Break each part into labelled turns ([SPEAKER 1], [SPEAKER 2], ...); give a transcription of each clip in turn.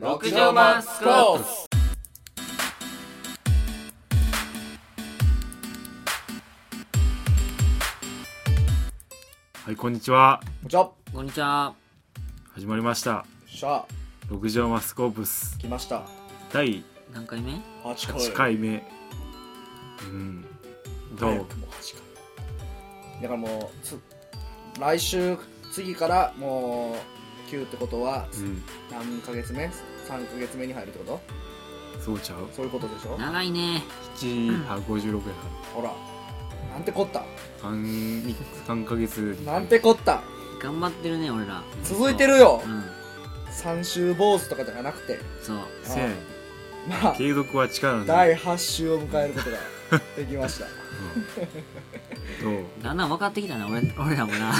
[SPEAKER 1] 極上マンスポーツ
[SPEAKER 2] はいこんにちは
[SPEAKER 3] じゃよ
[SPEAKER 1] こんにちは
[SPEAKER 2] 始まりました
[SPEAKER 3] っしゃ
[SPEAKER 2] 六条マスコープス
[SPEAKER 3] 来ました
[SPEAKER 2] 第
[SPEAKER 1] 何回目
[SPEAKER 3] 8回
[SPEAKER 2] 8回目うんど
[SPEAKER 3] 早
[SPEAKER 2] う
[SPEAKER 3] くも8回だからもうつ来週次からもう9ってことは、
[SPEAKER 2] うん
[SPEAKER 3] 何ヶ月目 ?3 ヶ月目に入るってこと
[SPEAKER 2] そうちゃう
[SPEAKER 3] そういうことでしょ
[SPEAKER 1] 長いね
[SPEAKER 2] 7あ56や
[SPEAKER 3] ほらなんてこった
[SPEAKER 2] から3三ヶ月
[SPEAKER 3] なんてこった
[SPEAKER 1] 頑張ってるね俺ら
[SPEAKER 3] 続いてるよ
[SPEAKER 1] うん
[SPEAKER 3] 三週坊主とかじゃなくて
[SPEAKER 1] そう
[SPEAKER 2] せやねん
[SPEAKER 3] まあ
[SPEAKER 2] 継続は力なんだ
[SPEAKER 3] 第8週を迎えることができ ました
[SPEAKER 2] どう
[SPEAKER 1] だんだん分かってきたな俺俺らもな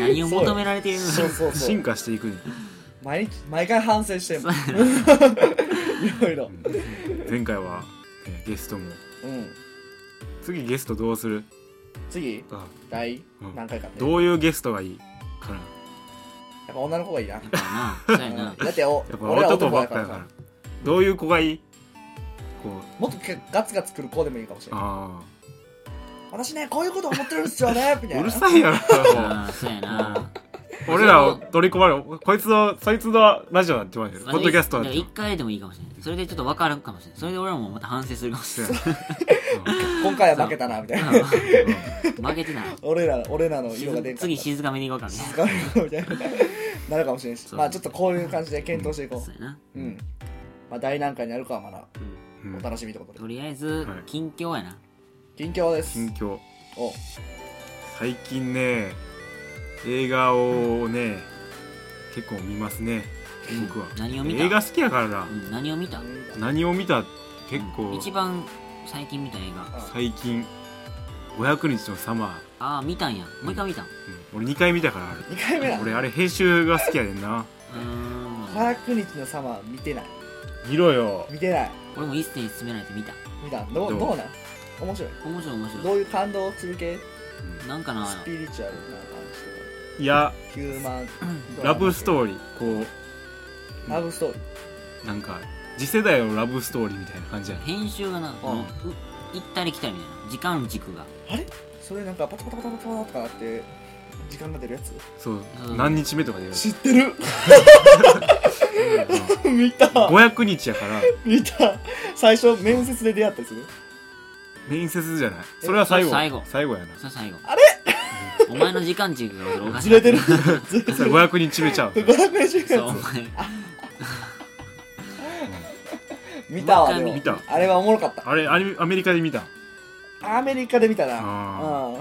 [SPEAKER 1] 何を求められているの
[SPEAKER 3] そうそうそ
[SPEAKER 2] 進
[SPEAKER 3] う
[SPEAKER 2] 化していくね
[SPEAKER 3] 毎日毎回反省してんもんいろ いろ
[SPEAKER 2] 前回はねゲストも
[SPEAKER 3] うん
[SPEAKER 2] 次ゲストどうする
[SPEAKER 3] 次
[SPEAKER 2] あ
[SPEAKER 3] 第
[SPEAKER 2] うん
[SPEAKER 3] 何回かね
[SPEAKER 2] どういうゲストがいいかな
[SPEAKER 3] やっぱ女の子がいいな
[SPEAKER 1] やっぱなそうや
[SPEAKER 3] うん
[SPEAKER 1] な
[SPEAKER 3] だってお
[SPEAKER 2] やっぱ
[SPEAKER 3] 俺は
[SPEAKER 2] 男
[SPEAKER 3] 男
[SPEAKER 2] ば
[SPEAKER 3] だ
[SPEAKER 2] っ
[SPEAKER 3] か
[SPEAKER 2] かや
[SPEAKER 3] ら
[SPEAKER 2] から
[SPEAKER 3] さ
[SPEAKER 2] どういう子がいいこう
[SPEAKER 3] もっとけガツガツ来る子でもいいかもしれない
[SPEAKER 2] あ
[SPEAKER 3] 私ねこういうこと思ってるんですよねみたい
[SPEAKER 2] あ
[SPEAKER 3] な
[SPEAKER 2] うるさいやろ
[SPEAKER 1] あーそうやな
[SPEAKER 2] 俺らを取り込まれるこいつのそいつのラジオなんて言われるポッドキャスト
[SPEAKER 1] だ
[SPEAKER 2] なんて
[SPEAKER 1] 1回でもいいかもしれないそれでちょっと分かるかもしれないそれで俺らもまた反省するかもしれない
[SPEAKER 3] 今回は負けたなみたいな
[SPEAKER 1] 負けてない
[SPEAKER 3] 俺ら 俺らの色が出んかった
[SPEAKER 1] 次静かめにいこうかね
[SPEAKER 3] わかるみたいななるかもしれんし
[SPEAKER 1] そう
[SPEAKER 3] まあちょっとこういう感じで検討していこ
[SPEAKER 1] そうやな
[SPEAKER 3] ううんまあ大難関にあるかはまだ
[SPEAKER 2] うんう
[SPEAKER 3] お
[SPEAKER 2] ん
[SPEAKER 3] 楽しみってことで
[SPEAKER 1] とりあえず
[SPEAKER 2] はい
[SPEAKER 1] 近況やな
[SPEAKER 3] 近況です
[SPEAKER 2] 近況
[SPEAKER 3] お
[SPEAKER 2] 最近ね映画をね結構見ますね僕は
[SPEAKER 1] 何を見た
[SPEAKER 2] 映画好きやからな
[SPEAKER 1] うん何を見た
[SPEAKER 2] 何を見たって結構
[SPEAKER 1] 一番最近見た映画
[SPEAKER 2] 最近500日のサマ
[SPEAKER 1] ああ見たんやもう一回見たんう
[SPEAKER 2] ー、うん俺2回見たからあ
[SPEAKER 3] 2回目
[SPEAKER 2] れ
[SPEAKER 3] だ
[SPEAKER 2] 俺あれ編集が好きやねんな
[SPEAKER 1] ーん
[SPEAKER 3] 500日のサマー見てない
[SPEAKER 2] 見ろよ
[SPEAKER 3] 見てない
[SPEAKER 1] 俺も一斉に勧められて見た
[SPEAKER 3] 見たどう
[SPEAKER 2] どう
[SPEAKER 3] どうなん面白い
[SPEAKER 1] 面白い面白
[SPEAKER 3] どういう感動する系
[SPEAKER 1] いなんかな
[SPEAKER 3] スピリチュアルな感じ
[SPEAKER 2] いや
[SPEAKER 3] とかヒューマン
[SPEAKER 2] ラブス
[SPEAKER 3] ー
[SPEAKER 2] トーリー
[SPEAKER 3] リ
[SPEAKER 2] こ
[SPEAKER 3] ーラブストーリ
[SPEAKER 2] うなんか次世代のラブストーリーみたいな感じやね
[SPEAKER 1] 編集がなこのう行ったり来たりみたいな時間軸が
[SPEAKER 3] ーあれそれなんかパタパタパタパタとかあって時間が出るやつ
[SPEAKER 2] そう、
[SPEAKER 1] うん
[SPEAKER 2] 何日目とかでやる
[SPEAKER 3] 知ってる 見た
[SPEAKER 2] 500日やから
[SPEAKER 3] 見た最初面接で出会ったりする
[SPEAKER 2] 面接じゃないそれは最後
[SPEAKER 1] え最後
[SPEAKER 2] 最後や
[SPEAKER 1] そ
[SPEAKER 2] な
[SPEAKER 1] れ最後
[SPEAKER 3] あ
[SPEAKER 1] れ お前の時間軸がおかし
[SPEAKER 3] ず
[SPEAKER 1] い
[SPEAKER 3] れてるずれて
[SPEAKER 2] そ
[SPEAKER 3] る
[SPEAKER 2] れ500日目ち ゃう
[SPEAKER 3] 5 0円やつ
[SPEAKER 1] そうお前
[SPEAKER 3] 見たわで
[SPEAKER 1] もう
[SPEAKER 3] も
[SPEAKER 2] 一回見
[SPEAKER 3] あれはおもろかった
[SPEAKER 2] あれアニアメリカで見た
[SPEAKER 3] アメリカで見たな
[SPEAKER 2] あ
[SPEAKER 3] うん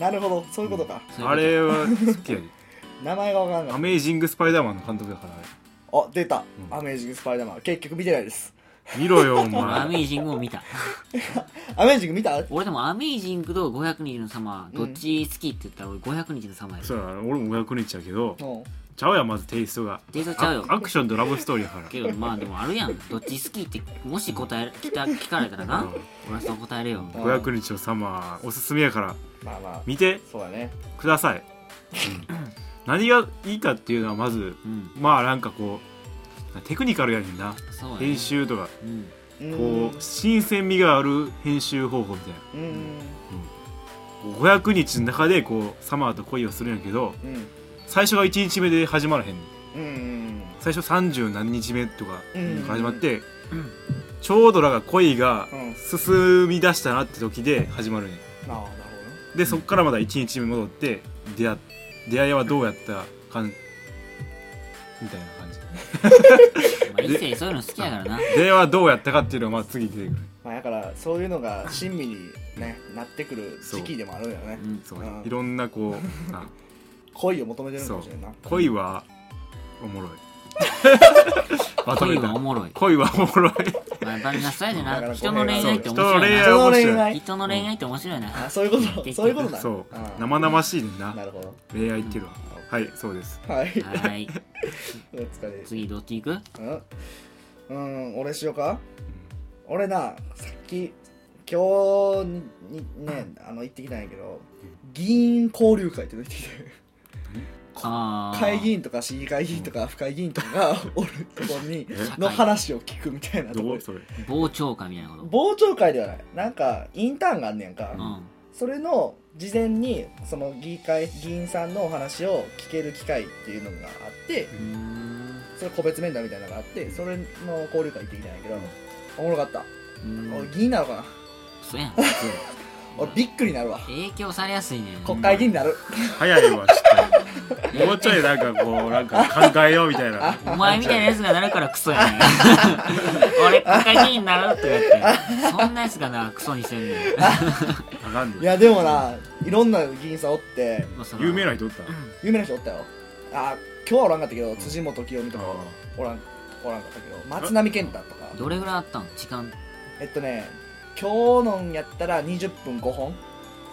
[SPEAKER 3] なるほどそういうことか
[SPEAKER 2] あれは好きやで
[SPEAKER 3] 名前がわからん
[SPEAKER 2] ア
[SPEAKER 3] かっ
[SPEAKER 2] メージング・スパイダーマンの監督だからあれ
[SPEAKER 3] たあ出た
[SPEAKER 2] うん
[SPEAKER 3] アメージングスパイダーマン結局見てないです
[SPEAKER 2] 見ろよお
[SPEAKER 1] 俺アメ
[SPEAKER 2] 前
[SPEAKER 1] ージングも見た
[SPEAKER 3] アメージング見た
[SPEAKER 1] 俺でもアメージングと500日の様どっち好きって言ったら俺500日の様や
[SPEAKER 2] そうやな俺も500日やけど
[SPEAKER 3] うん
[SPEAKER 2] ちゃうやんまずテイストが
[SPEAKER 1] デートちゃう
[SPEAKER 2] あ
[SPEAKER 1] よ
[SPEAKER 2] アクションとラブストーリーやから
[SPEAKER 1] けどまあでもあるやんどっち好きってもし答え聞た聞かれたらな
[SPEAKER 2] うん
[SPEAKER 1] 俺はそう答えるよ
[SPEAKER 3] うん
[SPEAKER 2] 500日のサマーおすすめやから
[SPEAKER 3] まあまあ
[SPEAKER 2] 見て
[SPEAKER 3] そうだね
[SPEAKER 2] ください、何がいいかっていうのはまず
[SPEAKER 1] うん
[SPEAKER 2] まあなんかこうテクニカルやねんな
[SPEAKER 1] そうやね
[SPEAKER 2] 編集とか
[SPEAKER 1] うん
[SPEAKER 3] うん
[SPEAKER 2] こう新鮮味がある編集方法みたいな
[SPEAKER 3] うん
[SPEAKER 2] 500日の中でこうサマーと恋をするんやけど
[SPEAKER 3] うん
[SPEAKER 2] 最初が1日目で始まらへんねん
[SPEAKER 3] うん
[SPEAKER 2] 最初30何日目とか
[SPEAKER 3] うん
[SPEAKER 2] から始まって、ちょうどらが恋が
[SPEAKER 3] うん
[SPEAKER 2] 進み出したなって時で始まるねん
[SPEAKER 3] ああなるほどね
[SPEAKER 2] でそっからまだ1日目戻って出会出会いはどうやったかんみたいな感じ
[SPEAKER 1] まあ一世そういうの好きやからな
[SPEAKER 2] 出会いはどうやったかっていうのはまあ次出てくる
[SPEAKER 3] まあだからそういうのが親身に、ね、なってくる時期でもあるんだよね
[SPEAKER 1] うん
[SPEAKER 2] そう、
[SPEAKER 3] うん
[SPEAKER 2] いろんなこうな
[SPEAKER 3] 恋を求めてるのかもしれんない
[SPEAKER 2] 恋はおもろいまとめ
[SPEAKER 1] 恋
[SPEAKER 2] た
[SPEAKER 1] はおもろい
[SPEAKER 2] 恋はおもろい
[SPEAKER 1] まあやっぱりなそうやで
[SPEAKER 3] だか
[SPEAKER 1] な
[SPEAKER 3] ら
[SPEAKER 1] 人の恋愛って面
[SPEAKER 2] そう人の
[SPEAKER 1] 白
[SPEAKER 2] 恋
[SPEAKER 1] い
[SPEAKER 2] 愛
[SPEAKER 1] な
[SPEAKER 3] 人の恋愛
[SPEAKER 1] 人の
[SPEAKER 2] 面白
[SPEAKER 1] 恋愛って面白いな
[SPEAKER 3] あそういうことそういうことだ
[SPEAKER 2] そう
[SPEAKER 3] あ
[SPEAKER 2] 生々しいねんな
[SPEAKER 3] なるほど
[SPEAKER 2] 恋愛っていうのははいそうです
[SPEAKER 3] はい
[SPEAKER 1] はい
[SPEAKER 3] お疲れ
[SPEAKER 1] 次どっち行く
[SPEAKER 3] うんうん俺しようか俺なさっき今日にねあの行ってきたんやけど議員交流会っていうの行ってきて
[SPEAKER 1] あー
[SPEAKER 3] 会議員とか市議会議員とか府会議員とかがおるところに
[SPEAKER 2] え
[SPEAKER 1] い
[SPEAKER 3] の話を聞くみたいなと
[SPEAKER 2] ど
[SPEAKER 3] こ
[SPEAKER 2] うそれ
[SPEAKER 1] 傍聴会みたいなこと
[SPEAKER 3] 傍聴会ではないなんかインターンがあんねやんか、
[SPEAKER 1] うん
[SPEAKER 3] それの事前にその議会議員さんのお話を聞ける機会っていうのがあって
[SPEAKER 1] うーん
[SPEAKER 3] それ個別面談みたいなのがあってそれの交流会行ってきたんやけどおもろかった、
[SPEAKER 1] うー
[SPEAKER 3] 俺
[SPEAKER 1] ん
[SPEAKER 3] 議員なのかな
[SPEAKER 1] そうやん
[SPEAKER 3] 俺びっくりなるわ
[SPEAKER 1] 影響されやすいね
[SPEAKER 3] 国会議員になる
[SPEAKER 2] 早いわちょっともうちょいなんかこうなんか考えようみた いな
[SPEAKER 1] お前みたいなやつがなるからクソやねん俺国会議員になろうって言われてそんなやつがなクソにしてんねん
[SPEAKER 2] あかん
[SPEAKER 3] い
[SPEAKER 2] ね
[SPEAKER 3] やでもないろんな議員さんおって
[SPEAKER 1] まあその
[SPEAKER 2] 有名な人おった
[SPEAKER 3] 有名な人おったよあ今日はおらんかったけど辻元清美とか
[SPEAKER 2] あ
[SPEAKER 3] おらんおらんかったけど松並健太とか
[SPEAKER 1] どれぐらいあったん時間
[SPEAKER 3] えっとね今日のんやったら20分5本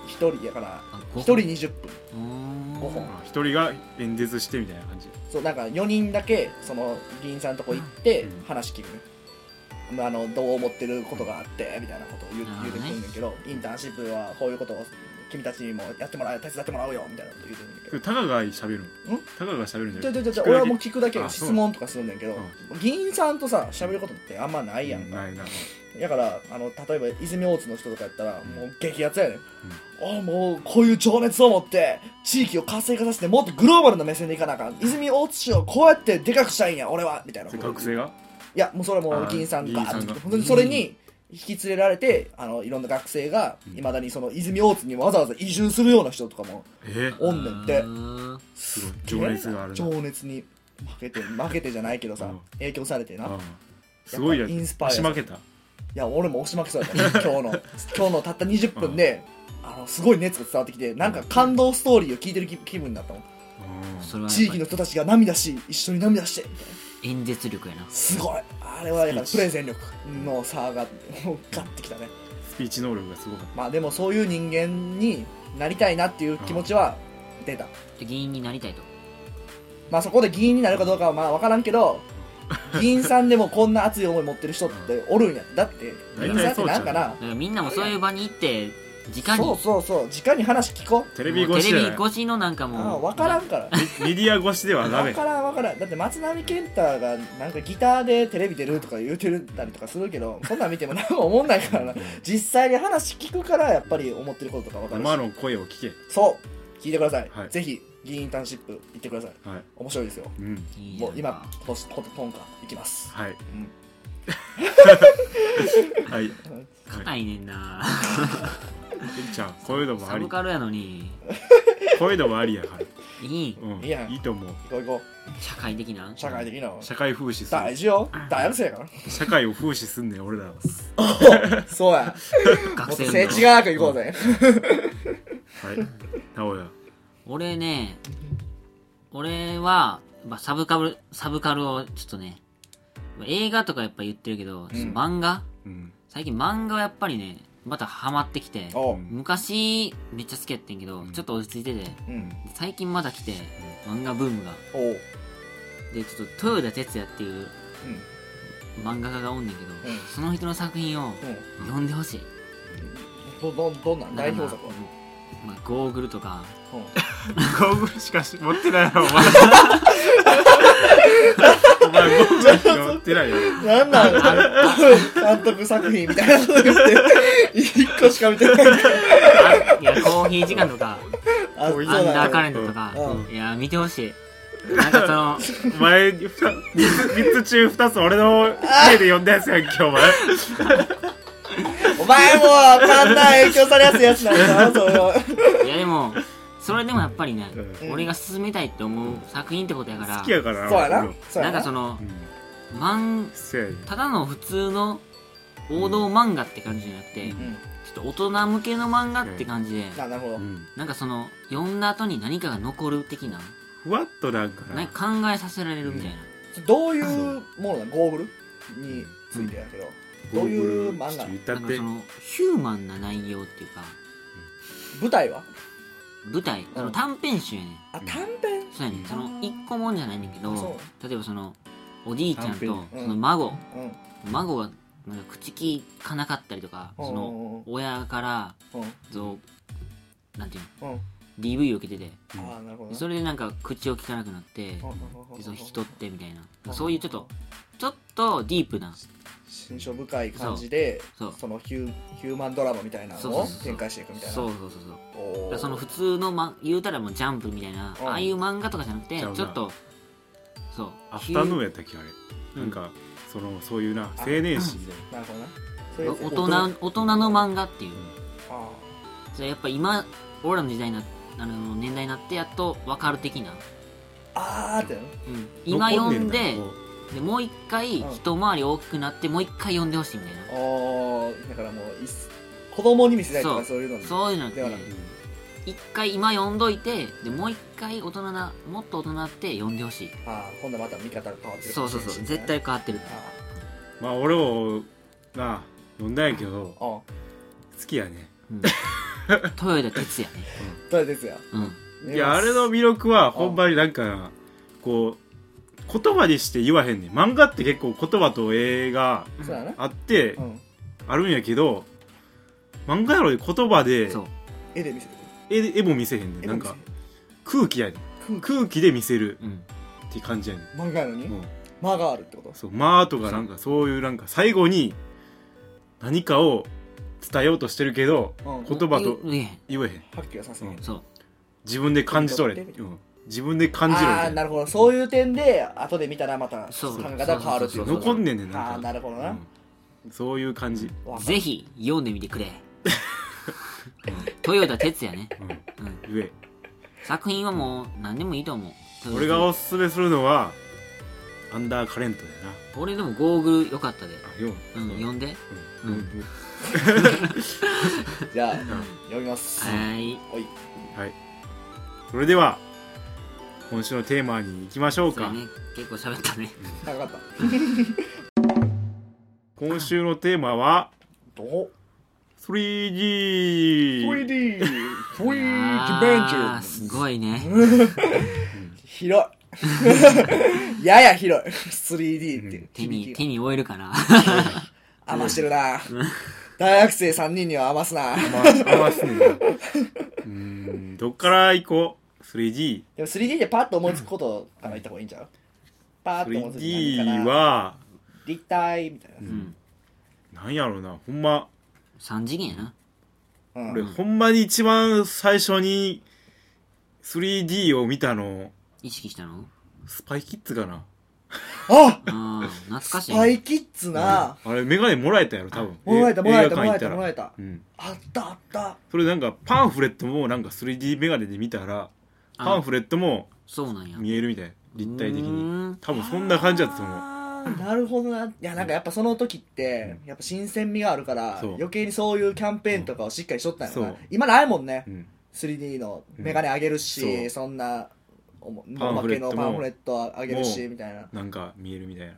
[SPEAKER 3] 1人やから
[SPEAKER 1] あ
[SPEAKER 3] 1
[SPEAKER 1] 五
[SPEAKER 3] 人
[SPEAKER 1] 本
[SPEAKER 3] 20分
[SPEAKER 1] うーん
[SPEAKER 3] 五本
[SPEAKER 2] あ一人が演説してみたいな感じ
[SPEAKER 3] そうなんか4人だけその議員さんとこ行って
[SPEAKER 2] うん
[SPEAKER 3] 話聞く、あのどう思ってることがあってみたいなことを言う
[SPEAKER 1] な
[SPEAKER 3] 言
[SPEAKER 1] るほ
[SPEAKER 3] う
[SPEAKER 1] ど
[SPEAKER 3] て
[SPEAKER 1] ね
[SPEAKER 3] くるんだけどインターンシップはこういうことを君たちにもやってもらう手伝ってもらうよみたいなこと言うてくるんだけど
[SPEAKER 2] タカが喋るん
[SPEAKER 3] ん
[SPEAKER 2] タカが喋るんじ
[SPEAKER 3] ち
[SPEAKER 2] ゃ
[SPEAKER 3] ょち
[SPEAKER 2] ない
[SPEAKER 3] ょちょちょ俺はもう
[SPEAKER 2] 聞
[SPEAKER 3] 聞くだけ
[SPEAKER 2] あそう
[SPEAKER 3] 質問とかするんだけど議員さんとさ喋ることってあんまない
[SPEAKER 2] い
[SPEAKER 3] やん
[SPEAKER 2] ん
[SPEAKER 3] か、
[SPEAKER 2] ないな
[SPEAKER 3] だからあの例えば泉大津の人とかやったら
[SPEAKER 2] ん
[SPEAKER 3] もう激アツやね、ん、ああもうこういう情熱を持って地域を活性化させてもっとグローバルな目線でいかなあかん泉大津市をこうやってでかくしたいんや俺はみたいな
[SPEAKER 2] それ学生が
[SPEAKER 3] いやもうそれはも
[SPEAKER 2] あ
[SPEAKER 3] う
[SPEAKER 2] ー
[SPEAKER 3] 議員さんが
[SPEAKER 2] 議員さんが
[SPEAKER 3] 本当にそれに引き連れられてあのいろんな学生が
[SPEAKER 2] うん
[SPEAKER 3] いまだにその泉大津にわざわざ移住するような人とかも
[SPEAKER 2] え
[SPEAKER 3] おんねんって
[SPEAKER 1] うーん
[SPEAKER 2] すごい情熱があるな
[SPEAKER 3] 情熱に負けて負けてじゃないけどさ
[SPEAKER 2] うん
[SPEAKER 3] 影響されてな
[SPEAKER 2] ああすごいや
[SPEAKER 3] インスパイア
[SPEAKER 2] つしまけた
[SPEAKER 3] いや俺も押し負けそうやった、 今日の今日のたった20分で、あのすごい熱が伝わってきてなんか感動ストーリーを聞いてる気気分になったもん
[SPEAKER 2] うん
[SPEAKER 1] それは
[SPEAKER 3] 地
[SPEAKER 1] やっぱ
[SPEAKER 3] 域の
[SPEAKER 1] り
[SPEAKER 3] 人たちが涙し一緒に涙してみたいな
[SPEAKER 1] 演説力やな
[SPEAKER 3] すごいあれはやっぱ
[SPEAKER 2] ス
[SPEAKER 3] プ
[SPEAKER 2] ピー
[SPEAKER 3] レ
[SPEAKER 2] チ
[SPEAKER 3] ゼン力の差がもうガッてきたね
[SPEAKER 2] スピーチ能力がすごかっ
[SPEAKER 3] まあでもそういう人間になりたいなっていう気持ちは出た、
[SPEAKER 1] で議員になりたいと
[SPEAKER 3] まあそこで議員になるかどうかはまあ分からんけ ど議員さんでもこんな熱い思い持ってる人っておるんやだって議
[SPEAKER 2] 大
[SPEAKER 3] 員さんっ
[SPEAKER 2] 体
[SPEAKER 3] て
[SPEAKER 2] そうじゃ
[SPEAKER 3] なんんかな
[SPEAKER 1] だからみんなもそういう場に行って直に
[SPEAKER 3] そうそうそう直に話聞こう
[SPEAKER 2] たテレビ
[SPEAKER 1] もう
[SPEAKER 2] 越し
[SPEAKER 1] テ
[SPEAKER 2] じゃ
[SPEAKER 1] レ
[SPEAKER 2] ない
[SPEAKER 1] ビ越しのなんか
[SPEAKER 3] あ
[SPEAKER 1] も
[SPEAKER 3] あ
[SPEAKER 1] う
[SPEAKER 3] 分からんから
[SPEAKER 2] メディア越しではダ
[SPEAKER 3] わ
[SPEAKER 2] メ
[SPEAKER 3] からんわからんだって松並健太がなんかギターでテレビ出るとか言うてるたりとかするけどそんなん見ても何も思んないから な実際に話聞くからやっぱり思ってることとか分かるし
[SPEAKER 2] 生の声を聞け
[SPEAKER 3] そう聞いてください、
[SPEAKER 2] はい
[SPEAKER 3] ぜひ議員インターンシップ行ってください
[SPEAKER 2] はい
[SPEAKER 3] 面白いですよ
[SPEAKER 2] うん
[SPEAKER 1] いいじゃ
[SPEAKER 3] も
[SPEAKER 1] ん
[SPEAKER 3] う今今年今今回行きます
[SPEAKER 2] はい
[SPEAKER 3] うん
[SPEAKER 2] はいエ
[SPEAKER 1] 硬いねんな
[SPEAKER 2] リちゃんこういうのもあ
[SPEAKER 1] サ
[SPEAKER 2] り
[SPEAKER 1] ブカルやのに
[SPEAKER 2] こういうのもありやはい
[SPEAKER 1] いい
[SPEAKER 2] うん
[SPEAKER 3] いいやん
[SPEAKER 2] いいと思う
[SPEAKER 3] 行こう行こ
[SPEAKER 1] 社会的な
[SPEAKER 3] う社会的な
[SPEAKER 2] 社会風刺す
[SPEAKER 3] 大
[SPEAKER 2] る
[SPEAKER 3] 事よ大学生やか
[SPEAKER 2] 社会を風刺すんねん俺らは
[SPEAKER 3] らそうやも
[SPEAKER 1] 学
[SPEAKER 3] っと
[SPEAKER 1] 生
[SPEAKER 3] 聖
[SPEAKER 1] 運
[SPEAKER 3] 地
[SPEAKER 1] 動
[SPEAKER 3] がく行こうぜ
[SPEAKER 2] はい直哉
[SPEAKER 1] 俺ね俺は、まあ、サブカルサブカルをちょっとね映画とかやっぱ言ってるけど、
[SPEAKER 3] ん
[SPEAKER 1] 漫画
[SPEAKER 2] うん
[SPEAKER 1] 最近漫画はやっぱりねまたハマってきて
[SPEAKER 3] おう
[SPEAKER 1] 昔めっちゃ好きやってんけど、
[SPEAKER 2] うん
[SPEAKER 1] ちょっと落ち着いてて
[SPEAKER 3] うん
[SPEAKER 1] 最近まだ来て漫画ブームが
[SPEAKER 3] おう
[SPEAKER 1] でちょっと豊田哲也っていう
[SPEAKER 3] うん
[SPEAKER 1] 漫画家がおんねんけど、
[SPEAKER 3] うん
[SPEAKER 1] その人の作品
[SPEAKER 3] う
[SPEAKER 1] を
[SPEAKER 3] ん
[SPEAKER 1] 読んでほしい
[SPEAKER 3] どどどんなん代表作は
[SPEAKER 1] なんかまあ、まあゴーグル とか
[SPEAKER 3] うん
[SPEAKER 2] ゴーグルしかし持ってないやろお前 お前ゴーグルしか持ってないやろ
[SPEAKER 3] なんなん監督作品みたいなこと言って、一個しか見てない。
[SPEAKER 1] あいやコーヒー時間 とか
[SPEAKER 3] あ、
[SPEAKER 2] こういう
[SPEAKER 1] アンダーカ
[SPEAKER 3] レ
[SPEAKER 1] レントとか、
[SPEAKER 3] うん
[SPEAKER 1] いや見てほしいなんかその
[SPEAKER 2] お前にふた3つ中2つ俺の家で呼んだやつやんけお前
[SPEAKER 3] お前もあかんない影響されやすいやつ なんだな、それは。
[SPEAKER 1] いやでもそれでもやっぱりね、
[SPEAKER 3] うん
[SPEAKER 1] 俺が進めたいって思う作品ってことやから
[SPEAKER 2] 好きやから
[SPEAKER 3] そうやな
[SPEAKER 2] 俺。
[SPEAKER 3] そうや
[SPEAKER 1] なん
[SPEAKER 3] な。
[SPEAKER 1] かその
[SPEAKER 2] うん
[SPEAKER 1] マン
[SPEAKER 2] そうやね
[SPEAKER 1] ただの普通の王道漫画って感じじゃなくて、
[SPEAKER 2] う
[SPEAKER 3] うん。
[SPEAKER 1] ちょっと大人向けの漫画って感じで、
[SPEAKER 3] ななるほど
[SPEAKER 2] う。ん
[SPEAKER 1] なんかその読んだ後に何かが残る的な
[SPEAKER 2] ふわっとなんか
[SPEAKER 1] なん
[SPEAKER 2] な
[SPEAKER 1] か考えさせられるみたいな、
[SPEAKER 3] どういうものなのゴーグルについてやけど。どういう漫画
[SPEAKER 2] ちょっと言ったっ
[SPEAKER 1] なんか
[SPEAKER 2] て
[SPEAKER 1] そのヒューマンな内容っていうか
[SPEAKER 3] 舞台は
[SPEAKER 1] 舞台その短編集やねん
[SPEAKER 3] あ、短編
[SPEAKER 1] そうやねんその一個もんじゃないねんけ
[SPEAKER 3] あ
[SPEAKER 1] ど
[SPEAKER 3] そ
[SPEAKER 1] 例えばそのおじいちゃんと
[SPEAKER 2] 短
[SPEAKER 3] 編
[SPEAKER 1] その孫、
[SPEAKER 3] うん。うん
[SPEAKER 1] 孫がなんか口きかなかったりとかその親から
[SPEAKER 3] うん。
[SPEAKER 1] そうなんていう
[SPEAKER 3] うん。
[SPEAKER 1] DV を受けてて
[SPEAKER 3] ああなるほど
[SPEAKER 1] で
[SPEAKER 3] ね
[SPEAKER 1] それでなんか口を聞かなくなって
[SPEAKER 3] ほうほうほうほう
[SPEAKER 1] でその引き取ってみたいなそういうちょっとちょっとディープな
[SPEAKER 3] 印象深い感じで
[SPEAKER 1] そう
[SPEAKER 3] そのヒュヒューマンドラマみたいな
[SPEAKER 1] そう
[SPEAKER 3] の
[SPEAKER 1] そう
[SPEAKER 3] を
[SPEAKER 1] そうそう
[SPEAKER 3] 展開していくみたいな
[SPEAKER 1] そうそうそうそうだ
[SPEAKER 3] お
[SPEAKER 1] か
[SPEAKER 3] ー
[SPEAKER 1] らその普通の、ま、言うたらもうジャンプみたいな
[SPEAKER 3] うん
[SPEAKER 1] ああいう漫画とかじゃなくて
[SPEAKER 2] ち
[SPEAKER 1] ち
[SPEAKER 2] ゃう
[SPEAKER 1] ょ
[SPEAKER 2] な
[SPEAKER 1] っとそう
[SPEAKER 2] アフタヌーン
[SPEAKER 1] ン
[SPEAKER 2] やったっけあれなんかそのそういうな青年誌みた
[SPEAKER 3] な
[SPEAKER 2] い
[SPEAKER 3] るほどねそれ
[SPEAKER 1] 大人大人の漫画っていう
[SPEAKER 3] あ
[SPEAKER 1] それやっぱ今俺らの時代になあの年代になってやっと分かる的な、
[SPEAKER 3] ああーってな
[SPEAKER 1] うん、
[SPEAKER 2] な
[SPEAKER 1] 今読ん
[SPEAKER 2] 残
[SPEAKER 1] で
[SPEAKER 2] ねなこ
[SPEAKER 1] でもう一回
[SPEAKER 3] うん
[SPEAKER 1] 一回り大きくなってもう一回読んでほしいみたいな、
[SPEAKER 3] おーだからもういっす子供に見せたいと
[SPEAKER 1] そ
[SPEAKER 3] か
[SPEAKER 1] う
[SPEAKER 3] そういうのに
[SPEAKER 1] そういうのっ
[SPEAKER 3] で
[SPEAKER 1] て
[SPEAKER 3] はなく
[SPEAKER 2] ううん
[SPEAKER 1] 一回今読んどいてでもう一回大人なもっと大人って読んでほしい
[SPEAKER 3] ああ今度また見方が変わってるか
[SPEAKER 1] そ
[SPEAKER 3] も
[SPEAKER 1] う
[SPEAKER 3] し
[SPEAKER 1] そ
[SPEAKER 3] れ
[SPEAKER 1] うん
[SPEAKER 3] し
[SPEAKER 1] そう絶対変わってる
[SPEAKER 3] あ
[SPEAKER 2] まあ俺もな飲んだんやけど
[SPEAKER 3] あうん
[SPEAKER 2] 好きやね
[SPEAKER 1] うん 豊田哲也ね
[SPEAKER 3] 誰ですよ
[SPEAKER 1] うん
[SPEAKER 2] いやあれの魅力はほんまになんかこう言葉にして言わへんねん漫画って結構言葉と絵が
[SPEAKER 3] そうやな
[SPEAKER 2] あって
[SPEAKER 3] うん
[SPEAKER 2] あるんやけど漫画やろに言葉で
[SPEAKER 1] そう
[SPEAKER 3] 絵で見せてく
[SPEAKER 2] 絵で絵も見せへんね
[SPEAKER 3] れ絵
[SPEAKER 2] んなん
[SPEAKER 3] で見
[SPEAKER 2] か
[SPEAKER 3] せて
[SPEAKER 2] 空気やねん
[SPEAKER 3] 空
[SPEAKER 2] 空気で見せる
[SPEAKER 1] うん
[SPEAKER 2] って感じやね
[SPEAKER 3] くれ漫画やの
[SPEAKER 2] ん
[SPEAKER 3] に
[SPEAKER 2] もう
[SPEAKER 3] 間があるってこと
[SPEAKER 2] そう「まあ」とかなんかそういうなんか最後に何かを伝えようとしてるけど
[SPEAKER 3] うん
[SPEAKER 2] 言葉と
[SPEAKER 1] 言えへん
[SPEAKER 2] 言えへん
[SPEAKER 3] はっきりはさせへん
[SPEAKER 2] うん
[SPEAKER 1] そう
[SPEAKER 2] 自分で感じ取れ、
[SPEAKER 3] うん
[SPEAKER 2] うん自分で感じろみ
[SPEAKER 3] あ
[SPEAKER 2] た
[SPEAKER 3] あ
[SPEAKER 2] い
[SPEAKER 3] な
[SPEAKER 2] な
[SPEAKER 3] るほどそういう点で後で見たらまた
[SPEAKER 1] そう
[SPEAKER 3] 考え方が変わるっていう
[SPEAKER 1] ほど
[SPEAKER 2] 残んねんねん
[SPEAKER 3] あ
[SPEAKER 2] な
[SPEAKER 3] あ
[SPEAKER 2] ん
[SPEAKER 3] な
[SPEAKER 2] か
[SPEAKER 3] るほどな、
[SPEAKER 2] うんそういう感じ、
[SPEAKER 3] わかる
[SPEAKER 1] ぜひ読んでみてくれ、うん、豊田哲也ね、
[SPEAKER 2] うん、
[SPEAKER 1] うん、
[SPEAKER 2] ゆえ
[SPEAKER 1] 作品はもう何でもいいと思う
[SPEAKER 2] 俺がおすすめするのはアンダーカレントだよ
[SPEAKER 1] 俺でもゴーグル良かったで
[SPEAKER 2] なあよ
[SPEAKER 1] う
[SPEAKER 2] うん
[SPEAKER 1] 読んで
[SPEAKER 2] うん
[SPEAKER 1] うん
[SPEAKER 2] うん
[SPEAKER 3] じゃあ読みます
[SPEAKER 1] はーい
[SPEAKER 3] はい
[SPEAKER 2] はいそれでは今週のテーマに行きましょう
[SPEAKER 1] そうや
[SPEAKER 2] か、
[SPEAKER 1] ね結構喋ったね
[SPEAKER 3] 高かった
[SPEAKER 2] 今週のテーマは
[SPEAKER 3] どう
[SPEAKER 2] 3D
[SPEAKER 3] 3D 3D ベンチ
[SPEAKER 1] あーす ごいね
[SPEAKER 3] 広いやや広い 3D っていう
[SPEAKER 1] 手に
[SPEAKER 3] 響き
[SPEAKER 1] 手に負えるかな
[SPEAKER 3] 余してる な大学生3人には余すな
[SPEAKER 2] まあ合わすねんなうーんどっから行こう 3D
[SPEAKER 3] でも 3D でパッと思いつくことから言った方がいいんちゃうパッと思いつく何か
[SPEAKER 2] 3D
[SPEAKER 3] な
[SPEAKER 2] は
[SPEAKER 3] 立体みたい
[SPEAKER 1] うん
[SPEAKER 2] なんやろうなほんま
[SPEAKER 1] 3次元やな
[SPEAKER 3] な、うん
[SPEAKER 2] 俺ほんまに一番最初に 3D を見たの
[SPEAKER 1] 意識したの
[SPEAKER 2] スパイキッズかな
[SPEAKER 3] あ
[SPEAKER 1] ああ懐かし
[SPEAKER 3] ス
[SPEAKER 1] い
[SPEAKER 3] パ
[SPEAKER 1] ね
[SPEAKER 3] イキッズな
[SPEAKER 2] あれメガネもらえたやろ多分
[SPEAKER 3] もらえた
[SPEAKER 2] 映
[SPEAKER 3] もらえた
[SPEAKER 2] 映画
[SPEAKER 3] もら
[SPEAKER 2] 館行
[SPEAKER 3] え
[SPEAKER 2] った
[SPEAKER 3] もらえた
[SPEAKER 2] うん、
[SPEAKER 3] あったあった
[SPEAKER 2] それなんかパンフレットもなんか 3D メガネで見たら
[SPEAKER 1] あ
[SPEAKER 2] パンフレットも
[SPEAKER 1] そうなんや
[SPEAKER 2] 見えるみたいな立体的
[SPEAKER 1] う
[SPEAKER 2] に
[SPEAKER 1] ーん
[SPEAKER 2] 多分そんな感じだったと思う
[SPEAKER 3] あーなるほどないやなんかやっぱその時ってやっぱ新鮮味があるから
[SPEAKER 2] そう
[SPEAKER 3] 余計にそういうキャンペーンとかをしっかりしとったんやろな
[SPEAKER 2] そう
[SPEAKER 3] 今ないもんね
[SPEAKER 2] うん
[SPEAKER 3] 3D のメガネあげるし、
[SPEAKER 2] うん
[SPEAKER 3] そんなおも
[SPEAKER 2] パ
[SPEAKER 3] お
[SPEAKER 2] ン
[SPEAKER 3] ま
[SPEAKER 2] フレ
[SPEAKER 3] け
[SPEAKER 2] ットも
[SPEAKER 3] のパンフレットあげるし
[SPEAKER 2] もう
[SPEAKER 3] みたいな
[SPEAKER 2] なんか見えるみたいな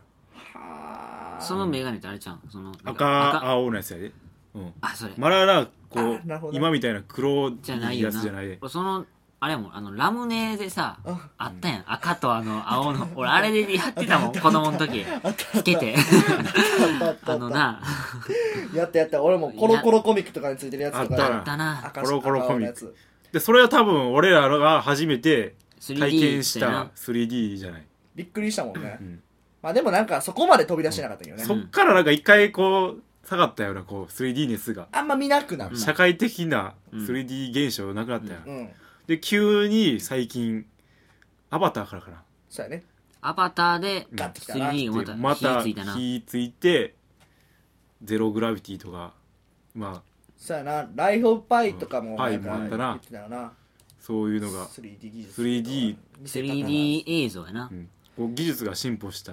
[SPEAKER 3] はー
[SPEAKER 1] そのメガネってあれちゃんそのなんか
[SPEAKER 2] 赤青のやつやでうん
[SPEAKER 1] あそれ
[SPEAKER 2] まだなこ
[SPEAKER 3] あなるほ
[SPEAKER 2] う
[SPEAKER 3] ど
[SPEAKER 2] 今みたいな黒い
[SPEAKER 1] じゃないよ
[SPEAKER 2] や
[SPEAKER 1] な
[SPEAKER 2] つじゃないで
[SPEAKER 1] 俺そのあれやもんあのラムネでさ
[SPEAKER 3] あ
[SPEAKER 1] あったやん赤とあの 青の俺あれでやってたもん子供の時つけて
[SPEAKER 3] あったあったあ
[SPEAKER 1] あ
[SPEAKER 3] った
[SPEAKER 1] のな
[SPEAKER 3] やったやった俺もコロコロコミックとかについてるやつと
[SPEAKER 2] あった
[SPEAKER 1] あ
[SPEAKER 2] な
[SPEAKER 3] か
[SPEAKER 1] ったな
[SPEAKER 3] 赤
[SPEAKER 2] コロコロコミック
[SPEAKER 3] 赤のやつ
[SPEAKER 2] でそれは多分俺らが初めて
[SPEAKER 1] 3D
[SPEAKER 2] 体験し
[SPEAKER 1] や
[SPEAKER 2] た
[SPEAKER 1] な
[SPEAKER 2] 3D じゃない、
[SPEAKER 3] びっくりしたもんね、
[SPEAKER 2] うん
[SPEAKER 3] まあでもなんかそこまで飛び出してなかったけどね、
[SPEAKER 2] そっからなんか一回こう下がったようなこう 3D 熱が、
[SPEAKER 3] あんま見なくなった
[SPEAKER 2] 社会的な
[SPEAKER 1] うん
[SPEAKER 2] 3D 現象なくなったよ、
[SPEAKER 3] うん、
[SPEAKER 2] で急に最近アバターからかな
[SPEAKER 3] そうやね
[SPEAKER 1] アバターで
[SPEAKER 3] ガッてきたな
[SPEAKER 1] 3D
[SPEAKER 2] で
[SPEAKER 1] がま
[SPEAKER 2] ま
[SPEAKER 1] た火
[SPEAKER 2] た
[SPEAKER 1] ついたな
[SPEAKER 2] 火ついてゼログラビティとかまあ
[SPEAKER 3] そうやなライフオブパイとかも
[SPEAKER 2] パ
[SPEAKER 3] な
[SPEAKER 2] イ
[SPEAKER 3] ん
[SPEAKER 2] もあ
[SPEAKER 3] か
[SPEAKER 2] ったな
[SPEAKER 3] 言ってたよな
[SPEAKER 2] そういうのが、
[SPEAKER 3] 3D 技術
[SPEAKER 2] 3D
[SPEAKER 3] 見せ方が
[SPEAKER 1] 3D 映像やな
[SPEAKER 2] うんこう技術が進歩した、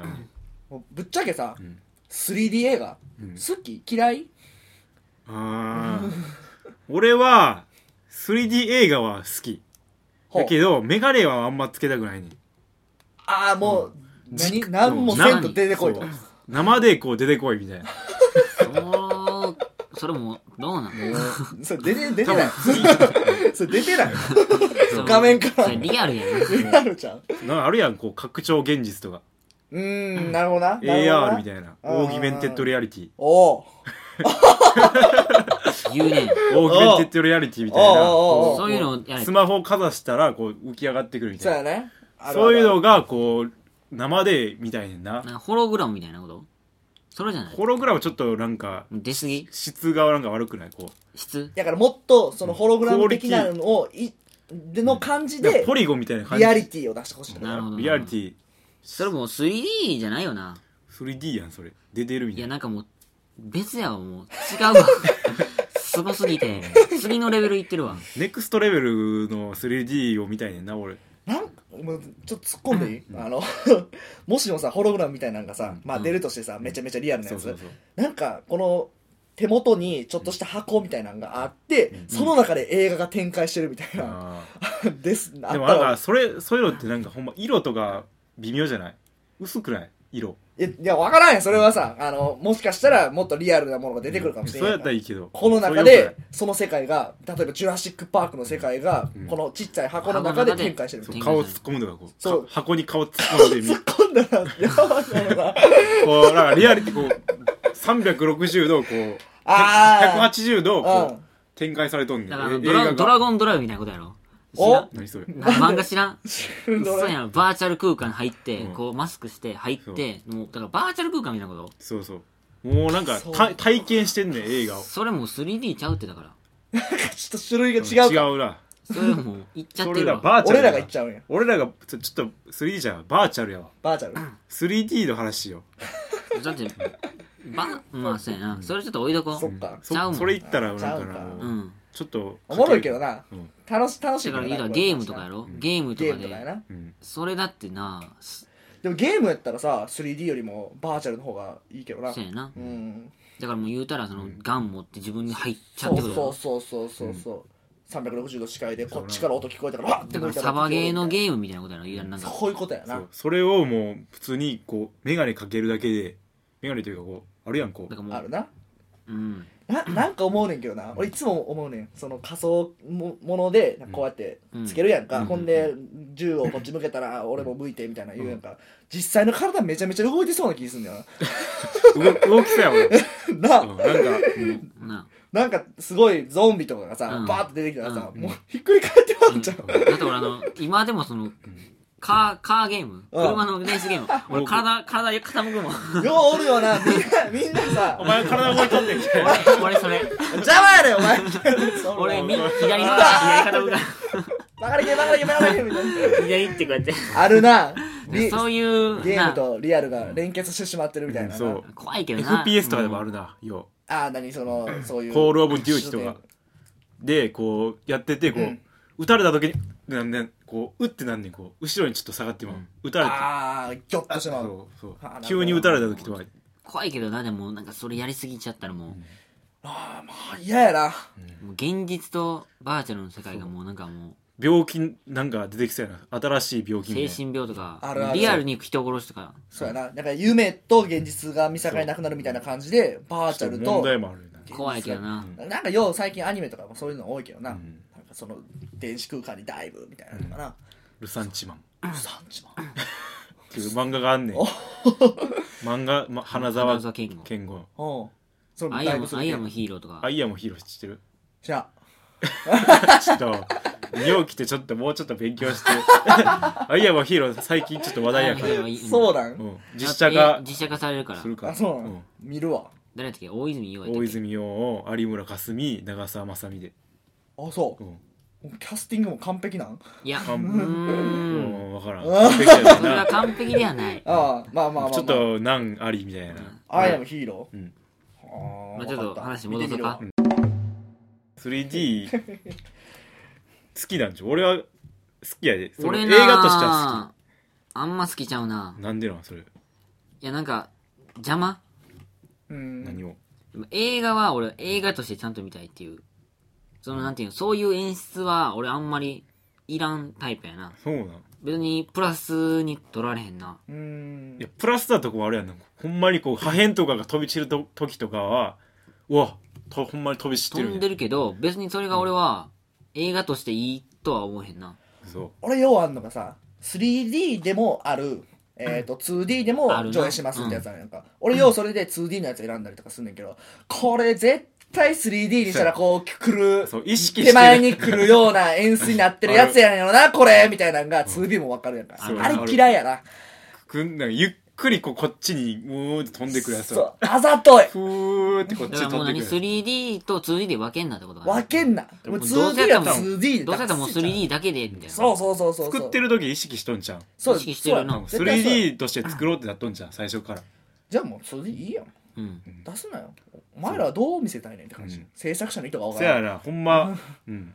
[SPEAKER 3] もうぶっちゃけさ、
[SPEAKER 2] うん
[SPEAKER 3] 3D 映画
[SPEAKER 2] うん
[SPEAKER 3] 好き嫌い
[SPEAKER 2] あー俺は 3D 映画は好きだけどメガネはあんまつけたくないねん
[SPEAKER 3] ああもう、何何も
[SPEAKER 2] な
[SPEAKER 3] せんと出てこいと
[SPEAKER 2] そう生でこう出てこいみたいな
[SPEAKER 1] そうそれもどうなの
[SPEAKER 3] それ出て出てない それ出てない
[SPEAKER 1] そ の
[SPEAKER 3] 画面から
[SPEAKER 1] それリアルやな
[SPEAKER 3] なるちゃん
[SPEAKER 2] なあるやんこう拡張現実とか
[SPEAKER 3] うーんなるほどななるほどな
[SPEAKER 2] AR みたいな
[SPEAKER 3] うんうんうん
[SPEAKER 2] オーギメンテッドリアリティ
[SPEAKER 3] おお
[SPEAKER 1] 言うねん。
[SPEAKER 2] オーグメンテッドリアリティみたいな
[SPEAKER 3] おうおうおう
[SPEAKER 1] そういうのをやれ
[SPEAKER 2] スマホをかざしたらこう浮き上がってくるみ
[SPEAKER 3] そう
[SPEAKER 2] た
[SPEAKER 3] や
[SPEAKER 2] い
[SPEAKER 3] ねあ
[SPEAKER 2] な
[SPEAKER 3] る
[SPEAKER 2] そういうの
[SPEAKER 3] ある
[SPEAKER 2] がこう生で見たいねんな
[SPEAKER 1] なんかホログラムみたいなことそれじゃない
[SPEAKER 2] ホログラムちょっとなんか
[SPEAKER 1] 出すぎ
[SPEAKER 2] 質がなんか悪くないこう
[SPEAKER 1] 質
[SPEAKER 3] だからもっとそのホログラム的なのをいでの感じ
[SPEAKER 2] なんか
[SPEAKER 3] で
[SPEAKER 2] ポリゴンみたいな感じ
[SPEAKER 3] リアリティを出してほしい
[SPEAKER 1] なるほど。
[SPEAKER 2] リアリティ
[SPEAKER 1] それもう 3D じゃないよな。
[SPEAKER 2] 3D やんそれ出てるみ
[SPEAKER 1] い
[SPEAKER 2] た
[SPEAKER 1] や、
[SPEAKER 2] いな
[SPEAKER 1] なんかもう、別やわ、もう。違うわ。すごすぎて。次のレベルいってるわ。
[SPEAKER 2] ネクストレベルの 3D を見たいねんな俺
[SPEAKER 3] なんかもうちょっと突っ込んでいい、あの もしもさホログラムみたいなのがさ、まあ、出るとしてさ、めちゃめちゃリアルな
[SPEAKER 2] そ
[SPEAKER 3] や
[SPEAKER 2] う
[SPEAKER 3] つ
[SPEAKER 2] そうそう
[SPEAKER 3] なんかこの手元にちょっとした箱みたいなのがあって、その中で映画が展開してるみたいな、
[SPEAKER 2] あ
[SPEAKER 3] ですあ
[SPEAKER 2] ー
[SPEAKER 3] っ
[SPEAKER 2] で
[SPEAKER 3] た
[SPEAKER 2] もなん
[SPEAKER 3] ら
[SPEAKER 2] かそれそういうのってなんかほんま色とか微妙じゃない薄くない色
[SPEAKER 3] いやいや分からんよそれはさあのもしかしたらもっとリアルなものが出てくるかもしれ
[SPEAKER 2] そ
[SPEAKER 3] ない、
[SPEAKER 2] うやったらいいけど
[SPEAKER 3] この中
[SPEAKER 2] そういうこ
[SPEAKER 3] でその世界が例えば「ジュラシック・パーク」の世界が、
[SPEAKER 2] うん
[SPEAKER 3] このちっちゃい箱の中で展開してるみ
[SPEAKER 2] と
[SPEAKER 3] たい
[SPEAKER 2] や
[SPEAKER 1] 展
[SPEAKER 2] そう顔
[SPEAKER 1] 開
[SPEAKER 2] を
[SPEAKER 1] する
[SPEAKER 2] 突っ込むとかこう
[SPEAKER 3] そう
[SPEAKER 2] か箱に顔突っ込んでみ
[SPEAKER 3] な突っ込んだらやばいなのが
[SPEAKER 2] こうなんかリアリティこう360度こう
[SPEAKER 3] あ
[SPEAKER 2] 180度
[SPEAKER 3] あ
[SPEAKER 2] こう展開されとんねん
[SPEAKER 1] だからあの
[SPEAKER 2] え
[SPEAKER 1] ドラ、ドラ
[SPEAKER 2] が
[SPEAKER 1] ゴンドライブみたいなことやろ。
[SPEAKER 3] お
[SPEAKER 1] 知
[SPEAKER 2] 何それ
[SPEAKER 1] らんな漫画知らん
[SPEAKER 3] うん
[SPEAKER 1] 嘘やんバーチャル空間入って、
[SPEAKER 2] うん
[SPEAKER 1] こうマスクして入ってもうだからバーチャル空間みたいなこ
[SPEAKER 2] そうそうもうなんか
[SPEAKER 3] そう
[SPEAKER 2] た体験してんねん映画を
[SPEAKER 1] とそれもう 3D ちゃうってだから
[SPEAKER 3] ちょっと種類が違うか
[SPEAKER 2] 違うな
[SPEAKER 1] それもういっちゃっ
[SPEAKER 2] そ
[SPEAKER 1] て
[SPEAKER 2] れ
[SPEAKER 1] る
[SPEAKER 2] ら
[SPEAKER 1] わ
[SPEAKER 2] バーチャ
[SPEAKER 3] 俺
[SPEAKER 2] ルや
[SPEAKER 3] らが言っちゃうんや
[SPEAKER 2] 俺らがちょちょっと 3D じゃんバーチャルやわ
[SPEAKER 3] バーチャル
[SPEAKER 2] 3D の話よ
[SPEAKER 1] だってバまあそうやなそれちょっと置いとこ
[SPEAKER 3] そっ
[SPEAKER 1] う
[SPEAKER 3] か
[SPEAKER 1] ちゃうも
[SPEAKER 2] そ
[SPEAKER 1] ん
[SPEAKER 2] それ言ったらなん
[SPEAKER 3] ちゃ
[SPEAKER 2] か
[SPEAKER 3] う
[SPEAKER 2] な
[SPEAKER 3] か
[SPEAKER 1] うん
[SPEAKER 2] ちょっと
[SPEAKER 3] おもろいけどな
[SPEAKER 2] うん
[SPEAKER 3] 楽し楽しい
[SPEAKER 1] だか
[SPEAKER 3] な
[SPEAKER 1] ら言うたら
[SPEAKER 3] こ
[SPEAKER 1] ゲ
[SPEAKER 3] れ
[SPEAKER 1] ームとかやろゲームと
[SPEAKER 3] ゲ
[SPEAKER 1] か
[SPEAKER 3] ームとかや
[SPEAKER 1] で
[SPEAKER 3] な
[SPEAKER 2] うん
[SPEAKER 1] それだってなす
[SPEAKER 3] でもゲームやったらさ 3D よりもバーチャルの方がいいけどな
[SPEAKER 1] そうやな
[SPEAKER 3] うん
[SPEAKER 1] だからもう言うたらそのガン持って自分に入っちゃ
[SPEAKER 3] そう
[SPEAKER 1] ってくる
[SPEAKER 3] そうそうそうそうそう360度視界でこっちから音聞こえたからわっって
[SPEAKER 1] だから
[SPEAKER 3] た
[SPEAKER 1] サバゲーのゲームみたいなことやろ言うたらなんか
[SPEAKER 3] そういうことや
[SPEAKER 2] そ
[SPEAKER 3] な
[SPEAKER 2] うそれをもう普通にこう眼鏡かけるだけで眼鏡というかこうあるやん
[SPEAKER 1] だ
[SPEAKER 2] こう
[SPEAKER 1] からも
[SPEAKER 3] ある
[SPEAKER 1] う
[SPEAKER 3] な
[SPEAKER 1] うん
[SPEAKER 3] ななんか思うねんけどな俺いつも思うねんその仮想もものでなんかこうやってつけるやんか、
[SPEAKER 1] うん
[SPEAKER 3] ほんで銃をこっち向けたら俺も向いてみたいな言うやんか、実際の体めちゃめちゃ動いてそうな気すんだよ
[SPEAKER 2] 動動きそうや俺、う
[SPEAKER 3] なな,、
[SPEAKER 2] ん、なんかうん
[SPEAKER 1] な
[SPEAKER 3] なんかすごいゾンビとかがさ、
[SPEAKER 1] うん
[SPEAKER 3] バーって出てきたらさ、
[SPEAKER 1] うん
[SPEAKER 3] もうひっくり返ってまうんじゃん、
[SPEAKER 1] だって俺あの、今でもその、カー、カーゲーム
[SPEAKER 3] うん
[SPEAKER 1] 車のレースゲーム。 俺
[SPEAKER 2] 僕
[SPEAKER 1] 体、体傾くもん。
[SPEAKER 3] ようおるよなみんなみんなさ
[SPEAKER 2] お前体動いとんねんみたいな
[SPEAKER 1] 俺それ。
[SPEAKER 3] 邪魔やねんお 前そ
[SPEAKER 1] 俺、
[SPEAKER 3] ん
[SPEAKER 1] み
[SPEAKER 3] な
[SPEAKER 1] 左の、左傾くか
[SPEAKER 3] バカだけバカだけバカだけみたいな
[SPEAKER 1] ら、左ってこう やって。
[SPEAKER 3] あるなリ
[SPEAKER 1] そういう、
[SPEAKER 3] ゲーム
[SPEAKER 1] な
[SPEAKER 3] とリアルが連結してしまってるみたいなな、
[SPEAKER 2] そう
[SPEAKER 1] 怖いけどな。
[SPEAKER 2] FPS とかでもあるな、よ
[SPEAKER 3] ああ何そのそういうう
[SPEAKER 2] コール・オブ・デューティとかでこうやっててこう、
[SPEAKER 3] うん
[SPEAKER 2] 撃たれた時になんねんこううってなんねんこう後ろにちょっと下がってまう、撃たれて
[SPEAKER 3] ああギョッとしまう
[SPEAKER 2] そうそう
[SPEAKER 3] あなるほど
[SPEAKER 2] 急に撃たれた時とか
[SPEAKER 1] 怖いけどな、でもなんかそれやりすぎちゃったらも
[SPEAKER 3] ああまあ嫌やな
[SPEAKER 1] う、もう現実とバーチャルの世界がもうなんかも
[SPEAKER 2] 病気なんか出てきそうやな新しい病
[SPEAKER 1] う、
[SPEAKER 2] 気み
[SPEAKER 1] 精
[SPEAKER 2] たいな
[SPEAKER 1] 神病とか
[SPEAKER 3] あるあ、る
[SPEAKER 1] リアルに人殺しとか、
[SPEAKER 3] そうやなだから夢と現実が見境なくなるみたいな感じでバーチャル
[SPEAKER 2] 問
[SPEAKER 3] と
[SPEAKER 2] 題もあるよな
[SPEAKER 1] 怖いけどな。
[SPEAKER 3] なんかよう最近アニメとかもそういうの多いけどな,、
[SPEAKER 2] ん
[SPEAKER 3] なんかその電子空間にダイブみたいなのとかな、
[SPEAKER 2] ルサンチマン
[SPEAKER 3] サンチマン
[SPEAKER 2] っていう漫画があんねん漫画、ま、花
[SPEAKER 1] 花
[SPEAKER 2] 沢
[SPEAKER 1] 沢健吾
[SPEAKER 2] 健吾
[SPEAKER 3] うんそれも
[SPEAKER 1] アイ
[SPEAKER 3] ダ
[SPEAKER 1] ア
[SPEAKER 3] イブ
[SPEAKER 1] ム
[SPEAKER 3] す、る
[SPEAKER 1] アイアム
[SPEAKER 3] け
[SPEAKER 1] ヒーローとか
[SPEAKER 2] ア。イアムヒーロー知ってる
[SPEAKER 3] じゃ
[SPEAKER 2] ちょっとよう来てちょっともうちょっと勉強してアイアムヒーロー最近ちょっと話題やから、
[SPEAKER 1] はい
[SPEAKER 3] あそう
[SPEAKER 1] だ。
[SPEAKER 3] なん、
[SPEAKER 2] うん、実写化
[SPEAKER 1] え実写化されるから
[SPEAKER 2] す。るから
[SPEAKER 3] あそうなん、見るわ
[SPEAKER 1] 誰だっけ大泉洋やっ
[SPEAKER 2] うん
[SPEAKER 1] たっ
[SPEAKER 2] 大
[SPEAKER 1] け
[SPEAKER 2] 泉洋を有村架純長澤まさみで、
[SPEAKER 3] あそうう、
[SPEAKER 2] ん、
[SPEAKER 3] もうキャスティングも完璧なん
[SPEAKER 1] いや、う
[SPEAKER 2] あんう
[SPEAKER 1] ーん。
[SPEAKER 2] ん、分からん
[SPEAKER 3] う
[SPEAKER 2] 完璧や
[SPEAKER 1] それ
[SPEAKER 2] な
[SPEAKER 1] は 完璧ではない。
[SPEAKER 3] ああまあまあまあ、まあ、
[SPEAKER 2] ちょっと難ありみたいな、
[SPEAKER 3] アイアムヒーロー、
[SPEAKER 2] うん
[SPEAKER 3] あ
[SPEAKER 1] まあちょっと話戻そうか
[SPEAKER 2] 3D 好きなんじゃ俺は好きや でその
[SPEAKER 1] 俺
[SPEAKER 2] 映
[SPEAKER 1] な
[SPEAKER 2] 画としては
[SPEAKER 1] あんま好きちゃうな
[SPEAKER 2] 好き。なんでなんそれ
[SPEAKER 1] いや、なんか、邪魔
[SPEAKER 2] 何を
[SPEAKER 1] でも映画は俺映画としてちゃんと見たいっていう。そのなんていうの、そういう演出は俺あんまりいらんタイプやな。
[SPEAKER 2] そうなん
[SPEAKER 1] 別にプラスに取られへんな。
[SPEAKER 3] うんうん
[SPEAKER 2] いやプラスだとこあれやなほんまにこう破片とかが飛び散ると時とかはうわとほんまに飛び散って
[SPEAKER 1] 飛
[SPEAKER 2] る
[SPEAKER 1] ん
[SPEAKER 2] んや
[SPEAKER 1] でるけど、別にそれが俺は映画としていいとは思えへんな。
[SPEAKER 2] そ
[SPEAKER 3] 俺ようあんのがさ 3D でもあるえー、と 2D でも
[SPEAKER 1] あるな
[SPEAKER 3] 上映しますってやつあるやんか、俺ようそれで 2D のやつ選んだりとかすんねんけどこれ絶対 3D にしたらこう来る
[SPEAKER 2] そう意識して
[SPEAKER 3] 手前に来るような演出になってるやつやねんやろなこれみたいなのが 2D もわかるやんか、
[SPEAKER 1] そう
[SPEAKER 3] あれ嫌いやな
[SPEAKER 2] くんなんかゆっくりこうこっちにうーって飛んでくるやつ
[SPEAKER 3] そうあざとい
[SPEAKER 2] ふーってこっ
[SPEAKER 1] だ
[SPEAKER 2] ち
[SPEAKER 1] か
[SPEAKER 2] に
[SPEAKER 1] らもう
[SPEAKER 2] 飛ん
[SPEAKER 1] 何
[SPEAKER 2] でくる
[SPEAKER 1] 3D と 2D で分けんなってことかな
[SPEAKER 3] 分けんなもう
[SPEAKER 1] もうどうせ
[SPEAKER 3] 2D
[SPEAKER 1] や
[SPEAKER 3] は
[SPEAKER 1] ったら
[SPEAKER 3] 2D で
[SPEAKER 1] どうせやったらもう 3D だけでみたいな
[SPEAKER 3] そうそうそうそう
[SPEAKER 2] 作って
[SPEAKER 3] る
[SPEAKER 2] る時意識しとんじゃん
[SPEAKER 3] そう
[SPEAKER 1] 意識してるな
[SPEAKER 3] そう絶対そうや
[SPEAKER 2] 3D として作ろうってなっとんじゃん最初から
[SPEAKER 3] じゃあもう 2D いいやん
[SPEAKER 1] うん
[SPEAKER 3] 出すなよお前らはどう見せたいねんって感じ、
[SPEAKER 2] うん
[SPEAKER 3] 制作者の意図が分
[SPEAKER 2] せ
[SPEAKER 3] からな
[SPEAKER 2] や
[SPEAKER 3] い
[SPEAKER 2] なほんまうん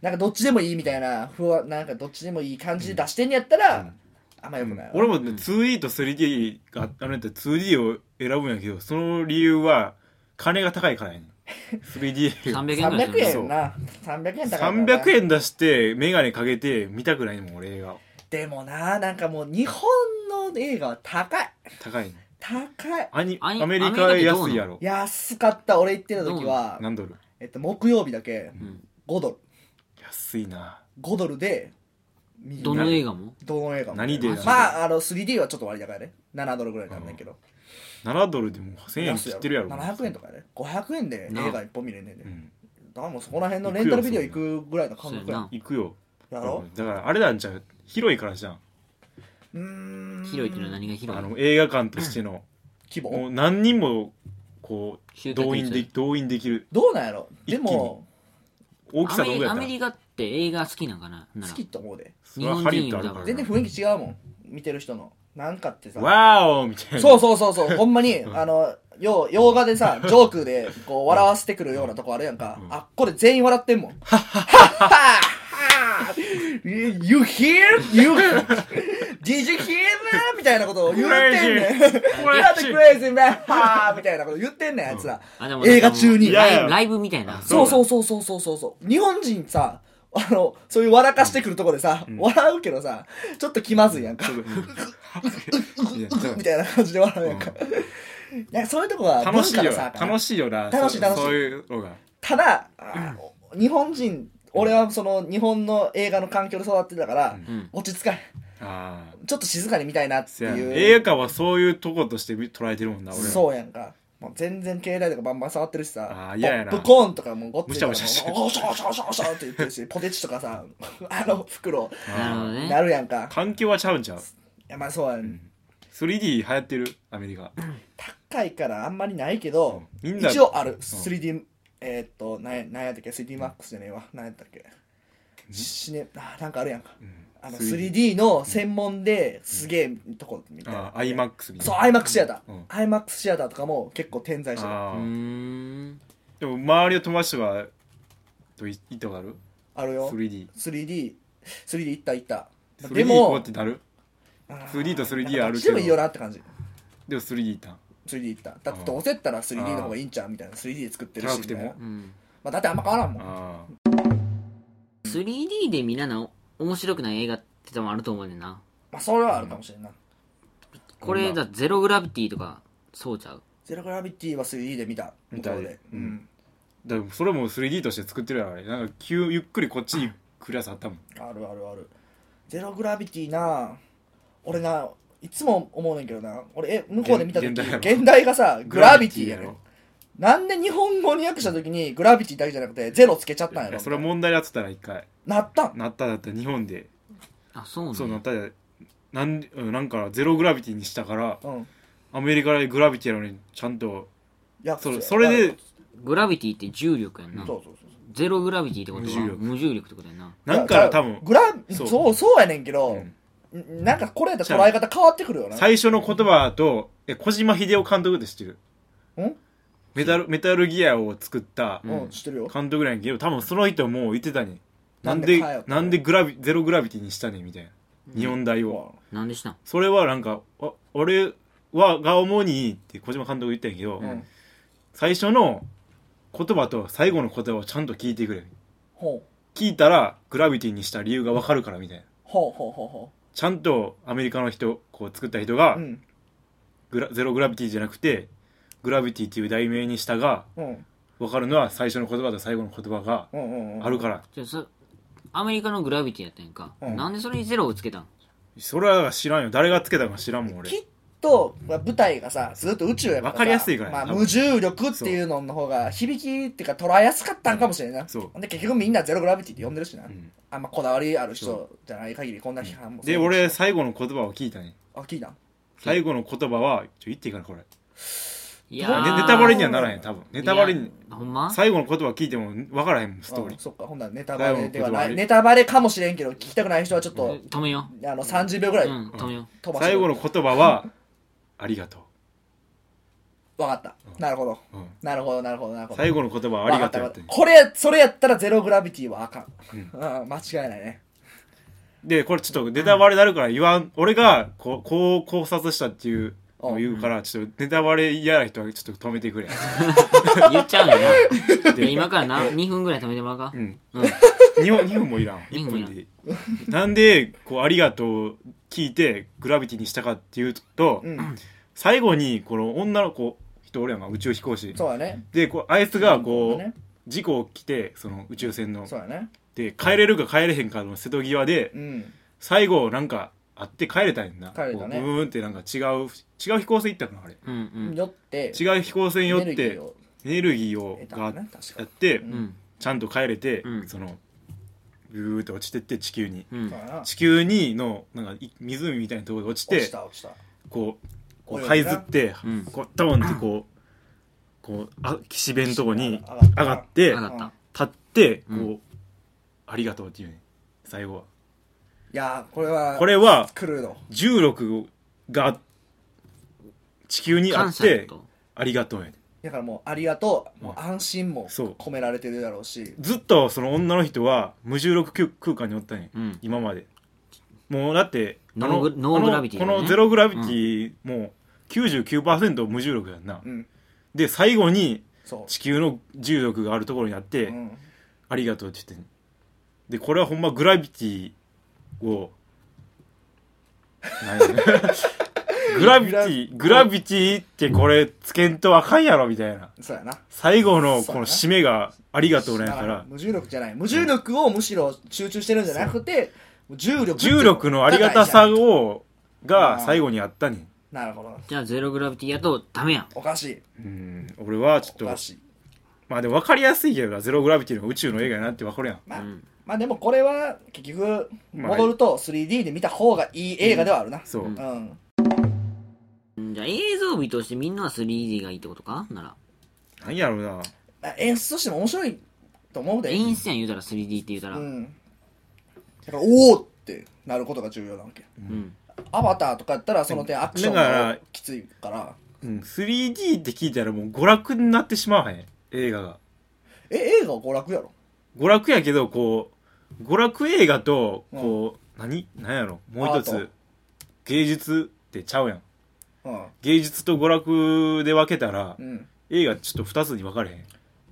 [SPEAKER 3] なんかどっちでもいいみたいなふわなんかどっちでもいい感じで出してんやったら、
[SPEAKER 2] うん
[SPEAKER 3] あんまよくないわ、
[SPEAKER 2] 俺もね 2D と 3D があるんやったら 2D を選ぶんやけどその理由は金が高いからやねん 3D が
[SPEAKER 1] 300円ぐらい
[SPEAKER 3] 300
[SPEAKER 1] す
[SPEAKER 3] 円
[SPEAKER 1] る
[SPEAKER 3] やんな300円だからな
[SPEAKER 2] 300円出して眼鏡かけて見たくないもん俺映画
[SPEAKER 3] でもななんかもう日本の映画は高い
[SPEAKER 2] 高いね
[SPEAKER 3] 高い
[SPEAKER 2] アニ
[SPEAKER 1] アニ
[SPEAKER 2] アメリカは安いやろ
[SPEAKER 3] 安かった俺行ってた時は、
[SPEAKER 2] 何ドル
[SPEAKER 3] えっと、木曜日だけ
[SPEAKER 1] うん
[SPEAKER 3] 5ドル
[SPEAKER 2] 安いな
[SPEAKER 3] 5ドルで見れる
[SPEAKER 1] どの映画も
[SPEAKER 3] どの映画も
[SPEAKER 2] 何で
[SPEAKER 3] まああの 3D はちょっと割高やね7ドルぐらいなんだけど
[SPEAKER 2] 7ドルでも1000円
[SPEAKER 3] 安
[SPEAKER 2] 切
[SPEAKER 3] い
[SPEAKER 2] ってるやろ
[SPEAKER 3] 700円とかやね500円で映画一本見れんねんで、
[SPEAKER 2] う
[SPEAKER 3] だ
[SPEAKER 2] ん
[SPEAKER 3] からもうそこら辺のレンタルビデオ行くぐらいの感覚や
[SPEAKER 2] 行くよ
[SPEAKER 3] やろ
[SPEAKER 2] うんだからあれなんちゃう広いからじゃん
[SPEAKER 3] うーん
[SPEAKER 1] 広いっていうのは何が
[SPEAKER 2] あ
[SPEAKER 1] 広い
[SPEAKER 2] の映画館としての
[SPEAKER 3] 規模
[SPEAKER 2] もう何人もこう
[SPEAKER 1] 集客
[SPEAKER 2] 動
[SPEAKER 1] 率
[SPEAKER 2] 員で動員できる
[SPEAKER 3] どうなんやろ
[SPEAKER 2] 一気
[SPEAKER 3] で
[SPEAKER 2] に
[SPEAKER 3] も
[SPEAKER 2] 大きさの上や
[SPEAKER 1] ア
[SPEAKER 2] った
[SPEAKER 1] メ
[SPEAKER 2] ら
[SPEAKER 1] リカって映画好きなんかなな
[SPEAKER 3] 好
[SPEAKER 1] ら
[SPEAKER 3] きと思うで
[SPEAKER 2] それはハリウッドあるから
[SPEAKER 3] 全然雰囲気違うもん見てる人のなんかってさ
[SPEAKER 2] わーお みたいな
[SPEAKER 3] そうそうそうそう、ほんまに、あの、よう、洋画で さ、ジョークで、こう、笑わせてくるようなとこあるやんか。あっこれ全員笑ってんもん。 はっはっは You hear? You Did you hear? みたいなことを言ってんねん。You're the crazy man! はーみたいなこと言ってんねん、あいつら。
[SPEAKER 1] あでも
[SPEAKER 3] 映画中に
[SPEAKER 1] その
[SPEAKER 2] いやい
[SPEAKER 1] ライ
[SPEAKER 2] や
[SPEAKER 1] ブライブみたいな
[SPEAKER 3] そうそううそうそうそうそうそう。日本人さ、あの、そういう笑かしてくるとこでさ、笑うけどさ、ちょっと気まずいやんか。
[SPEAKER 2] いや
[SPEAKER 3] みたいな感じで笑うやんか。なんかそういうとこは
[SPEAKER 2] 楽
[SPEAKER 3] 文
[SPEAKER 2] し
[SPEAKER 3] 化
[SPEAKER 2] い
[SPEAKER 3] の
[SPEAKER 2] よ
[SPEAKER 3] さ、
[SPEAKER 2] 楽しいよな
[SPEAKER 3] 楽しい楽しい
[SPEAKER 2] そうそういうのが
[SPEAKER 3] ただ、あの日本人、俺はその日本の映画の環境で育ってたから、
[SPEAKER 1] ん
[SPEAKER 3] 落ち着かない。
[SPEAKER 2] ああ
[SPEAKER 3] ちょっと静かに見たいなって
[SPEAKER 2] せやな
[SPEAKER 3] いう。
[SPEAKER 2] 映画館はそういうとことして捉えてるもんな俺
[SPEAKER 3] そうやんか。もう全然携帯とかバンバン触ってるしさ、
[SPEAKER 2] あー嫌やな
[SPEAKER 3] ポップコーンとかもごっついから
[SPEAKER 2] むしゃむしゃしてる
[SPEAKER 3] もうおしょおしょおしょおしょって言ってるし、ポテチとかさ、あの袋、
[SPEAKER 1] なるほどね
[SPEAKER 3] なるやんか。
[SPEAKER 2] 環境はちゃうんちゃう
[SPEAKER 3] いやまあそうやん。
[SPEAKER 2] 3D 流行ってるアメリカ
[SPEAKER 3] 高いからあんまりないけど、
[SPEAKER 2] うんみんな
[SPEAKER 3] 一応ある。3D、えーっと、なんやなんやったっけ ?3DMAX じゃねえわ。なんやったっけしね、あーなんかあるやんか。あの 3D の専門ですげえとこみたいな
[SPEAKER 2] あ。あ iMAX みたい
[SPEAKER 3] そう、
[SPEAKER 2] な
[SPEAKER 3] IMAX シアタ
[SPEAKER 2] う
[SPEAKER 3] ー
[SPEAKER 2] ん。
[SPEAKER 3] IMAX シアターとかも結構点在してる。
[SPEAKER 2] あ
[SPEAKER 1] うー
[SPEAKER 2] ー
[SPEAKER 1] ん
[SPEAKER 2] でも周りの友達とかとい行ったことある
[SPEAKER 3] あるよ。
[SPEAKER 2] 3D
[SPEAKER 3] 3D、3D 行った行った。で
[SPEAKER 2] 3D こう
[SPEAKER 3] も
[SPEAKER 2] っ、てなる
[SPEAKER 3] あー
[SPEAKER 2] 3D と 3D あるけど
[SPEAKER 3] どっちでもいいよなって感じ。
[SPEAKER 2] でも 3D いったん
[SPEAKER 3] 3D 行った。だってどうせやったら 3D の方がいいんちゃうみたいな。3D で作ってるし。
[SPEAKER 2] 高くても
[SPEAKER 3] みたいな
[SPEAKER 1] うん
[SPEAKER 3] まあだってあんま変わらんもん。
[SPEAKER 2] ああ
[SPEAKER 1] 3D でみんなの面白くない映画って多分あると思うねんな
[SPEAKER 3] まあそれはあるかもしれんな。
[SPEAKER 1] これだゼログラビティとかそうちゃう
[SPEAKER 3] ゼログラビティは 3D で見た。
[SPEAKER 2] 見た
[SPEAKER 3] 向こうで。う
[SPEAKER 2] うんん。だからそれも 3D として作ってるやろあれなんか急ゆっくりこっちに来るやつあったもん
[SPEAKER 3] あるあるある。ゼログラビティな、俺な、いつも思うねんけどな、俺、え、向こうで見た時、
[SPEAKER 2] 現代やろ
[SPEAKER 3] 現代がさ、グラビティやねん。なんで日本語に訳した時にグラビティだけじゃなくて、ゼロつけちゃったんや
[SPEAKER 2] いや
[SPEAKER 3] ろ。
[SPEAKER 2] それは問題だっつったら一回
[SPEAKER 3] なったん
[SPEAKER 2] なっただったら日本で
[SPEAKER 1] あそうね
[SPEAKER 2] そうなったでなんでうんなんかゼログラビティにしたから
[SPEAKER 3] うん。い
[SPEAKER 2] アメリカでグラビティやのにちゃんと
[SPEAKER 3] や、
[SPEAKER 2] そうれそれで
[SPEAKER 1] グラビティって重力やん
[SPEAKER 3] そう
[SPEAKER 1] な
[SPEAKER 3] そうそうそう。
[SPEAKER 1] ゼログラビティってことは
[SPEAKER 2] 無重力
[SPEAKER 1] 無重力ってことやんな
[SPEAKER 2] なんか多
[SPEAKER 3] いや
[SPEAKER 2] 分
[SPEAKER 3] グラ
[SPEAKER 2] そう
[SPEAKER 3] そう、そうやねんけど、
[SPEAKER 2] うん
[SPEAKER 3] んなんかこれやったら捉え方変わってくるよな。
[SPEAKER 2] 最初の言葉とえ小島秀夫監督って知ってる
[SPEAKER 3] ん
[SPEAKER 2] メタルメタルギアを作った
[SPEAKER 1] う
[SPEAKER 3] うん、知ってるよ。
[SPEAKER 2] 監督なんやけど多分その人も言ってたね
[SPEAKER 3] な
[SPEAKER 2] なんん
[SPEAKER 3] で
[SPEAKER 2] で
[SPEAKER 3] 変えようと
[SPEAKER 2] なんでグラビゼログラビティにしたねみたいな日本代
[SPEAKER 3] う
[SPEAKER 2] を、
[SPEAKER 3] ん
[SPEAKER 1] なんでしたん
[SPEAKER 2] それはなんかあ俺はが主にって小島監督言ったんやけど、
[SPEAKER 3] うん。
[SPEAKER 2] 最初の言葉と最後の言葉をちゃんと聞いてくれ
[SPEAKER 3] ほう。
[SPEAKER 2] 聞いたらグラビティにした理由がわかるからみたいな
[SPEAKER 3] ほうほうほうほ
[SPEAKER 2] ちゃんとアメリカの人こう作った人が、
[SPEAKER 3] う。うん。
[SPEAKER 2] グラゼログラビティじゃなくてグラビティっていう題名にしたが
[SPEAKER 3] うん。
[SPEAKER 2] わかるのは最初の言葉と最後の言葉が
[SPEAKER 3] うんうんうん。
[SPEAKER 2] あるから、
[SPEAKER 1] じゃあそアメリカのグラビティやったやんか、
[SPEAKER 3] うん
[SPEAKER 1] なんでそれにゼロをつけたん
[SPEAKER 2] それは知らんよ誰がつけたか知らんもん俺
[SPEAKER 3] きっとまあ舞台がさずっと宇宙やからさ
[SPEAKER 2] わかりやすいから
[SPEAKER 3] まあ、
[SPEAKER 2] 多分
[SPEAKER 3] 無重力っていうのの方が響きっていうか捉えやすかったんかもしれんないな
[SPEAKER 2] そう
[SPEAKER 3] で結局みんなゼログラビティって呼んでるしな、
[SPEAKER 2] ん
[SPEAKER 3] あんまこだわりある人じゃない限りこんな批判も
[SPEAKER 2] で俺最後の言葉を聞いたね
[SPEAKER 3] あ聞いた
[SPEAKER 2] 最後の言葉はちょ言っていいかなこれ
[SPEAKER 1] い
[SPEAKER 2] ね
[SPEAKER 1] やー
[SPEAKER 2] ネタバレにはならへん多分ネタバレ
[SPEAKER 1] い
[SPEAKER 2] に
[SPEAKER 1] やほんま
[SPEAKER 2] 最後の言葉聞いても分からへんもんストーリ
[SPEAKER 3] あ
[SPEAKER 2] ー
[SPEAKER 3] そっかほんならネタバレではな
[SPEAKER 2] 最後の言葉
[SPEAKER 3] いネタバレかもしれんけど聞きたくない人はちょっと、
[SPEAKER 1] 止めよ
[SPEAKER 3] あの30秒ぐら
[SPEAKER 1] う
[SPEAKER 3] い
[SPEAKER 1] うん止めよ
[SPEAKER 3] 飛ばして、
[SPEAKER 2] 最後の言葉は「ありがと
[SPEAKER 3] 分かった、なるほど
[SPEAKER 2] う」うん
[SPEAKER 3] なるほどなるほどなるほど
[SPEAKER 2] 最後の言葉は「ありがとう」
[SPEAKER 3] わか
[SPEAKER 2] やっ
[SPEAKER 3] ったた
[SPEAKER 2] ね
[SPEAKER 3] これそれやったらゼログラビティはあかん、うん、間違いないね
[SPEAKER 2] でこれちょっとネタバレになるから言わん俺がこうこう考察したっていうのを言うからちょっとネタバレ嫌な人はちょっと止めてくれ
[SPEAKER 1] 言っちゃうん やなで今からな2分ぐらい止めてもらうか
[SPEAKER 2] うん
[SPEAKER 1] うん
[SPEAKER 2] 日本日本もいらん
[SPEAKER 1] 日
[SPEAKER 2] 1
[SPEAKER 1] 本もいら
[SPEAKER 2] 分
[SPEAKER 1] ん
[SPEAKER 2] でいいなんでこう「ありがとう」聞いてグラビティにしたかっていうと、
[SPEAKER 3] うん
[SPEAKER 2] 最後にこの女の子人俺やんか宇宙飛行士
[SPEAKER 3] そうやね
[SPEAKER 2] でこうあいつがこう、
[SPEAKER 3] ね
[SPEAKER 2] 事故起きてその宇宙船の
[SPEAKER 3] そうやね
[SPEAKER 2] で帰れるか帰れへんかの瀬戸際で
[SPEAKER 3] うん
[SPEAKER 2] 最後なんかあって帰れたんやんな
[SPEAKER 3] 帰れたね
[SPEAKER 2] こううーんってなんか違う違う飛行船行ったかなあれ
[SPEAKER 1] うん
[SPEAKER 3] よって
[SPEAKER 2] 違う飛行船によっ
[SPEAKER 3] エネルギ
[SPEAKER 2] て
[SPEAKER 3] ーを
[SPEAKER 2] エネルギーを
[SPEAKER 3] 得た
[SPEAKER 2] が
[SPEAKER 3] の
[SPEAKER 2] あ
[SPEAKER 3] ね確か
[SPEAKER 2] や
[SPEAKER 3] に
[SPEAKER 2] って
[SPEAKER 1] うんうん
[SPEAKER 2] ちゃんと帰れて、
[SPEAKER 1] うん
[SPEAKER 2] そのブーって落ちてって地球に
[SPEAKER 1] うん
[SPEAKER 3] そうやな
[SPEAKER 2] 地球にのなんかい湖みたいなところで落ち
[SPEAKER 3] 落ち
[SPEAKER 2] て
[SPEAKER 3] た落ちた
[SPEAKER 2] こうこう
[SPEAKER 3] 泳いだ
[SPEAKER 2] 這いずって、
[SPEAKER 1] うん
[SPEAKER 2] こうダボンってこうこうあ岸辺のとこに
[SPEAKER 3] 上
[SPEAKER 2] 上がって
[SPEAKER 1] 上がった
[SPEAKER 2] 立ってこう、
[SPEAKER 1] う
[SPEAKER 2] ありがとうっていうね最後は。
[SPEAKER 3] いやーこれは
[SPEAKER 2] これは
[SPEAKER 3] 来るの
[SPEAKER 2] 重力が地球にあ
[SPEAKER 1] 感
[SPEAKER 2] っ
[SPEAKER 1] 謝や
[SPEAKER 2] て
[SPEAKER 1] と
[SPEAKER 2] ありがとうやね
[SPEAKER 3] だからもうありがとうも
[SPEAKER 2] う
[SPEAKER 3] う安心も
[SPEAKER 2] そう
[SPEAKER 3] 込められてるだろうし
[SPEAKER 2] ずっとその女の人は無重力空空間におったんや、
[SPEAKER 1] うん
[SPEAKER 2] 今までもうだってあ
[SPEAKER 1] ノーグノーグラビティだ
[SPEAKER 2] こ
[SPEAKER 1] ね
[SPEAKER 2] のゼログラビティもう99%無重力やんな、
[SPEAKER 3] うん
[SPEAKER 2] で最後に
[SPEAKER 3] そ
[SPEAKER 2] 地球の重力があるところにあって、
[SPEAKER 3] う、うん、
[SPEAKER 2] ありがとうって言ってんでこれはほんまグラビティをなんや グラビティグラビティってこれつけんとあかんやろみたいな
[SPEAKER 3] そうやな
[SPEAKER 2] 最後のこの締めがありがとうなんやか
[SPEAKER 3] だから
[SPEAKER 2] ら
[SPEAKER 3] 無重力じゃない無重力をむしろ集中してるんじゃなくて重力
[SPEAKER 2] 重力のありがたさをが最後にあったね
[SPEAKER 3] なるほど
[SPEAKER 1] じゃあゼログラビティやとダメや
[SPEAKER 3] おかしい
[SPEAKER 2] うん俺はちょっ
[SPEAKER 3] お
[SPEAKER 2] と
[SPEAKER 3] かしい
[SPEAKER 2] まあでも分かりやすいけどなゼログラビティの方が宇宙の映画やなって分かるやん
[SPEAKER 3] まあ、
[SPEAKER 1] うん
[SPEAKER 3] まあでもこれは結局
[SPEAKER 2] まあ
[SPEAKER 3] 戻ると 3D で見た方がいい映画ではあるな
[SPEAKER 2] そう、
[SPEAKER 1] うん
[SPEAKER 3] うん、
[SPEAKER 1] うんじゃあ映像美としてみんなは 3D がいいってことかなら
[SPEAKER 2] なんやろうな
[SPEAKER 3] まあ演出としても面白いと思うで
[SPEAKER 1] 演出やん言うたら 3D って言うたら
[SPEAKER 3] う
[SPEAKER 1] うん
[SPEAKER 3] んだからおおってなることが重要なわけアバターとかやったらその点アクション
[SPEAKER 2] だから
[SPEAKER 3] がきついから
[SPEAKER 2] うん 3D って聞いたらもう娯楽になってしまわへん映画が
[SPEAKER 3] え映画は娯楽やろ
[SPEAKER 2] 娯楽やけどこう娯楽映画とこう、何何やろもう一
[SPEAKER 3] アー
[SPEAKER 2] つ
[SPEAKER 3] ト
[SPEAKER 2] 芸術ってちゃうやん
[SPEAKER 3] うん
[SPEAKER 2] 芸術と娯楽で分けたら、
[SPEAKER 3] うん
[SPEAKER 2] 映画ちょっと2つに分かれへん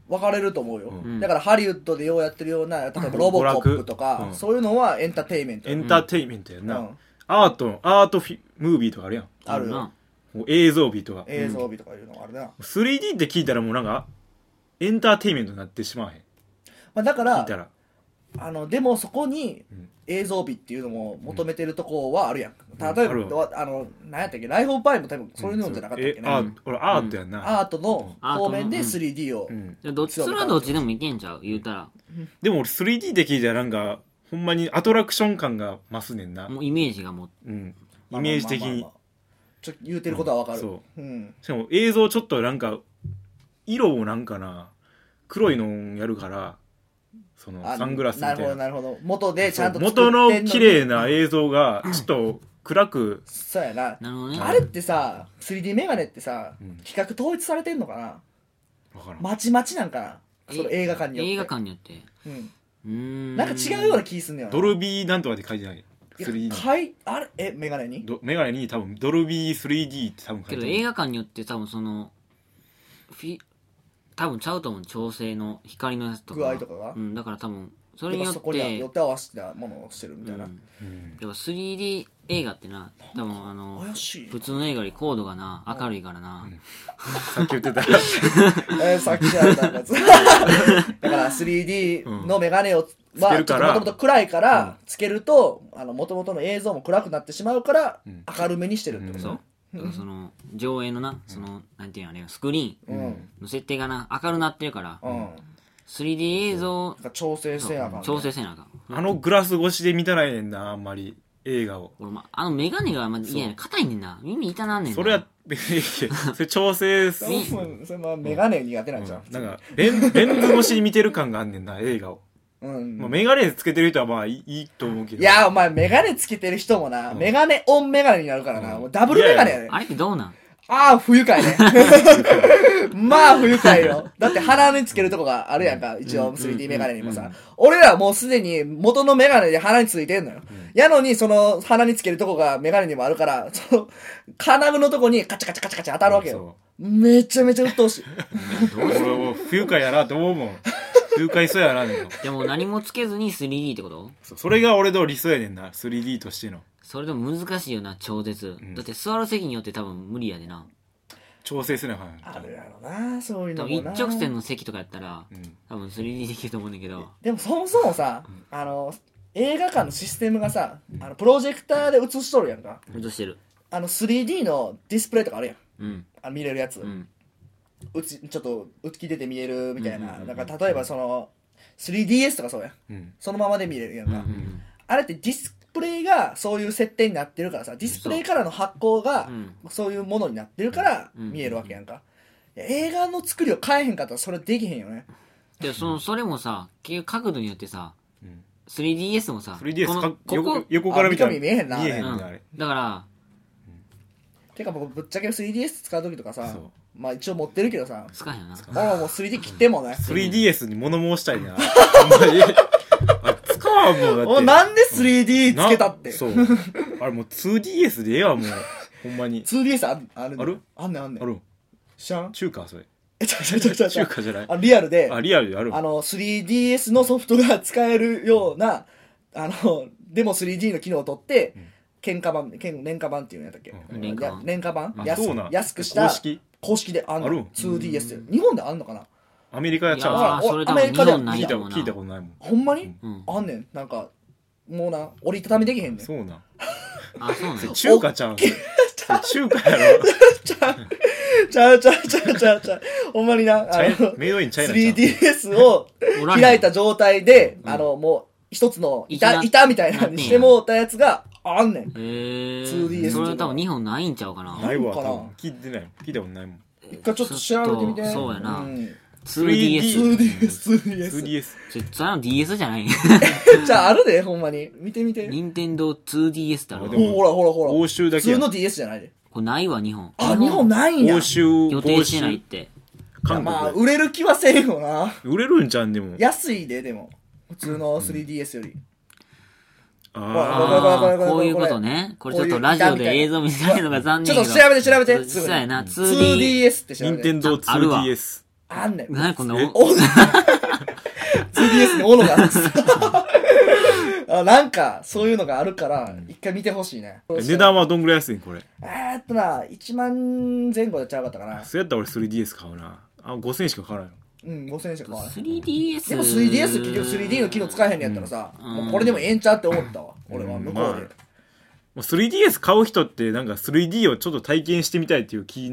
[SPEAKER 3] 分かれると思うよ、
[SPEAKER 2] うん
[SPEAKER 3] だからハリウッドでようやってるような例えばロボコップと
[SPEAKER 2] 娯
[SPEAKER 3] か
[SPEAKER 2] 楽、うん
[SPEAKER 3] そういうのはエンターテインメント
[SPEAKER 2] エ
[SPEAKER 3] や
[SPEAKER 2] ンターテインメントやんな、
[SPEAKER 3] うん
[SPEAKER 2] アートアートフィムービーとかあるやん
[SPEAKER 3] あるよ
[SPEAKER 1] な
[SPEAKER 2] もう映像美とか
[SPEAKER 3] 映像美とかいうのもあるな、
[SPEAKER 2] 3D って聞いたらもうなんかエンターテインメントになってしまわへん
[SPEAKER 3] まあ、だか
[SPEAKER 2] 聞い
[SPEAKER 3] ら
[SPEAKER 2] たら
[SPEAKER 3] あのでもそこに
[SPEAKER 2] うん
[SPEAKER 3] 映像美っていうのも求めてるとこはあるやん、
[SPEAKER 2] ん
[SPEAKER 3] 例え
[SPEAKER 2] ある
[SPEAKER 3] ば、あの何やったっけライフ・オブ・パイも多分そういうのじゃなかったっけ
[SPEAKER 2] え
[SPEAKER 3] ね、
[SPEAKER 2] アート俺アートやんな、
[SPEAKER 3] アートの方面で 3D を、
[SPEAKER 2] うん
[SPEAKER 1] じゃあどっちそれはどっちでもいけんちゃう言うたら
[SPEAKER 2] でも俺 3D って聞いたらなんかほんまにアトラクション感が増すねんな、
[SPEAKER 1] もうイメージがもう
[SPEAKER 2] うん、イメージ的
[SPEAKER 3] まあまあまあ
[SPEAKER 2] に
[SPEAKER 3] まあちょっと言うてることはわかる、
[SPEAKER 2] うん
[SPEAKER 3] う
[SPEAKER 2] そ
[SPEAKER 3] ん、
[SPEAKER 2] しかも映像ちょっとなんか色をなんかな黒いのやるからその
[SPEAKER 3] あ
[SPEAKER 2] サングラスみ
[SPEAKER 3] な
[SPEAKER 2] た
[SPEAKER 3] るほど
[SPEAKER 2] いな
[SPEAKER 3] なるほど元でちゃんと
[SPEAKER 2] 元の綺麗な
[SPEAKER 3] 画
[SPEAKER 2] 映像がちょっと暗く
[SPEAKER 3] そうやな
[SPEAKER 1] なるほどね
[SPEAKER 3] あれってさ 3D メガネってさ、
[SPEAKER 2] うん
[SPEAKER 3] 比較統一されてんのかな
[SPEAKER 2] わからん
[SPEAKER 3] まちまちなんかなその
[SPEAKER 1] え
[SPEAKER 3] 映画館によって
[SPEAKER 1] 映画館によって
[SPEAKER 3] うん、
[SPEAKER 1] うーん
[SPEAKER 3] なんか違うような気すんねよな
[SPEAKER 2] ドルビーなんとかって書いてない
[SPEAKER 3] いや
[SPEAKER 2] 3D
[SPEAKER 3] かいあれえメガネに
[SPEAKER 2] どメガネに多分ドルビー 3D って多分書
[SPEAKER 1] け
[SPEAKER 2] い
[SPEAKER 1] ど
[SPEAKER 2] て
[SPEAKER 1] 映
[SPEAKER 2] る
[SPEAKER 1] 画館によって多分そのフィ多分ちゃうと思う調整の光のやつとか
[SPEAKER 3] 具合とかが
[SPEAKER 1] うん、だから多分それ
[SPEAKER 3] やっ
[SPEAKER 1] に
[SPEAKER 3] ぱ
[SPEAKER 1] よっ
[SPEAKER 3] そこに
[SPEAKER 1] て
[SPEAKER 3] よって合わせたものをしてるみたいな、
[SPEAKER 1] うん、
[SPEAKER 2] うん
[SPEAKER 1] やっぱ 3D 映画ってな多分あの
[SPEAKER 3] 怪しい
[SPEAKER 1] 普通の映画より高度がな明るいからな、
[SPEAKER 2] さっき言 ってた
[SPEAKER 3] えーさっきじゃあったやつだから 3D のメガネを
[SPEAKER 2] つけるから、
[SPEAKER 3] もともと暗いから、つけると、あの、もともとの映像も暗くなってしまうから
[SPEAKER 2] うん、
[SPEAKER 3] 明るめにしてるってこと
[SPEAKER 1] そ
[SPEAKER 3] ね
[SPEAKER 1] う。だからその上映のなそのなんていうのあれよスクリー
[SPEAKER 3] う
[SPEAKER 1] ン
[SPEAKER 3] ん。
[SPEAKER 1] の設定がな明るなってるから
[SPEAKER 3] うん。なん
[SPEAKER 1] 3D 映像を
[SPEAKER 3] か調整せなあかんね。
[SPEAKER 1] 調整せなあかん
[SPEAKER 2] あのグラス越しで見たらええねんなあんまり映画を
[SPEAKER 1] 俺まあのメガネがまずいや硬いねんな耳痛なんねんな
[SPEAKER 2] それは それ調整す
[SPEAKER 3] それそれはメガネ苦手なんじゃん。
[SPEAKER 2] なんかレンレンズ越しに見てる感があんねんな映画を、
[SPEAKER 3] うん。
[SPEAKER 2] まあ、メガネつけてる人はまあいいいいと思うけど
[SPEAKER 3] いやー、お前、メガネつけてる人もな、メガネオンメガネになるからな、
[SPEAKER 2] うん
[SPEAKER 3] もうダブルメガネやね。
[SPEAKER 1] あれってどうなん
[SPEAKER 3] ああ、不愉快ね。まあ、不愉快よ。だって鼻につけるとこがあるやんか、一応 3D メガネにも
[SPEAKER 2] うんう
[SPEAKER 3] さ
[SPEAKER 2] ん。
[SPEAKER 3] 俺らもうすでに元のメガネで鼻についてんのよ。やのに、その鼻につけるとこがメガネにもあるから、その、金具のとこにカチャカチャカチャカチャ当たるわけよ。めちゃめちゃ鬱陶しい。
[SPEAKER 2] そう俺も不愉快やなと思うもん不愉快そうやなで も
[SPEAKER 1] でも何もつけずに 3D ってこと
[SPEAKER 2] そうそれが俺の理想やねんな 3D としての
[SPEAKER 1] それでも難しいよな超絶、
[SPEAKER 2] ん
[SPEAKER 1] だって座る席によって多分無理やでな
[SPEAKER 2] 調整せなあかんやん
[SPEAKER 3] あるやろな、そういう
[SPEAKER 1] 多
[SPEAKER 3] の
[SPEAKER 1] 分
[SPEAKER 3] も
[SPEAKER 1] 一
[SPEAKER 3] な。
[SPEAKER 1] 直線の席とかやったら
[SPEAKER 2] うん
[SPEAKER 1] 多分 3D できると思うねんだけど
[SPEAKER 3] でもそもそもさ、あの、映画館のシステムがさ、あの、プロジェクターで映しとるやんか。
[SPEAKER 1] 落としてる
[SPEAKER 3] あの、3D のディスプレイとかあるやん。
[SPEAKER 1] うん
[SPEAKER 3] あ見れるやつ。
[SPEAKER 1] うん
[SPEAKER 3] うちちょっと浮き出て見えるみたいな、
[SPEAKER 1] うんうんうん
[SPEAKER 3] なんか例えばその 3DS とかそうやん
[SPEAKER 2] うん
[SPEAKER 3] そのままで見れるやん
[SPEAKER 1] うんう
[SPEAKER 3] か、
[SPEAKER 1] ん
[SPEAKER 3] あれってディスプレイがそういう設定になってるからさディスプレイからの発光が
[SPEAKER 1] うん
[SPEAKER 3] そういうものになってるから
[SPEAKER 1] うん
[SPEAKER 3] 見えるわけやんか、いや映画の作りを変えへんかったらそれできへんよね
[SPEAKER 1] でそのそれもさ結局角度によってさ
[SPEAKER 2] うん
[SPEAKER 1] 3DS もさ
[SPEAKER 2] 3DS
[SPEAKER 1] この
[SPEAKER 2] か
[SPEAKER 1] ここ
[SPEAKER 2] 横横から見たら
[SPEAKER 3] あ見た目見えへんなあれ
[SPEAKER 2] 見えへんね
[SPEAKER 1] うん
[SPEAKER 2] あれ
[SPEAKER 1] だから
[SPEAKER 3] てか僕ぶっちゃけ 3DS 使う時とかさ
[SPEAKER 2] そう
[SPEAKER 3] まあ一応持ってるけどさ
[SPEAKER 1] つかへんよな
[SPEAKER 3] ああもう 3D 切ってんもんね
[SPEAKER 2] 3DS に物申したいなあんまりあれ使わんもんだって
[SPEAKER 3] おなんで 3D つけたって
[SPEAKER 2] なそうあれもう 2DS でええわもうほんまに
[SPEAKER 3] 2DS あある
[SPEAKER 2] ある
[SPEAKER 3] あんねんあんね
[SPEAKER 2] あ
[SPEAKER 3] ん
[SPEAKER 2] る
[SPEAKER 3] 知らん
[SPEAKER 2] 中華それ
[SPEAKER 3] えちゃうちゃうちゃうちゃうちゃ
[SPEAKER 2] 中
[SPEAKER 3] う
[SPEAKER 2] 華じゃない
[SPEAKER 3] あリアルで
[SPEAKER 2] あリアルである
[SPEAKER 3] あの 3DS のソフトが使えるようなあのでも 3D の機能を取って、
[SPEAKER 2] ん
[SPEAKER 3] 喧嘩版喧廉価版っていうんやったっけ、
[SPEAKER 2] うん
[SPEAKER 1] 廉価版
[SPEAKER 3] や廉価版
[SPEAKER 2] あ
[SPEAKER 3] 安
[SPEAKER 2] そうなん
[SPEAKER 3] 安くした
[SPEAKER 2] 公式
[SPEAKER 3] 公式であんの
[SPEAKER 2] あるん
[SPEAKER 3] 2DS で日本であんのかな
[SPEAKER 2] アメリカや
[SPEAKER 1] い
[SPEAKER 2] っち
[SPEAKER 1] や
[SPEAKER 2] ゃ
[SPEAKER 1] あ
[SPEAKER 3] あ
[SPEAKER 1] ー
[SPEAKER 3] お
[SPEAKER 1] それ多
[SPEAKER 3] アメリ
[SPEAKER 1] 分日
[SPEAKER 3] カでは
[SPEAKER 1] 本な
[SPEAKER 2] う
[SPEAKER 1] い
[SPEAKER 2] 聞
[SPEAKER 1] んだもん
[SPEAKER 2] いたこと聞い
[SPEAKER 1] な
[SPEAKER 2] たことないもん
[SPEAKER 3] ほんまに、
[SPEAKER 1] うん
[SPEAKER 3] あんねんなんかもうな折りたたみできへんねん
[SPEAKER 2] そうなん
[SPEAKER 1] あそうなんだ
[SPEAKER 2] 中華ちゃうんそれ中華やろ
[SPEAKER 3] ちゃうちゃうちゃうちゃうちゃうちゃうほんまにな
[SPEAKER 2] チ
[SPEAKER 3] あ
[SPEAKER 2] ャイナ
[SPEAKER 3] の
[SPEAKER 2] メイドインチャイナ ちゃう
[SPEAKER 3] 3DS を
[SPEAKER 1] おらんやん
[SPEAKER 3] 開いた状態で、
[SPEAKER 1] うん
[SPEAKER 3] あのもう一つの板
[SPEAKER 1] 板
[SPEAKER 3] 板みたいなのにしてもうたやつがあんねん
[SPEAKER 1] へえ
[SPEAKER 3] 2DS
[SPEAKER 1] それは多分日本ないんちゃうかな
[SPEAKER 3] な
[SPEAKER 2] ないいわ
[SPEAKER 3] かな
[SPEAKER 2] 多分聞いてないもん聞いたことないもん
[SPEAKER 3] 一回ちょっと調べてみて。
[SPEAKER 1] ちょっとそうやなん 2DS
[SPEAKER 3] 2DS、2DS。
[SPEAKER 2] 2DS
[SPEAKER 1] 絶対あの DS じゃない
[SPEAKER 3] じゃああるで、ほんまに。見てみて。
[SPEAKER 1] 任天堂 2DS だろ
[SPEAKER 2] あで
[SPEAKER 1] こ
[SPEAKER 2] も
[SPEAKER 3] ほらほらほら。
[SPEAKER 2] 欧州だけや
[SPEAKER 3] 普通の DS じゃないで。
[SPEAKER 1] れないわ日本
[SPEAKER 3] あ、日本ないんや。
[SPEAKER 2] 欧州
[SPEAKER 1] 予定してないって
[SPEAKER 2] 欧州
[SPEAKER 3] まあ、
[SPEAKER 2] 韓
[SPEAKER 3] 売れる気はせんよな。
[SPEAKER 2] 国売れるんじゃうんでも
[SPEAKER 3] 安いで、でも。普通の 3DS より。
[SPEAKER 2] あ
[SPEAKER 3] ほらほら
[SPEAKER 1] あ
[SPEAKER 3] ほらほらほらほ
[SPEAKER 1] ー
[SPEAKER 3] ら
[SPEAKER 1] こういうことねこれちょっ
[SPEAKER 3] こうい
[SPEAKER 1] と
[SPEAKER 3] う
[SPEAKER 1] ラジオで映像見せないのが残念
[SPEAKER 3] ちょっと調べて調べて。す
[SPEAKER 1] そう
[SPEAKER 3] ぐ
[SPEAKER 1] やな 2D
[SPEAKER 3] 2DS って
[SPEAKER 2] あ
[SPEAKER 3] 調べ
[SPEAKER 2] 任天
[SPEAKER 3] て。
[SPEAKER 2] 堂
[SPEAKER 1] あるわ
[SPEAKER 2] 2DS
[SPEAKER 3] あんねん。
[SPEAKER 1] 何こんな
[SPEAKER 2] え
[SPEAKER 1] お
[SPEAKER 3] 2DS に斧があるん ですあなんか、そういうのがあるから、一回見てほしいね。
[SPEAKER 2] え値段はどんぐらい安いんこれ
[SPEAKER 3] えーっとな、1万前後でちゃうかったかな。
[SPEAKER 2] そうやったら俺 3DS 買うなあ5000円しか買わないの
[SPEAKER 3] うん、5000円しか買わない。
[SPEAKER 1] 3DS
[SPEAKER 3] でも 3DS 結局 3D の機能使えへんのやったらさ、
[SPEAKER 1] うん
[SPEAKER 3] もうこれでもええんちゃうって思ったわ、俺は向こうで、
[SPEAKER 2] まもう 3DS 買う人ってなんか 3D をちょっと体験してみたいっていう気
[SPEAKER 3] う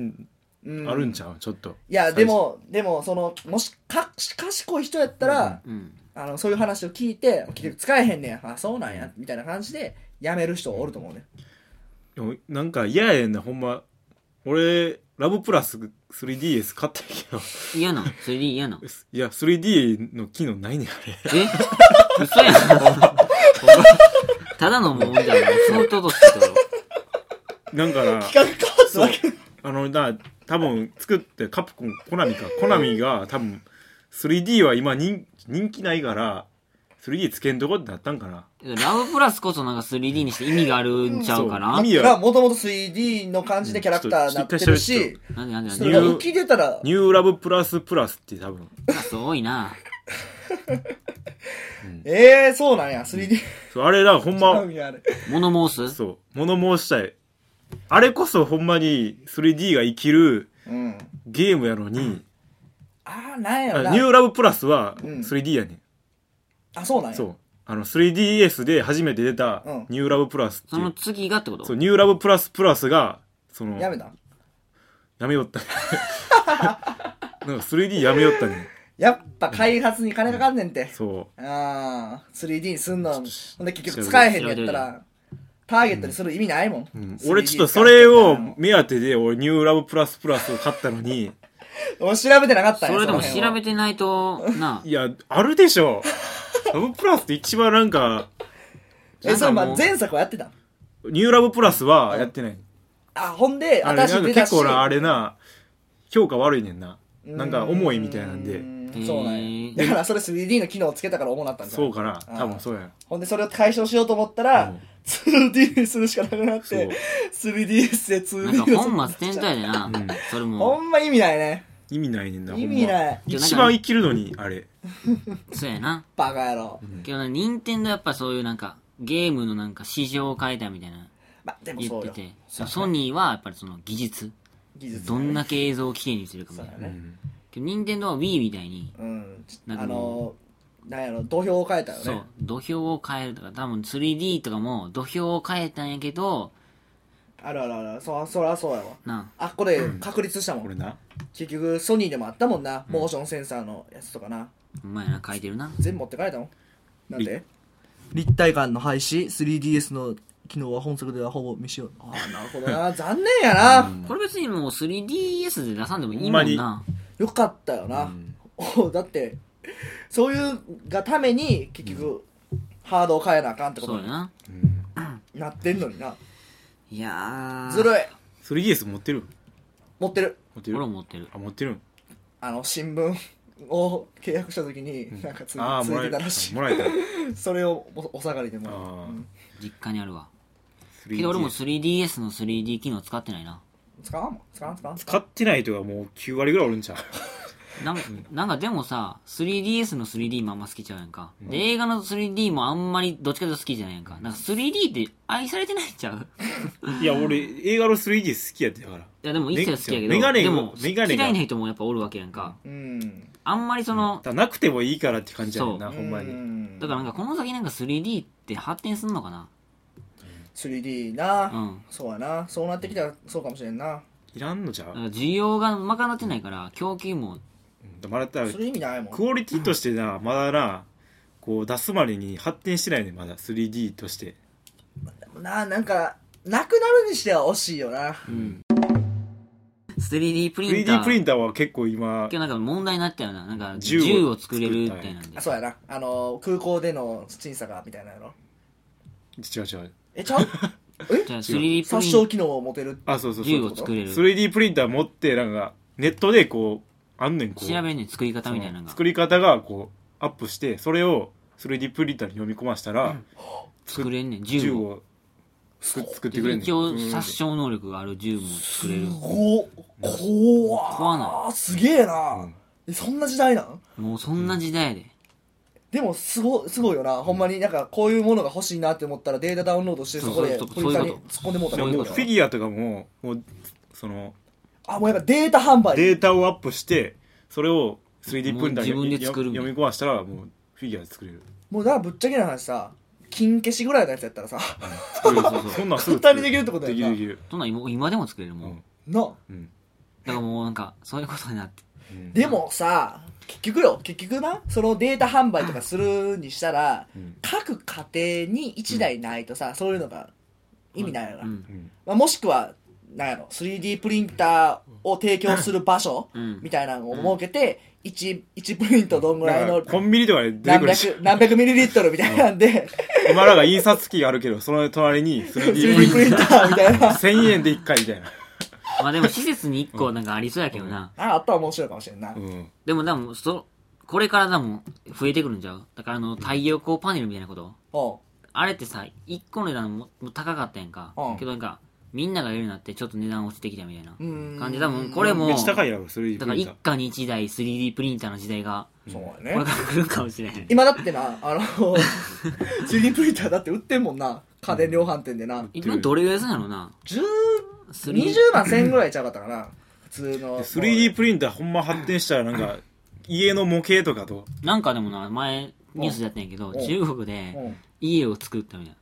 [SPEAKER 3] ん
[SPEAKER 2] あるん
[SPEAKER 3] い
[SPEAKER 2] ちゃうちょっと
[SPEAKER 3] やでもでもそのもしか賢い人やったら、
[SPEAKER 1] うん
[SPEAKER 3] あのそういう話を聞いて結局使えへんねやあそうなんやみたいな感じでやめる人おると思うね
[SPEAKER 2] でもなんか嫌やねんなほんま俺ラブプラス 3DS 買ったんやけど
[SPEAKER 1] 嫌 な 3D 嫌ない
[SPEAKER 2] や 3D の機能ないねんあれ
[SPEAKER 1] え嘘 やんただのもんじゃん相当としてたよ
[SPEAKER 2] なんか な
[SPEAKER 3] 企画変わっただけ
[SPEAKER 2] あのだ多分作ってカプコンコナミかコナミが多分 3D は今人人気ないから 3D つけんとこってなったんかな
[SPEAKER 1] ラブプラスこそなんか 3D にして意味があるんちゃうかな
[SPEAKER 2] そう意味
[SPEAKER 3] が
[SPEAKER 2] は
[SPEAKER 3] もともと 3D の感じでキャラクターになってる
[SPEAKER 2] うんちょっと
[SPEAKER 3] し
[SPEAKER 1] なんでなんでなん
[SPEAKER 3] そ
[SPEAKER 1] で
[SPEAKER 3] れが浮き出たら
[SPEAKER 2] ニューラブプラスプラスって多分
[SPEAKER 1] あそう多いな
[SPEAKER 3] えー、そうなんや 3D
[SPEAKER 2] そうあれだほんま
[SPEAKER 3] 興味ある
[SPEAKER 1] 物申す
[SPEAKER 2] そう物申したいあれこそほんまに 3D が生きる
[SPEAKER 3] うん
[SPEAKER 2] ゲームやのに、
[SPEAKER 3] ああなんや
[SPEAKER 2] あ
[SPEAKER 3] ろな
[SPEAKER 2] ニューラブプラスは
[SPEAKER 3] うん
[SPEAKER 2] 3D やねん、
[SPEAKER 3] あ、そうなんや。
[SPEAKER 2] そうあの 3DS で初めて出た
[SPEAKER 3] うん
[SPEAKER 2] 「ニューラブプラス」って
[SPEAKER 1] そ
[SPEAKER 2] いう、
[SPEAKER 1] の次がってこと
[SPEAKER 2] そうニューラブプラスプラスがその
[SPEAKER 3] やめたん
[SPEAKER 2] やめよった なんか 3D やめよったね
[SPEAKER 3] やっぱ開発に金かかんねんて。
[SPEAKER 2] そ
[SPEAKER 3] ああ、3D にすんの。ほんで結局
[SPEAKER 2] 調べて
[SPEAKER 3] 使えへんのやったら、ターゲットにする意味ないもん。
[SPEAKER 2] う、うん
[SPEAKER 3] 3D
[SPEAKER 2] 俺ちょっとそれ
[SPEAKER 3] 使
[SPEAKER 2] を
[SPEAKER 3] ってんの
[SPEAKER 2] 目当てで俺ニューラブプラスプラスを買ったのに
[SPEAKER 3] 俺調べてなかったん
[SPEAKER 1] そ
[SPEAKER 3] や
[SPEAKER 1] れで
[SPEAKER 3] の
[SPEAKER 1] も
[SPEAKER 3] 辺
[SPEAKER 1] 調
[SPEAKER 3] は
[SPEAKER 1] べてないと、なあ
[SPEAKER 2] いやあるでしょラブプラスって一番なんか
[SPEAKER 3] え、それま
[SPEAKER 1] なんかも
[SPEAKER 3] あ
[SPEAKER 1] う
[SPEAKER 3] 前作はやってたん
[SPEAKER 2] ニューラブプラスはやってない、
[SPEAKER 3] あ、ほんで、
[SPEAKER 2] あれな
[SPEAKER 3] 新
[SPEAKER 2] ん
[SPEAKER 3] し
[SPEAKER 2] か
[SPEAKER 3] い出た
[SPEAKER 2] 結
[SPEAKER 3] し
[SPEAKER 2] 構なあれな評価悪いねんな
[SPEAKER 3] うー
[SPEAKER 2] なんか重いみたいなんで
[SPEAKER 3] そうなん
[SPEAKER 1] へ
[SPEAKER 3] や
[SPEAKER 1] ー
[SPEAKER 3] だからそれ 3D の機能をつけたから重なったんじゃな
[SPEAKER 2] そ
[SPEAKER 3] いう
[SPEAKER 2] かな
[SPEAKER 3] あー
[SPEAKER 2] 多分そうや
[SPEAKER 3] ほんでそれを解消しようと思ったら、
[SPEAKER 2] うん
[SPEAKER 3] 2D にするしかなくなっ
[SPEAKER 2] そう
[SPEAKER 3] て 3DS で 2D を
[SPEAKER 1] なんか本末転倒やでな
[SPEAKER 2] うん、
[SPEAKER 1] それ
[SPEAKER 3] ほ
[SPEAKER 1] も。
[SPEAKER 3] んま意味ないね
[SPEAKER 2] 意味ないねんな
[SPEAKER 3] 意味ない
[SPEAKER 2] ほんま一番生きるのにあれ
[SPEAKER 1] そうやな。
[SPEAKER 3] バカ野郎、
[SPEAKER 1] けどな、任天堂やっぱそういうなんか、ゲームのなんか市場を変えたみたいな
[SPEAKER 3] まあでも
[SPEAKER 1] 言
[SPEAKER 3] そ
[SPEAKER 1] っ
[SPEAKER 3] う
[SPEAKER 1] て
[SPEAKER 3] よ
[SPEAKER 1] て、
[SPEAKER 3] そう
[SPEAKER 1] ソニーはやっぱりその技術、
[SPEAKER 3] 技術
[SPEAKER 1] どんだけ映像をきれいにするかみたいな
[SPEAKER 3] そう。やね
[SPEAKER 1] けど任天堂は Wii みたいに、
[SPEAKER 3] うん
[SPEAKER 1] なんか
[SPEAKER 3] あのなんやろ土俵を変えたよね
[SPEAKER 1] そう、土俵を変えるとか、多分 3D とかも土俵を変えたんやけど、
[SPEAKER 3] あるあるあるそそらそうやわ
[SPEAKER 1] な
[SPEAKER 3] あこれ確立したもん、
[SPEAKER 2] 俺な
[SPEAKER 3] 結局ソニーでもあったもんな、モーションセンサーのやつとかな
[SPEAKER 1] あ、うまいな、変えてるな。
[SPEAKER 3] 全部持ってかれたもんなんで立体感の廃止 3DS の機能は本作ではほぼ未使用ああなるほど な残念やな、
[SPEAKER 1] これ別にもう 3DS で出さんでもいい
[SPEAKER 2] ほんま
[SPEAKER 1] も
[SPEAKER 2] に
[SPEAKER 1] んな。
[SPEAKER 3] よかったよな、おだってそういうがために結局、ハードを変えなあかんってこ
[SPEAKER 1] そ
[SPEAKER 3] と
[SPEAKER 1] うや
[SPEAKER 3] に
[SPEAKER 1] な。
[SPEAKER 2] うん
[SPEAKER 3] なってんのにない
[SPEAKER 1] やー。
[SPEAKER 3] ずるい
[SPEAKER 2] 3DS 持ってる
[SPEAKER 3] 持ってる
[SPEAKER 2] 持ってる
[SPEAKER 1] 俺も持ってる。
[SPEAKER 2] あ持ってるん
[SPEAKER 3] あの新聞を契約した時になんかつ,、
[SPEAKER 2] あー
[SPEAKER 3] つ
[SPEAKER 2] も
[SPEAKER 3] い
[SPEAKER 2] ら
[SPEAKER 3] て
[SPEAKER 2] え
[SPEAKER 3] たらしい
[SPEAKER 2] もらえ た
[SPEAKER 3] それをおお下がりでもらう
[SPEAKER 2] あー
[SPEAKER 3] うん
[SPEAKER 1] 実家にあるわ。けど俺も
[SPEAKER 2] 3DS
[SPEAKER 1] 3DS の 3D 機能使ってないな。
[SPEAKER 3] 使わんもん使わん使わん
[SPEAKER 2] 使ってないとかもう9割ぐらいおるんちゃう
[SPEAKER 1] なんなんかでもさ、3DS の 3D もあんま好きちゃうやんか。で、映画の 3D もあんまりどっちかというと好きじゃないやんか。なんか 3D って愛されてないんちゃう
[SPEAKER 2] いや俺映画の 3D 好きやってだから
[SPEAKER 1] いやでも一切好きやけど、
[SPEAKER 2] メガネ
[SPEAKER 1] でも
[SPEAKER 2] メガネが
[SPEAKER 1] 嫌いな人もやっぱおるわけやんか。
[SPEAKER 3] うん
[SPEAKER 1] あんまりそ
[SPEAKER 2] だ
[SPEAKER 1] の、
[SPEAKER 2] からなくてもいいからって感じやねんな
[SPEAKER 1] そ
[SPEAKER 2] ほんま
[SPEAKER 3] う
[SPEAKER 2] に
[SPEAKER 3] ん
[SPEAKER 1] だからなんかこの先なんか 3D って発展すんのかな
[SPEAKER 3] 3D な、
[SPEAKER 1] うん
[SPEAKER 3] そうやなそうなってきたらそうかもしれんない
[SPEAKER 2] らんのちゃう
[SPEAKER 1] なんか需要が賄ってないから、供給も、
[SPEAKER 2] うんまだだ
[SPEAKER 3] それ意味ないもん
[SPEAKER 2] クオリティとしてなまだなこう出すまでに発展してないねんまだ 3D として
[SPEAKER 3] ななんかなくなるにしては惜しいよな
[SPEAKER 1] 3D プリンター。
[SPEAKER 2] 3D プリンターは結構今
[SPEAKER 1] けどなんか問題になったよな。なんか
[SPEAKER 2] 銃を
[SPEAKER 1] 銃を作れるみたいなんで
[SPEAKER 3] あ。そうやなあの空港での審査がみたいなの
[SPEAKER 2] 違う違う
[SPEAKER 3] えち ゃうえ
[SPEAKER 1] じゃあ 3D プ
[SPEAKER 3] 殺
[SPEAKER 1] リン
[SPEAKER 3] 傷機能を持てる
[SPEAKER 2] あそうそうそう
[SPEAKER 1] 銃を作れる。調
[SPEAKER 2] 3D プリンター持ってなんかネットでこうあんねんこう
[SPEAKER 1] べるね、作り方みたいなのが。
[SPEAKER 2] 作り方がこうアップしてそれを 3D プリンターに読み込ませたら
[SPEAKER 1] 作れんねん、銃
[SPEAKER 2] 銃
[SPEAKER 1] を。
[SPEAKER 2] を作作ってくれんねん
[SPEAKER 1] 一応
[SPEAKER 2] うん
[SPEAKER 1] 殺傷能力がある銃も作れる
[SPEAKER 3] ご怖っ
[SPEAKER 1] 怖な
[SPEAKER 3] すげえな、
[SPEAKER 2] うん
[SPEAKER 3] えそんな時代なん
[SPEAKER 1] もうそんな時代やで、
[SPEAKER 3] でもすごすごいよなほんまになんかこういうものが欲しいなって思ったらデータダウンロードして
[SPEAKER 1] そう
[SPEAKER 3] そこで
[SPEAKER 1] そう
[SPEAKER 3] プリンターに突っ込んでもうた
[SPEAKER 2] で
[SPEAKER 3] ら
[SPEAKER 2] も
[SPEAKER 3] いい
[SPEAKER 2] も
[SPEAKER 3] よ
[SPEAKER 2] うフィギュアとかももうその
[SPEAKER 3] あもうやっぱデータ販売
[SPEAKER 2] データをアップしてそれを 3D プリンターに
[SPEAKER 1] もう自分で作るみたい
[SPEAKER 2] 読み込ませたらもうフィギュア作れる
[SPEAKER 3] もうだからぶっちゃけな話さ金消しぐらいのやつやったらさ
[SPEAKER 2] 作れるそんなんすぐ
[SPEAKER 3] 簡単にできるってことや
[SPEAKER 2] で
[SPEAKER 3] な
[SPEAKER 2] きるできる
[SPEAKER 1] そんなん今今でも作れるもん、
[SPEAKER 2] うん
[SPEAKER 3] な
[SPEAKER 2] うん
[SPEAKER 1] だからもうなんかそういうことになって
[SPEAKER 2] うん
[SPEAKER 3] でもさ結局よ結局なそのデータ販売とかするにしたら、
[SPEAKER 2] うん
[SPEAKER 3] 各家庭に1台ないとさ、そういうのが意味ないよな、
[SPEAKER 1] うん
[SPEAKER 2] うん
[SPEAKER 3] まあ、もしくはなんやろ 3D プリンターを提供する場所
[SPEAKER 1] うん
[SPEAKER 3] みたいなのを設けて 1, 1プリントどんぐらい
[SPEAKER 2] な
[SPEAKER 3] の
[SPEAKER 2] んかコンビニとかで出て
[SPEAKER 3] 何
[SPEAKER 2] くるし
[SPEAKER 3] 百何百ミリリットルみたいなんで
[SPEAKER 2] 今なんか印刷機があるけどその隣に 3D プ
[SPEAKER 3] 3D プ
[SPEAKER 2] リ
[SPEAKER 3] リ
[SPEAKER 2] ン
[SPEAKER 3] ン
[SPEAKER 2] タ
[SPEAKER 3] タ
[SPEAKER 2] ー
[SPEAKER 3] ーみたいな
[SPEAKER 2] 1000円で1回みたいな
[SPEAKER 1] まあでも施設に1個なんかありそうやけどな、
[SPEAKER 3] ああったら面白いかもしれんな、
[SPEAKER 2] うん
[SPEAKER 1] でもでもそこれからでも増えてくるんちゃうだからあの太陽光パネルみたいなこと
[SPEAKER 3] おう
[SPEAKER 1] あれってさ1個の値段ももう高かったやんか、
[SPEAKER 3] うん
[SPEAKER 1] けどなんかみんながやるようになってちょっと値段落ちてきたみたいな
[SPEAKER 3] うん
[SPEAKER 1] 感じ多分これも
[SPEAKER 2] めっちゃ高いやろ 3D
[SPEAKER 1] だ
[SPEAKER 2] プ
[SPEAKER 1] から
[SPEAKER 2] リン
[SPEAKER 1] 一
[SPEAKER 2] ター
[SPEAKER 1] 家に一台 3D プリンターの時代が
[SPEAKER 3] そう
[SPEAKER 1] こ
[SPEAKER 3] や
[SPEAKER 1] れ
[SPEAKER 3] ね
[SPEAKER 1] から来るかもしれへん
[SPEAKER 3] 今だってなあの 3D プリンターだって売ってんもんな家電量販店でな
[SPEAKER 1] 今どれぐらいすんやろうな
[SPEAKER 3] 10
[SPEAKER 1] 3D
[SPEAKER 3] 20万1000ぐらいちゃうかったかな普通の
[SPEAKER 2] 3D プリンターほんま発展したらなんか家の模型とかと
[SPEAKER 1] なんかでもな、前、ニュースだったんやけ
[SPEAKER 3] う
[SPEAKER 1] ど
[SPEAKER 3] ん
[SPEAKER 1] 中国で
[SPEAKER 3] うん
[SPEAKER 1] 家を作ったみたい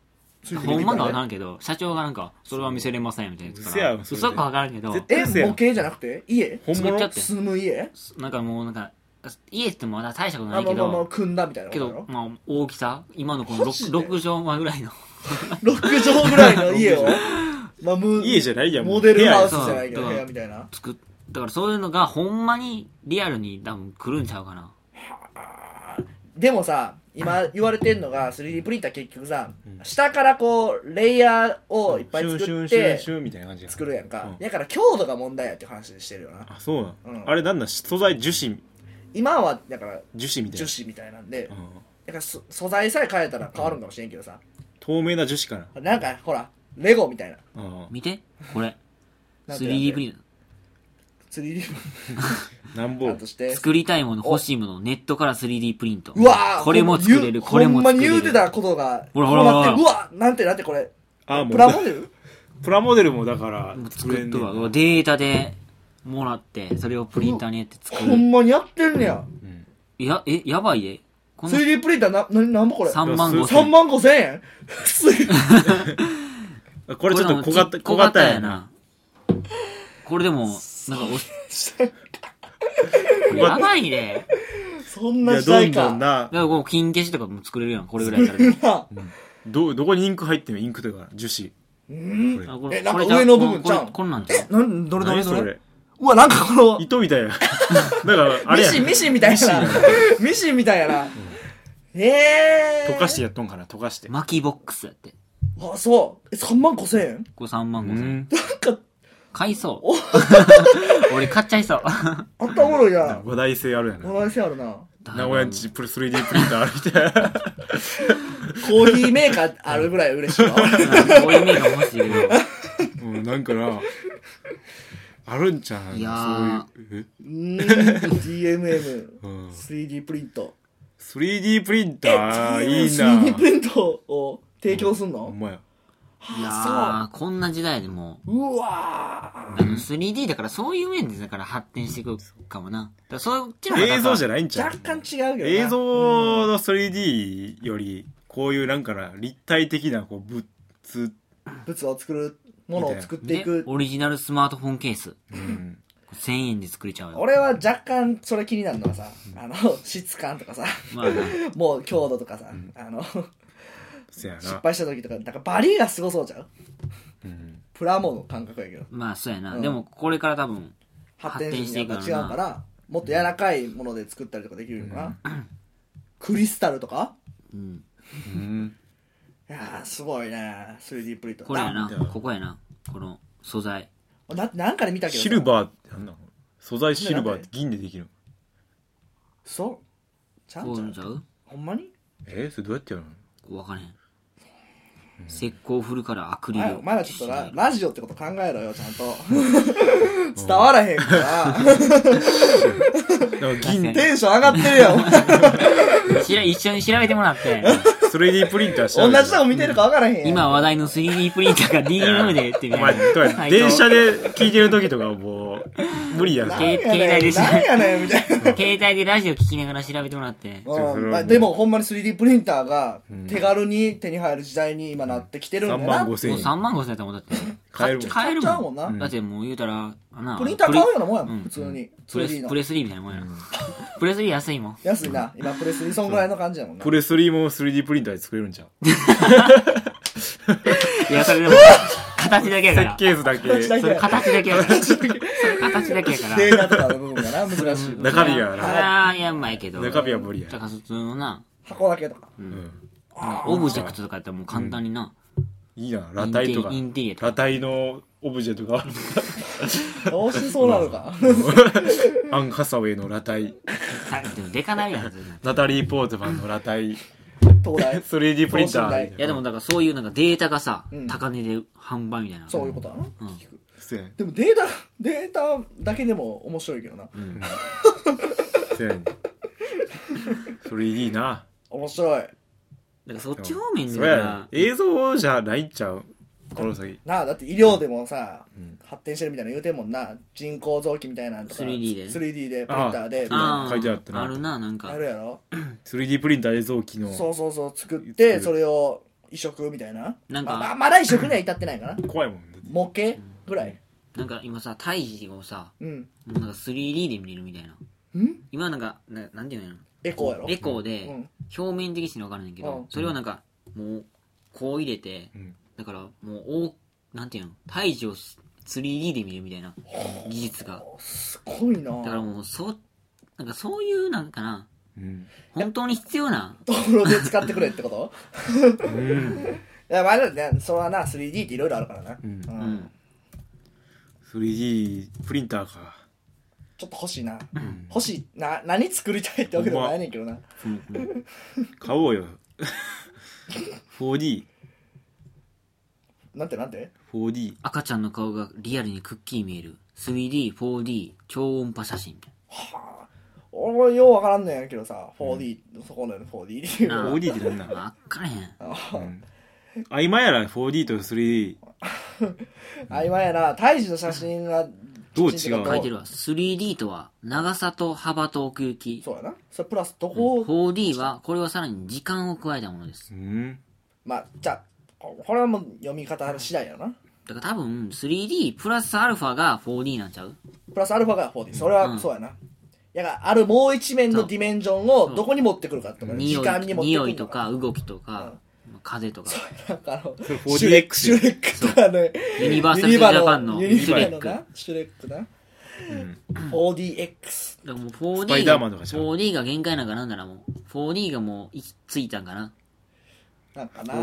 [SPEAKER 3] つい
[SPEAKER 1] な
[SPEAKER 3] てきたね
[SPEAKER 1] ほんまかわからんけど社長がなんかそれは見せれませんみたいなやつか
[SPEAKER 2] 嘘
[SPEAKER 1] ら
[SPEAKER 2] やんそれ
[SPEAKER 1] 嘘かわからんけど
[SPEAKER 2] 絶
[SPEAKER 3] え
[SPEAKER 2] 嘘やん
[SPEAKER 3] 模型じゃなくて家
[SPEAKER 2] 本
[SPEAKER 1] 作っちゃ
[SPEAKER 2] 物
[SPEAKER 1] って
[SPEAKER 3] 住む家
[SPEAKER 1] なんかもうなんか家って言ってもまだ大したことな
[SPEAKER 3] あ
[SPEAKER 1] い
[SPEAKER 3] の
[SPEAKER 1] け
[SPEAKER 3] まあまあ
[SPEAKER 1] ど
[SPEAKER 3] 組んだみたいなこ
[SPEAKER 1] け
[SPEAKER 3] とだ
[SPEAKER 1] ど
[SPEAKER 3] ろ
[SPEAKER 1] まあ大きさ今のこの
[SPEAKER 3] マジ
[SPEAKER 1] 6,
[SPEAKER 3] で
[SPEAKER 1] 畳間ぐらいの
[SPEAKER 3] 6畳ぐらいの家をまあむ
[SPEAKER 2] 家じゃないやん
[SPEAKER 3] モデルハウスじ
[SPEAKER 1] 部屋や
[SPEAKER 3] ゃないけど
[SPEAKER 1] そう
[SPEAKER 3] 部屋みたいな
[SPEAKER 1] 作っだからそういうのがほんまにリアルに多分来るんちゃうかな
[SPEAKER 3] でもさ今言われてんのが 3D プリンター結局さ、下からこうレイヤーをいっぱい
[SPEAKER 2] シュ
[SPEAKER 3] 作
[SPEAKER 2] ン
[SPEAKER 3] っ
[SPEAKER 2] シュンシュン
[SPEAKER 3] て
[SPEAKER 2] シュンみたいな感じやん
[SPEAKER 3] 作るやんか、
[SPEAKER 2] う
[SPEAKER 3] だから強度が問題やって話してるよな
[SPEAKER 2] あそうなん、
[SPEAKER 3] うん
[SPEAKER 2] あれなんだ素材樹脂
[SPEAKER 3] 今はだから
[SPEAKER 2] 樹脂みたい
[SPEAKER 3] 樹
[SPEAKER 2] な
[SPEAKER 3] 脂みたいなんで、だか
[SPEAKER 2] うん
[SPEAKER 3] らそ素材さえ変えたら変わるんかもしれんけどさ、
[SPEAKER 2] 透明な樹脂か
[SPEAKER 3] なんかほらレゴみたいな
[SPEAKER 2] な、うん
[SPEAKER 1] 見てこれ
[SPEAKER 3] なんてなんて
[SPEAKER 1] 3D プリンタ
[SPEAKER 3] 3D
[SPEAKER 2] なん
[SPEAKER 3] プ
[SPEAKER 2] ぼ
[SPEAKER 3] リンターとして
[SPEAKER 1] ー作りたいもの欲しいものをネットから 3D プリント
[SPEAKER 3] うわー
[SPEAKER 1] これも作れる
[SPEAKER 3] ほん
[SPEAKER 1] これも
[SPEAKER 3] ほん
[SPEAKER 1] 作
[SPEAKER 3] まに
[SPEAKER 1] れる
[SPEAKER 3] 言うてたことが
[SPEAKER 1] ほらほらほら
[SPEAKER 3] こうなってるうわなんてなんてこれ
[SPEAKER 2] あも
[SPEAKER 3] プ
[SPEAKER 2] う
[SPEAKER 3] ラモデル
[SPEAKER 2] プラモデルもだから
[SPEAKER 1] 作っ
[SPEAKER 2] ん
[SPEAKER 1] と
[SPEAKER 2] ねん
[SPEAKER 1] るわデータでもらってそれをプリンターにやって作
[SPEAKER 3] ほ
[SPEAKER 1] る
[SPEAKER 3] んまにやってんねや
[SPEAKER 2] うん
[SPEAKER 1] いやえやばいえこの
[SPEAKER 3] 3D プリンターなななんぼこれ
[SPEAKER 1] 3
[SPEAKER 3] 3
[SPEAKER 1] 万5千
[SPEAKER 3] 万5千円 す
[SPEAKER 2] これちょっと小型小型やな
[SPEAKER 1] これでもなんか おやばいね
[SPEAKER 3] そん
[SPEAKER 2] い
[SPEAKER 3] な
[SPEAKER 2] や
[SPEAKER 3] 時
[SPEAKER 2] どん
[SPEAKER 3] 代
[SPEAKER 2] ど
[SPEAKER 3] か
[SPEAKER 2] んな
[SPEAKER 1] だからこう金消しとかも作れるやんこれぐらいや ったら
[SPEAKER 3] な
[SPEAKER 2] どどこにインク入ってんのインクというか樹脂
[SPEAKER 3] うん
[SPEAKER 2] これ
[SPEAKER 1] あこれ
[SPEAKER 3] えなんか
[SPEAKER 1] これじゃ
[SPEAKER 3] 上の部分
[SPEAKER 1] これ
[SPEAKER 3] ちゃうん
[SPEAKER 1] こんなんじゃ ん
[SPEAKER 3] なんどれどれ
[SPEAKER 2] 何
[SPEAKER 3] ど
[SPEAKER 2] そ
[SPEAKER 3] れ
[SPEAKER 2] れ
[SPEAKER 3] うわなんかこの
[SPEAKER 2] 糸みたいや だからあれ
[SPEAKER 3] ミ
[SPEAKER 2] や
[SPEAKER 3] シンミシンみたいやなミシンみたいやなええ
[SPEAKER 2] 溶かしてやっとんかな溶かして
[SPEAKER 1] 巻きボックスやって
[SPEAKER 3] あそうえ3万5千円
[SPEAKER 1] これ3
[SPEAKER 2] う
[SPEAKER 1] 万5千
[SPEAKER 2] ん
[SPEAKER 3] なんか
[SPEAKER 1] 買いそう 俺買っちゃいそう
[SPEAKER 3] あったおもろいな
[SPEAKER 2] 話題性あるやな
[SPEAKER 3] 話せあるな
[SPEAKER 2] 名古屋んちプル 3D プリンターあるみたいな
[SPEAKER 3] コーヒーメーカーあるぐらい嬉しいわ
[SPEAKER 1] こういう目が欲しい よ
[SPEAKER 2] うんなんかなあるんちゃう
[SPEAKER 1] いやー
[SPEAKER 2] そういう
[SPEAKER 3] うーん DMM
[SPEAKER 2] えうん
[SPEAKER 3] 3D プリント
[SPEAKER 2] 3D プリンタ
[SPEAKER 3] え
[SPEAKER 2] ーいい
[SPEAKER 3] 3D プ
[SPEAKER 2] な
[SPEAKER 3] リントを提供すん
[SPEAKER 2] ほ
[SPEAKER 3] の
[SPEAKER 2] んまや
[SPEAKER 1] いや
[SPEAKER 3] あ
[SPEAKER 1] ーこんな時代でも
[SPEAKER 3] そううわ
[SPEAKER 1] あの 3D だからそういう面でだから発展していくかもな。だからそっちの方が
[SPEAKER 2] 映像じゃ
[SPEAKER 1] ない
[SPEAKER 2] ないん
[SPEAKER 3] ー
[SPEAKER 2] ちゃう
[SPEAKER 3] 若干違うけどな
[SPEAKER 2] 映像の 3D よりこういうなんかな立体的なこう物
[SPEAKER 3] 物を作るものを作っていく
[SPEAKER 1] オリジナルスマートフォンケース。
[SPEAKER 2] うん
[SPEAKER 1] 1000円で作れちゃうよ。
[SPEAKER 3] 俺は若干それ気になるのはさあの質感とかさ
[SPEAKER 1] まあな、
[SPEAKER 3] もう強度とかさ、あの
[SPEAKER 2] そや
[SPEAKER 3] 失
[SPEAKER 2] な
[SPEAKER 3] 敗した時とかなんかバリがすごそうじゃん
[SPEAKER 2] うん
[SPEAKER 3] プラモの感覚やけど
[SPEAKER 1] まあそうやな。
[SPEAKER 3] うん
[SPEAKER 1] でもこれから多分、
[SPEAKER 3] 発展していくの
[SPEAKER 1] 発展
[SPEAKER 3] が
[SPEAKER 1] してい
[SPEAKER 3] 違
[SPEAKER 1] くの
[SPEAKER 3] う
[SPEAKER 1] か
[SPEAKER 3] か
[SPEAKER 1] な
[SPEAKER 3] らもっと柔らかいもので作ったりとかできるのかな、クリスタルとか
[SPEAKER 1] うん、
[SPEAKER 2] うん
[SPEAKER 3] いやーすごいね 3D プリント
[SPEAKER 1] これや
[SPEAKER 2] なんだ
[SPEAKER 1] な。ここやな。この素材。
[SPEAKER 3] なななんかで見たけどさ
[SPEAKER 2] シルバーってなんなの素材シルバーって銀でできるの
[SPEAKER 3] そうちゃ
[SPEAKER 1] こ
[SPEAKER 3] ん
[SPEAKER 1] う
[SPEAKER 3] ち
[SPEAKER 1] い
[SPEAKER 3] ゃ
[SPEAKER 1] うんんちゃう
[SPEAKER 3] ほんまに
[SPEAKER 2] えそれどうやってやるの
[SPEAKER 1] こう分からへん。石膏振るからアク
[SPEAKER 3] お
[SPEAKER 1] リル
[SPEAKER 3] 前
[SPEAKER 1] を。
[SPEAKER 3] お前らちょっとラ
[SPEAKER 1] しない
[SPEAKER 3] ラジオってこと考えろよちゃんと 伝わらへんから
[SPEAKER 2] なんか銀で
[SPEAKER 3] テンション上がってるやんお 前
[SPEAKER 1] しら一緒に調べてもらって、
[SPEAKER 2] 3D プリンターし
[SPEAKER 3] 同じとこ見てるか分からへんやん
[SPEAKER 1] 今話題の 3D プリンターが DMM でってみ
[SPEAKER 2] お
[SPEAKER 1] た
[SPEAKER 2] 前
[SPEAKER 1] い
[SPEAKER 2] と
[SPEAKER 1] な。
[SPEAKER 2] か電車で聞いてる時とかもう無理や
[SPEAKER 3] なん
[SPEAKER 2] な
[SPEAKER 1] け携
[SPEAKER 3] や
[SPEAKER 1] 帯
[SPEAKER 3] ね
[SPEAKER 1] で
[SPEAKER 3] ん
[SPEAKER 1] すね
[SPEAKER 3] なんやねんみたいな
[SPEAKER 1] 携帯でラジオ聞きながら調べてもらって。
[SPEAKER 2] そう
[SPEAKER 3] うん
[SPEAKER 2] それはもう
[SPEAKER 3] まあでもほんまに 3D プリンターが手軽に手に入る時代に今なってきてるんだ
[SPEAKER 2] 3
[SPEAKER 3] な、
[SPEAKER 2] 万5千
[SPEAKER 1] もう3
[SPEAKER 2] 円
[SPEAKER 1] 万5千円やったもんだって。
[SPEAKER 2] 買えるもん
[SPEAKER 1] 買える
[SPEAKER 3] 買っちゃうもんな
[SPEAKER 1] もん。だってもう言うたら、な
[SPEAKER 3] プリンター買うようなもんや、
[SPEAKER 1] うんん
[SPEAKER 3] 普通に
[SPEAKER 1] プレ
[SPEAKER 3] 3D
[SPEAKER 1] ス
[SPEAKER 3] の
[SPEAKER 1] プレスリーみたいなもんやな。プレスリー安いもん。
[SPEAKER 3] 安いな今プレスリーそんぐらいの感じやもんな
[SPEAKER 2] プレスリーも 3D プリンターで作れるんちゃう
[SPEAKER 1] いや、それでも、形だけやから。
[SPEAKER 2] ケースだけ
[SPEAKER 3] 形だけ
[SPEAKER 1] それ形だけやから。それ形だけやから。
[SPEAKER 3] データとかの部分 がな難しい
[SPEAKER 2] 中身が
[SPEAKER 1] それ
[SPEAKER 2] な
[SPEAKER 1] はやんまいけど。
[SPEAKER 2] 中身は無理や
[SPEAKER 1] だから普通のな、
[SPEAKER 3] 箱だけとか
[SPEAKER 2] うん
[SPEAKER 1] オブジェクトとかやったらもう簡単にな。
[SPEAKER 2] いいな裸体とか
[SPEAKER 1] インテリインテリアとか
[SPEAKER 2] 裸体のオブジェとか
[SPEAKER 3] どうしそうなのか
[SPEAKER 2] アン・ハサウェイの裸体
[SPEAKER 1] さでもでかないやん。それい
[SPEAKER 2] ナタリー・ポートマンの裸体
[SPEAKER 3] 東大
[SPEAKER 2] 3D プリンタ
[SPEAKER 3] 等身
[SPEAKER 2] ー
[SPEAKER 3] 大
[SPEAKER 1] やでもだからそういうなんかデータがさ
[SPEAKER 3] うん、
[SPEAKER 1] 高値で販売みたいな。
[SPEAKER 3] そういうことだな、
[SPEAKER 1] うん
[SPEAKER 3] 聞く
[SPEAKER 2] せやねん
[SPEAKER 3] でもデータデータだけでも面白いけどな
[SPEAKER 2] せやねん 3D な
[SPEAKER 3] 面白い
[SPEAKER 1] だからそっち方面で
[SPEAKER 2] そ
[SPEAKER 1] だ
[SPEAKER 2] う
[SPEAKER 1] か
[SPEAKER 2] や
[SPEAKER 1] ら、
[SPEAKER 2] 映像じゃないんちゃうこの先
[SPEAKER 3] なあだって医療でもさ、
[SPEAKER 2] ん
[SPEAKER 3] 発展してるみたいな言うてんもんな人工臓器みたいなのとか
[SPEAKER 1] 3D で
[SPEAKER 3] 3D でプリンターでみたいな
[SPEAKER 1] あー
[SPEAKER 2] 書いてあったな
[SPEAKER 1] あるななん
[SPEAKER 3] あ
[SPEAKER 1] か
[SPEAKER 3] るやろ
[SPEAKER 2] 3D プリンターで臓器の
[SPEAKER 3] そうそうそう作っ
[SPEAKER 2] 作
[SPEAKER 3] て
[SPEAKER 2] る
[SPEAKER 3] それを移植みたいな
[SPEAKER 1] なん
[SPEAKER 3] ま
[SPEAKER 1] か
[SPEAKER 3] あまあまだ移植には至ってないかな
[SPEAKER 2] 怖いもんね
[SPEAKER 3] 模型ぐらい
[SPEAKER 1] なんか今さ胎児をさ
[SPEAKER 3] うん
[SPEAKER 1] もうなんか 3D で見れるみたいなん今なんかななんていうのや
[SPEAKER 3] エコーやろ
[SPEAKER 1] ろエコー
[SPEAKER 3] う
[SPEAKER 1] で
[SPEAKER 3] ん
[SPEAKER 1] 表面的しの分からんねんけど、
[SPEAKER 3] うん
[SPEAKER 1] それをなんかもうこう入れて、
[SPEAKER 2] うん
[SPEAKER 1] だからもうおなんていうの胎児を 3D で見るみたいな技術が
[SPEAKER 3] すごいな
[SPEAKER 1] だからもうそうなんかそういうなんかな
[SPEAKER 2] うん
[SPEAKER 1] 本当に必要な
[SPEAKER 3] 道路で使ってくれってこと
[SPEAKER 2] うん
[SPEAKER 3] いやまあだってねそれはな 3D っていろいろあるからな、
[SPEAKER 2] うん
[SPEAKER 1] う、
[SPEAKER 3] うんん
[SPEAKER 2] 3D プリンターか
[SPEAKER 3] ちょっと欲しいな
[SPEAKER 2] うん
[SPEAKER 3] 欲しいな何作りたいってわけでもないねんけどな
[SPEAKER 1] うんうん
[SPEAKER 2] 買おうよ 4D
[SPEAKER 3] なんてなんて
[SPEAKER 2] 4D
[SPEAKER 1] 赤ちゃんの顔がリアルにくっきり見える 3D4D 超音波写真みたい
[SPEAKER 3] はあ俺もようわからんねんけどさ 4D、そこの 4D っていう
[SPEAKER 1] なあ
[SPEAKER 2] 4D ってなんなの
[SPEAKER 1] なあっからへん
[SPEAKER 2] うんあ今やら 4D と 3D
[SPEAKER 3] あ今やな胎児の写真が
[SPEAKER 2] どう違う
[SPEAKER 3] きちんと
[SPEAKER 1] 書いてるわ 3D とは長さと幅と奥行き
[SPEAKER 3] そうやなそれプラスどこを、
[SPEAKER 1] 4D はこれはさらに時間を加えたものです
[SPEAKER 2] うん
[SPEAKER 3] まあじゃあここれはもう読み方次第やな
[SPEAKER 1] だから多分 3D プラスアルファが 4D なんちゃう
[SPEAKER 3] プラスアルファが 4D それ
[SPEAKER 1] う
[SPEAKER 3] は
[SPEAKER 1] ん
[SPEAKER 3] そうやな、やがあるもう一面のディメンジョンをどこに持ってくるかってことね時
[SPEAKER 1] 匂
[SPEAKER 3] 間に
[SPEAKER 1] い
[SPEAKER 3] 持ってくる
[SPEAKER 1] 匂いとか動きとか風とか
[SPEAKER 3] なんか あの
[SPEAKER 2] それ
[SPEAKER 3] シュレッ
[SPEAKER 2] 4DX
[SPEAKER 3] クシュレックとかね
[SPEAKER 1] ユニバーサル・ジャパンの
[SPEAKER 3] ユニ
[SPEAKER 1] シュ
[SPEAKER 3] バ
[SPEAKER 1] レ
[SPEAKER 3] の
[SPEAKER 1] ックだ
[SPEAKER 3] な
[SPEAKER 1] か
[SPEAKER 3] シュレックな
[SPEAKER 2] うん
[SPEAKER 3] 4DX
[SPEAKER 1] らもう
[SPEAKER 2] スパイダーマ
[SPEAKER 1] 4D
[SPEAKER 2] ンと
[SPEAKER 1] が
[SPEAKER 2] かちゃう
[SPEAKER 1] 4D が限界なんかなんだなもう 4D がもう行き着いたんかな
[SPEAKER 3] なんかな、
[SPEAKER 1] う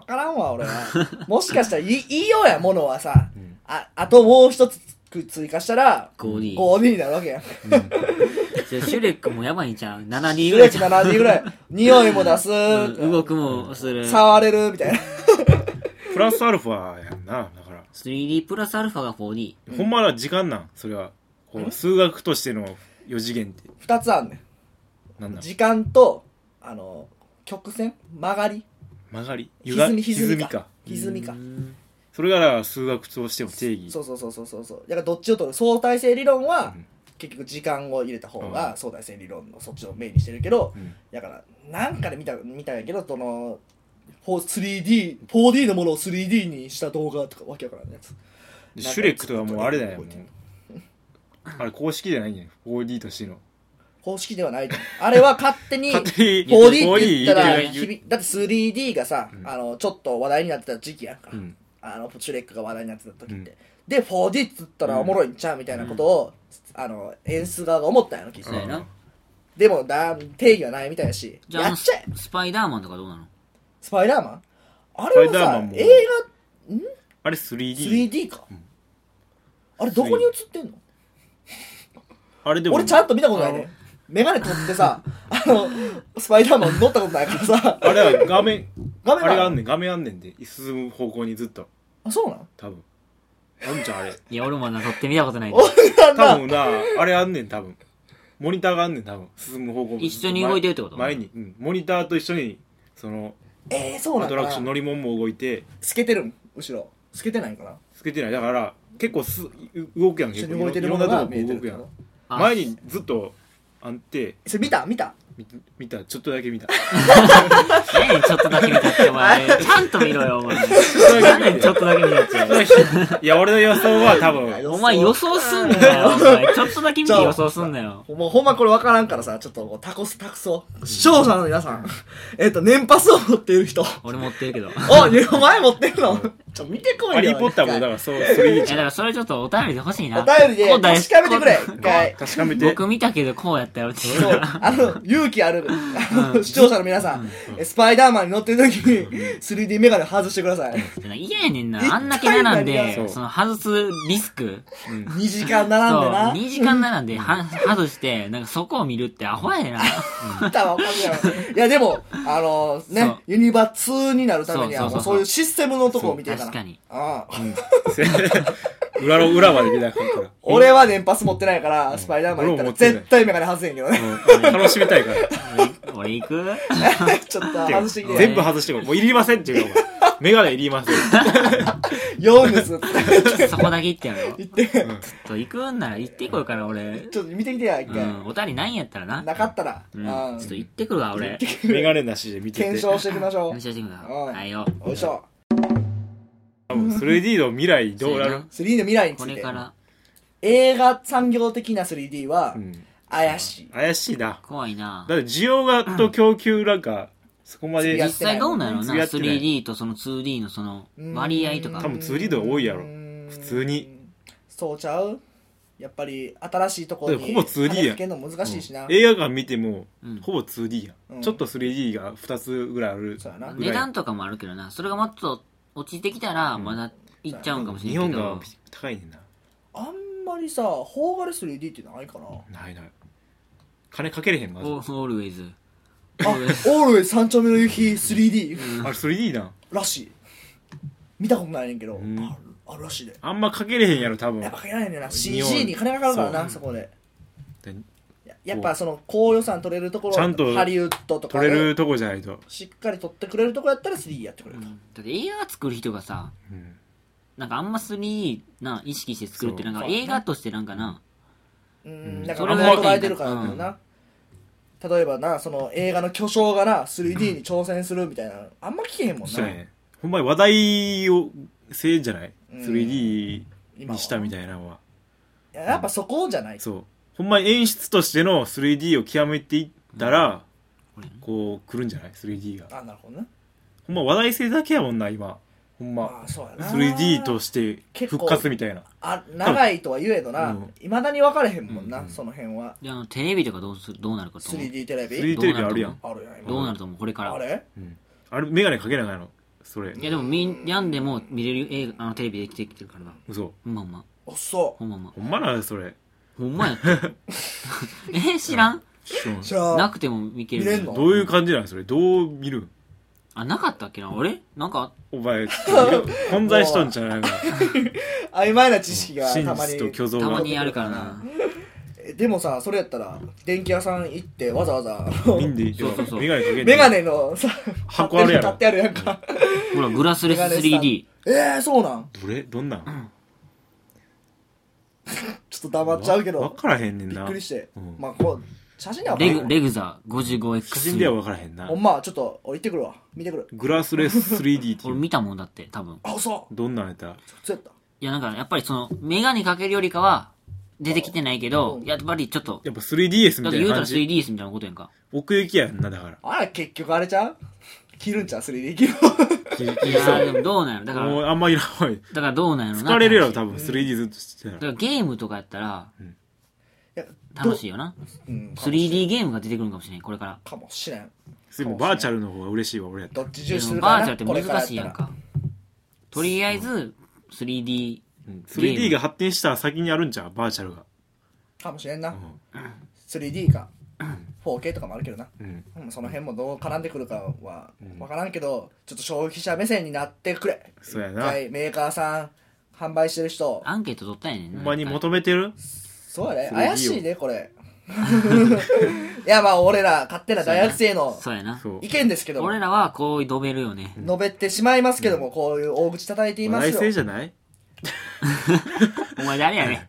[SPEAKER 3] 分からんわ俺はもしかしたらいいいようやものはさ、
[SPEAKER 2] ん
[SPEAKER 3] ああともう一つ追加したら
[SPEAKER 1] 5D
[SPEAKER 3] 5D になるわけやん
[SPEAKER 1] じゃあシュレックもやばい んちゃう 7D
[SPEAKER 3] シュ
[SPEAKER 1] ぐら
[SPEAKER 3] レッ
[SPEAKER 1] い
[SPEAKER 3] ク
[SPEAKER 1] ちゃう
[SPEAKER 3] 7D ぐらい匂いも出す、
[SPEAKER 1] うん動くもする
[SPEAKER 3] 触れるみたいな
[SPEAKER 2] プラスアルファやんなだから
[SPEAKER 1] 3D プラスアルファが 4D
[SPEAKER 2] ほんまは時間なんそれはこの数学としての4次元って
[SPEAKER 3] 2つあんねん
[SPEAKER 2] なんなの
[SPEAKER 3] 時間とあの曲線曲がり
[SPEAKER 2] 曲がり
[SPEAKER 3] 歪み
[SPEAKER 2] 歪
[SPEAKER 3] 歪
[SPEAKER 2] み
[SPEAKER 3] み
[SPEAKER 2] か
[SPEAKER 3] か歪みか
[SPEAKER 1] うん
[SPEAKER 2] それが数学としての定義
[SPEAKER 3] そうそうそうそうそうそうだからどっちを取る相対性理論は、
[SPEAKER 2] うん
[SPEAKER 3] 結局時間を入れた方
[SPEAKER 2] う
[SPEAKER 3] が相対性理論のそっちをメインにしてるけど、
[SPEAKER 2] うん
[SPEAKER 3] だからなんかで見た見たんやけどその 3D4D のものを 3D にした動画とかわけわからんやつ
[SPEAKER 2] でシュレックとかもうあれだよもうあれ公式じゃないね 4D としての
[SPEAKER 3] 公式ではないと思うあれは勝手に 4D
[SPEAKER 2] 勝手に
[SPEAKER 3] って言ったら
[SPEAKER 2] 4D 言う
[SPEAKER 3] 響だって 3D がさ、あのちょっと話題になってた時期やんか、
[SPEAKER 2] うん
[SPEAKER 3] あのシュレックが話題になってた時って、
[SPEAKER 2] うん
[SPEAKER 3] で 4D っつったらおもろいんちゃうみたいなことを、あの演出側が思ったんやろきっと
[SPEAKER 1] そうやな
[SPEAKER 3] でもだ定義はないみたいやし
[SPEAKER 1] じゃああ
[SPEAKER 3] や
[SPEAKER 1] の
[SPEAKER 3] っ
[SPEAKER 1] ス
[SPEAKER 3] ちゃえ
[SPEAKER 1] スパイダーマンとかどうなの
[SPEAKER 3] スパイダーマンあ
[SPEAKER 2] スパ
[SPEAKER 3] れ
[SPEAKER 2] イ
[SPEAKER 3] は
[SPEAKER 2] ダーマ
[SPEAKER 3] さ
[SPEAKER 2] ンも
[SPEAKER 3] 映
[SPEAKER 2] あれ
[SPEAKER 3] 画
[SPEAKER 2] 3D
[SPEAKER 3] 3D か、あれどこに映ってんの
[SPEAKER 2] あれでも
[SPEAKER 3] 俺ちゃんと見たことないねメガネ取ってさあのスパイダーマン乗ったことないから さ
[SPEAKER 2] あれは画面
[SPEAKER 3] 画面
[SPEAKER 2] あれがあん
[SPEAKER 3] ね
[SPEAKER 2] ねん画面あんねんで進む方向にずっと
[SPEAKER 3] あそうなん
[SPEAKER 2] 多分あんじゃんあれ
[SPEAKER 1] いや俺もな撮ってみたことないな
[SPEAKER 3] 俺な
[SPEAKER 2] 多
[SPEAKER 3] んだ
[SPEAKER 2] 分なあれあんねん多分モニターがあんねん多分進む方向
[SPEAKER 1] 一緒に動いてるってこと
[SPEAKER 2] 前に、うん、モニターと一緒にその
[SPEAKER 3] えー、そうな
[SPEAKER 2] ア
[SPEAKER 3] ん
[SPEAKER 2] ト
[SPEAKER 3] だ
[SPEAKER 2] ラクション乗り物も動いて
[SPEAKER 3] 透けてるん後ろ透けてないんかな
[SPEAKER 2] つけてないだから結構す動くやん
[SPEAKER 3] 一緒
[SPEAKER 2] 結構
[SPEAKER 3] に動いてるも
[SPEAKER 2] ろ
[SPEAKER 3] の
[SPEAKER 2] んな
[SPEAKER 3] が
[SPEAKER 2] とこ
[SPEAKER 3] 見えて
[SPEAKER 2] 動
[SPEAKER 3] るっ
[SPEAKER 2] く
[SPEAKER 3] て
[SPEAKER 2] や
[SPEAKER 3] こ
[SPEAKER 2] ん
[SPEAKER 3] と
[SPEAKER 1] あ
[SPEAKER 2] 前にずっとあんて
[SPEAKER 3] それ見た見た
[SPEAKER 2] み見たちょっとだけ見た
[SPEAKER 1] 何やねんちょっとだけ見たってお 前ちゃんと見ろよお前
[SPEAKER 2] ちょっとだけ見
[SPEAKER 1] ちょ
[SPEAKER 2] た
[SPEAKER 1] っとだけ見たって
[SPEAKER 2] いや俺の予想は多分
[SPEAKER 1] お前予想すんなよ お前ちょっとだけ見て予想すんなよ
[SPEAKER 3] もうほんまこれ分からんからさ、ちょっとこうタコスタクソ。視聴者の皆さん、 えっと、年パスを持っている 人。
[SPEAKER 1] 俺持ってるけどい
[SPEAKER 3] お、いやお前持ってるのちょ、見てこいよ。
[SPEAKER 2] ハリー・ポッターもだ
[SPEAKER 3] 一
[SPEAKER 2] からそう 3D
[SPEAKER 1] やだからそれちょっとお便りで欲しいな
[SPEAKER 3] 回お便りで
[SPEAKER 1] こうだよ
[SPEAKER 3] 確かめてくれ、一回。
[SPEAKER 2] 確かめて
[SPEAKER 1] 僕見たけどこうやったよって
[SPEAKER 3] そう、あの、勇気ある、あの視聴者の皆さん、えスパイダーマンに乗ってる時に、3D メガネ外してください。
[SPEAKER 1] 嫌やねんなあんだけ並ん
[SPEAKER 3] 一回何
[SPEAKER 2] が
[SPEAKER 1] でその外すリスク
[SPEAKER 3] 2時間
[SPEAKER 1] そう
[SPEAKER 3] 並んで
[SPEAKER 1] 2時間並んでは外してなんかそこを見るってアホやでな
[SPEAKER 3] な。見たわかんない。いや、でも、あの、
[SPEAKER 1] そう
[SPEAKER 3] ね、ユニバ2になるためには、も
[SPEAKER 1] そう
[SPEAKER 3] う
[SPEAKER 1] そうそうそう
[SPEAKER 3] そういうシステムのとこを見ていかな。
[SPEAKER 1] 確かに
[SPEAKER 3] ああ。
[SPEAKER 2] 裏の裏まで見なあかんから
[SPEAKER 3] 俺は年パス持ってないから、スパイダーマン行ったら絶対メガネ外せんけど ね。
[SPEAKER 2] うん楽しみたいから
[SPEAKER 1] 俺俺行く
[SPEAKER 3] ちょっと
[SPEAKER 2] てか
[SPEAKER 3] 外してきて。
[SPEAKER 2] 全部外してこいもういりませんっていうのメガネいりますよ。
[SPEAKER 3] 4です。
[SPEAKER 1] そこだけ行ってやろう。
[SPEAKER 3] 言って、
[SPEAKER 1] ちょっと行くんなら行ってこいから俺。
[SPEAKER 3] ちょっと見てきてや、一
[SPEAKER 1] う
[SPEAKER 3] 回。
[SPEAKER 1] ん、おたりないんやったらな。
[SPEAKER 3] なかったら、
[SPEAKER 1] うん、ち
[SPEAKER 3] あ
[SPEAKER 1] ょ
[SPEAKER 3] ー
[SPEAKER 1] っと行ってくるわ俺。
[SPEAKER 2] メガネなしで見てて。
[SPEAKER 3] 検証していきましょ
[SPEAKER 1] 見せてください。
[SPEAKER 3] うん
[SPEAKER 1] はいよ。
[SPEAKER 3] う。よいしょ。
[SPEAKER 2] 多分 3D の未来どうな
[SPEAKER 1] そうや
[SPEAKER 2] る
[SPEAKER 1] な
[SPEAKER 3] 3D の未来につ
[SPEAKER 1] こ
[SPEAKER 3] い
[SPEAKER 1] れ
[SPEAKER 3] て。
[SPEAKER 1] から
[SPEAKER 3] 映画産業的な 3D は
[SPEAKER 2] うん
[SPEAKER 3] 怪しい。
[SPEAKER 2] 怪しいな。
[SPEAKER 1] 怖いな。
[SPEAKER 2] だって需要がと供給なんか、そこまで、
[SPEAKER 3] や
[SPEAKER 1] 実
[SPEAKER 3] っ
[SPEAKER 1] 際どうなのな
[SPEAKER 2] やってない
[SPEAKER 1] 3D とその 2D のその
[SPEAKER 3] うん
[SPEAKER 1] 割合とか
[SPEAKER 2] 多分 2D の方が多いやろ普通に。
[SPEAKER 3] そうちゃうやっぱり新しいとこ
[SPEAKER 2] だ
[SPEAKER 3] に
[SPEAKER 2] ってほぼ 2D やん
[SPEAKER 3] 跳ねつけるの難しいしな。
[SPEAKER 2] 映画館見ても
[SPEAKER 1] うん、
[SPEAKER 2] ほぼ 2D や、
[SPEAKER 3] うん
[SPEAKER 2] ん。ちょっと 3D が2つぐらいある。
[SPEAKER 3] そうやな
[SPEAKER 2] ぐら
[SPEAKER 1] 値
[SPEAKER 2] い
[SPEAKER 1] 段とかもあるけどなそれがもっと落ちてきたらまだいっちゃうんかもしれん
[SPEAKER 2] 日
[SPEAKER 1] けど、
[SPEAKER 2] 本が高いねんな。
[SPEAKER 3] あんまりさ、邦画で 3D ってないかな。
[SPEAKER 2] ないない。金かけれへん、まず。
[SPEAKER 1] オールウェイズ
[SPEAKER 3] あ、オールウェイ三丁目の夕日 3D
[SPEAKER 2] あれ 3D なん
[SPEAKER 3] らしい。見たことないねんけど、
[SPEAKER 2] ん
[SPEAKER 3] あるあるらしいで。
[SPEAKER 2] あんまかけれへんやろ、多分
[SPEAKER 3] やっ。ぱかけられねんな。
[SPEAKER 2] 日
[SPEAKER 3] CG
[SPEAKER 2] 本
[SPEAKER 3] に金がかかるからな、
[SPEAKER 2] そう
[SPEAKER 3] そこで。
[SPEAKER 2] で
[SPEAKER 3] ややっぱその高予算取れるところ
[SPEAKER 2] ちゃんと
[SPEAKER 3] ハリウッドとか
[SPEAKER 2] 取
[SPEAKER 3] で
[SPEAKER 2] れるとこじゃないと。
[SPEAKER 3] しっかり取ってくれるとこやったら 3D やってくれると、
[SPEAKER 1] だって映画作る人がさ
[SPEAKER 2] うん
[SPEAKER 1] なんかあんま 3D な意識して作るって
[SPEAKER 2] そ
[SPEAKER 1] な
[SPEAKER 2] う
[SPEAKER 1] か
[SPEAKER 2] ん
[SPEAKER 1] 映画としてなんかな
[SPEAKER 3] うん
[SPEAKER 2] ん
[SPEAKER 3] なんか
[SPEAKER 1] そ
[SPEAKER 3] あ
[SPEAKER 1] れ
[SPEAKER 3] ん
[SPEAKER 1] ぐ
[SPEAKER 3] ま
[SPEAKER 1] らい
[SPEAKER 3] 捉えてるからだけどな、例えばなその映画の巨匠がな 3D に挑戦するみたいなのあんま聞けへんもん
[SPEAKER 2] そう
[SPEAKER 3] な、
[SPEAKER 2] やね。ほんまに話題をせいじゃない
[SPEAKER 3] うん
[SPEAKER 2] ?3D
[SPEAKER 3] 今は
[SPEAKER 2] にしたみたいなのは。
[SPEAKER 3] いややっぱそこじゃない
[SPEAKER 2] そう。ほんまに演出としての 3D を極めていったら、
[SPEAKER 1] これ
[SPEAKER 2] こう、来るんじゃない ?3D が。
[SPEAKER 3] あなるほどね
[SPEAKER 2] ほんま話題性だけやもんな、今。ほんま。
[SPEAKER 3] あそうやな
[SPEAKER 2] 3D として復活みたいな。
[SPEAKER 3] あ長いとは言えど
[SPEAKER 2] う
[SPEAKER 3] なんいま、未だに分かれへんもんな、
[SPEAKER 2] うんうん
[SPEAKER 3] その辺は
[SPEAKER 1] であのテレビとかどうすどうなるかと思う
[SPEAKER 3] 3D テレビ
[SPEAKER 2] 3D テレビあるやん。
[SPEAKER 3] あるやん今
[SPEAKER 1] どうなると思うこれか
[SPEAKER 3] あ
[SPEAKER 1] ら
[SPEAKER 3] れ
[SPEAKER 2] うんあれ、メガネかけながらの。それ
[SPEAKER 1] い。やでもみやんでも見れる映画あのテレビできてきてるからな
[SPEAKER 2] 嘘。
[SPEAKER 1] ほんまほんま
[SPEAKER 3] おっそ
[SPEAKER 1] ほんまほんま
[SPEAKER 2] ほんまなんそれ。
[SPEAKER 1] ほんまやって え知らん
[SPEAKER 2] うん
[SPEAKER 3] じゃ
[SPEAKER 1] な
[SPEAKER 3] あ
[SPEAKER 1] くても見ける
[SPEAKER 3] 見れんの
[SPEAKER 2] どういう感じなんそれ。どう見るん
[SPEAKER 1] あなかったっけなあれなんか
[SPEAKER 2] お 前、混在しとんじゃないか。
[SPEAKER 3] 曖昧な知識が
[SPEAKER 2] 真
[SPEAKER 3] たまに
[SPEAKER 2] 実と虚像
[SPEAKER 1] たま
[SPEAKER 2] が。
[SPEAKER 1] にあるからな
[SPEAKER 3] えでもさそれやったら電気屋さん行ってわざわざあの
[SPEAKER 2] 見んでいいけど
[SPEAKER 1] そうそうそう
[SPEAKER 2] メガネかけんで
[SPEAKER 3] メガネのさ
[SPEAKER 2] 箱あるや ろ
[SPEAKER 3] 買ってあるやんか
[SPEAKER 1] ほらグラスレス 3D
[SPEAKER 3] えー、そうなん
[SPEAKER 2] どれどんなん
[SPEAKER 3] ちょっと黙っちゃうけ
[SPEAKER 2] わ分
[SPEAKER 3] ど
[SPEAKER 2] からへんねん
[SPEAKER 3] びっ
[SPEAKER 2] な。
[SPEAKER 3] くりして、
[SPEAKER 2] うん
[SPEAKER 3] まあこう写真では
[SPEAKER 1] レグ
[SPEAKER 3] グ
[SPEAKER 1] レグザ
[SPEAKER 2] 写真では
[SPEAKER 1] 55X
[SPEAKER 2] 分からへんな
[SPEAKER 3] ほ。んまちょっと俺行ってくるわ見てくる
[SPEAKER 2] グラスレス 3D ってい
[SPEAKER 1] 俺
[SPEAKER 2] う。
[SPEAKER 1] 見たもんだって多分
[SPEAKER 3] あ嘘
[SPEAKER 2] どんなんやった
[SPEAKER 3] そうやった
[SPEAKER 1] いやなんかやっぱりそのメガネかけるよりかは出てきてないけど
[SPEAKER 3] うん
[SPEAKER 1] やっぱりちょっと
[SPEAKER 2] やっぱ 3DS
[SPEAKER 1] だった
[SPEAKER 2] み
[SPEAKER 1] て
[SPEAKER 2] い
[SPEAKER 1] 言う
[SPEAKER 2] な
[SPEAKER 1] たら
[SPEAKER 2] 感じ。
[SPEAKER 1] 3DS みたいなことやんか
[SPEAKER 2] 奥行きやんな、だから。
[SPEAKER 3] あら結局あれちゃう切るんちゃう 3D 切る
[SPEAKER 2] 切 り
[SPEAKER 1] い
[SPEAKER 2] 切り
[SPEAKER 1] や
[SPEAKER 2] そう
[SPEAKER 1] ーでもどうなんやろだか
[SPEAKER 2] もう
[SPEAKER 1] ら
[SPEAKER 2] あんまいらんわい。
[SPEAKER 1] だからどうなんやろな
[SPEAKER 2] 疲れるやろ、
[SPEAKER 1] だか
[SPEAKER 2] 多分 3D ずっとしてたら。
[SPEAKER 1] らゲームとかやったら
[SPEAKER 3] や
[SPEAKER 1] 楽しいよな
[SPEAKER 3] どうん、
[SPEAKER 1] 3D ゲームが出てくるんかもしれないこれから
[SPEAKER 3] かもしれん
[SPEAKER 2] でもバーチャルの方が嬉しいわ、俺やった
[SPEAKER 3] ど
[SPEAKER 2] ら。
[SPEAKER 3] っち
[SPEAKER 1] で
[SPEAKER 3] 重視す
[SPEAKER 1] も
[SPEAKER 3] る
[SPEAKER 1] バ
[SPEAKER 3] か
[SPEAKER 1] ー
[SPEAKER 3] な
[SPEAKER 1] チャルって難しいやんかとりあえず 3D
[SPEAKER 2] うん
[SPEAKER 1] ゲー
[SPEAKER 2] 3D
[SPEAKER 1] ム
[SPEAKER 2] が発展した先にあるんちゃうバーチャルが。
[SPEAKER 3] かもしれんな、
[SPEAKER 2] ん
[SPEAKER 3] 3D か 4K とかもあるけどな
[SPEAKER 2] うん。
[SPEAKER 3] うんその辺もどう絡んでくるかは分からんけど、ちょっと消費者目線になってくれ
[SPEAKER 2] そうや
[SPEAKER 3] 一
[SPEAKER 2] な。
[SPEAKER 3] 回メーカーさん販売してる人
[SPEAKER 1] アンケート取ったんやねん
[SPEAKER 2] ほ
[SPEAKER 1] なん
[SPEAKER 2] まに求めてる
[SPEAKER 3] そうやね
[SPEAKER 2] それいいよ
[SPEAKER 3] 怪しいねこれ いやまあ俺ら勝手な大学生の
[SPEAKER 1] そうやな
[SPEAKER 2] そう。
[SPEAKER 3] 意見ですけども
[SPEAKER 1] 俺らはこう述べるよ ね
[SPEAKER 3] 述べてしまいますけども、こういう大口叩いています
[SPEAKER 2] 話題性
[SPEAKER 3] よ
[SPEAKER 2] じゃない
[SPEAKER 1] お前誰やね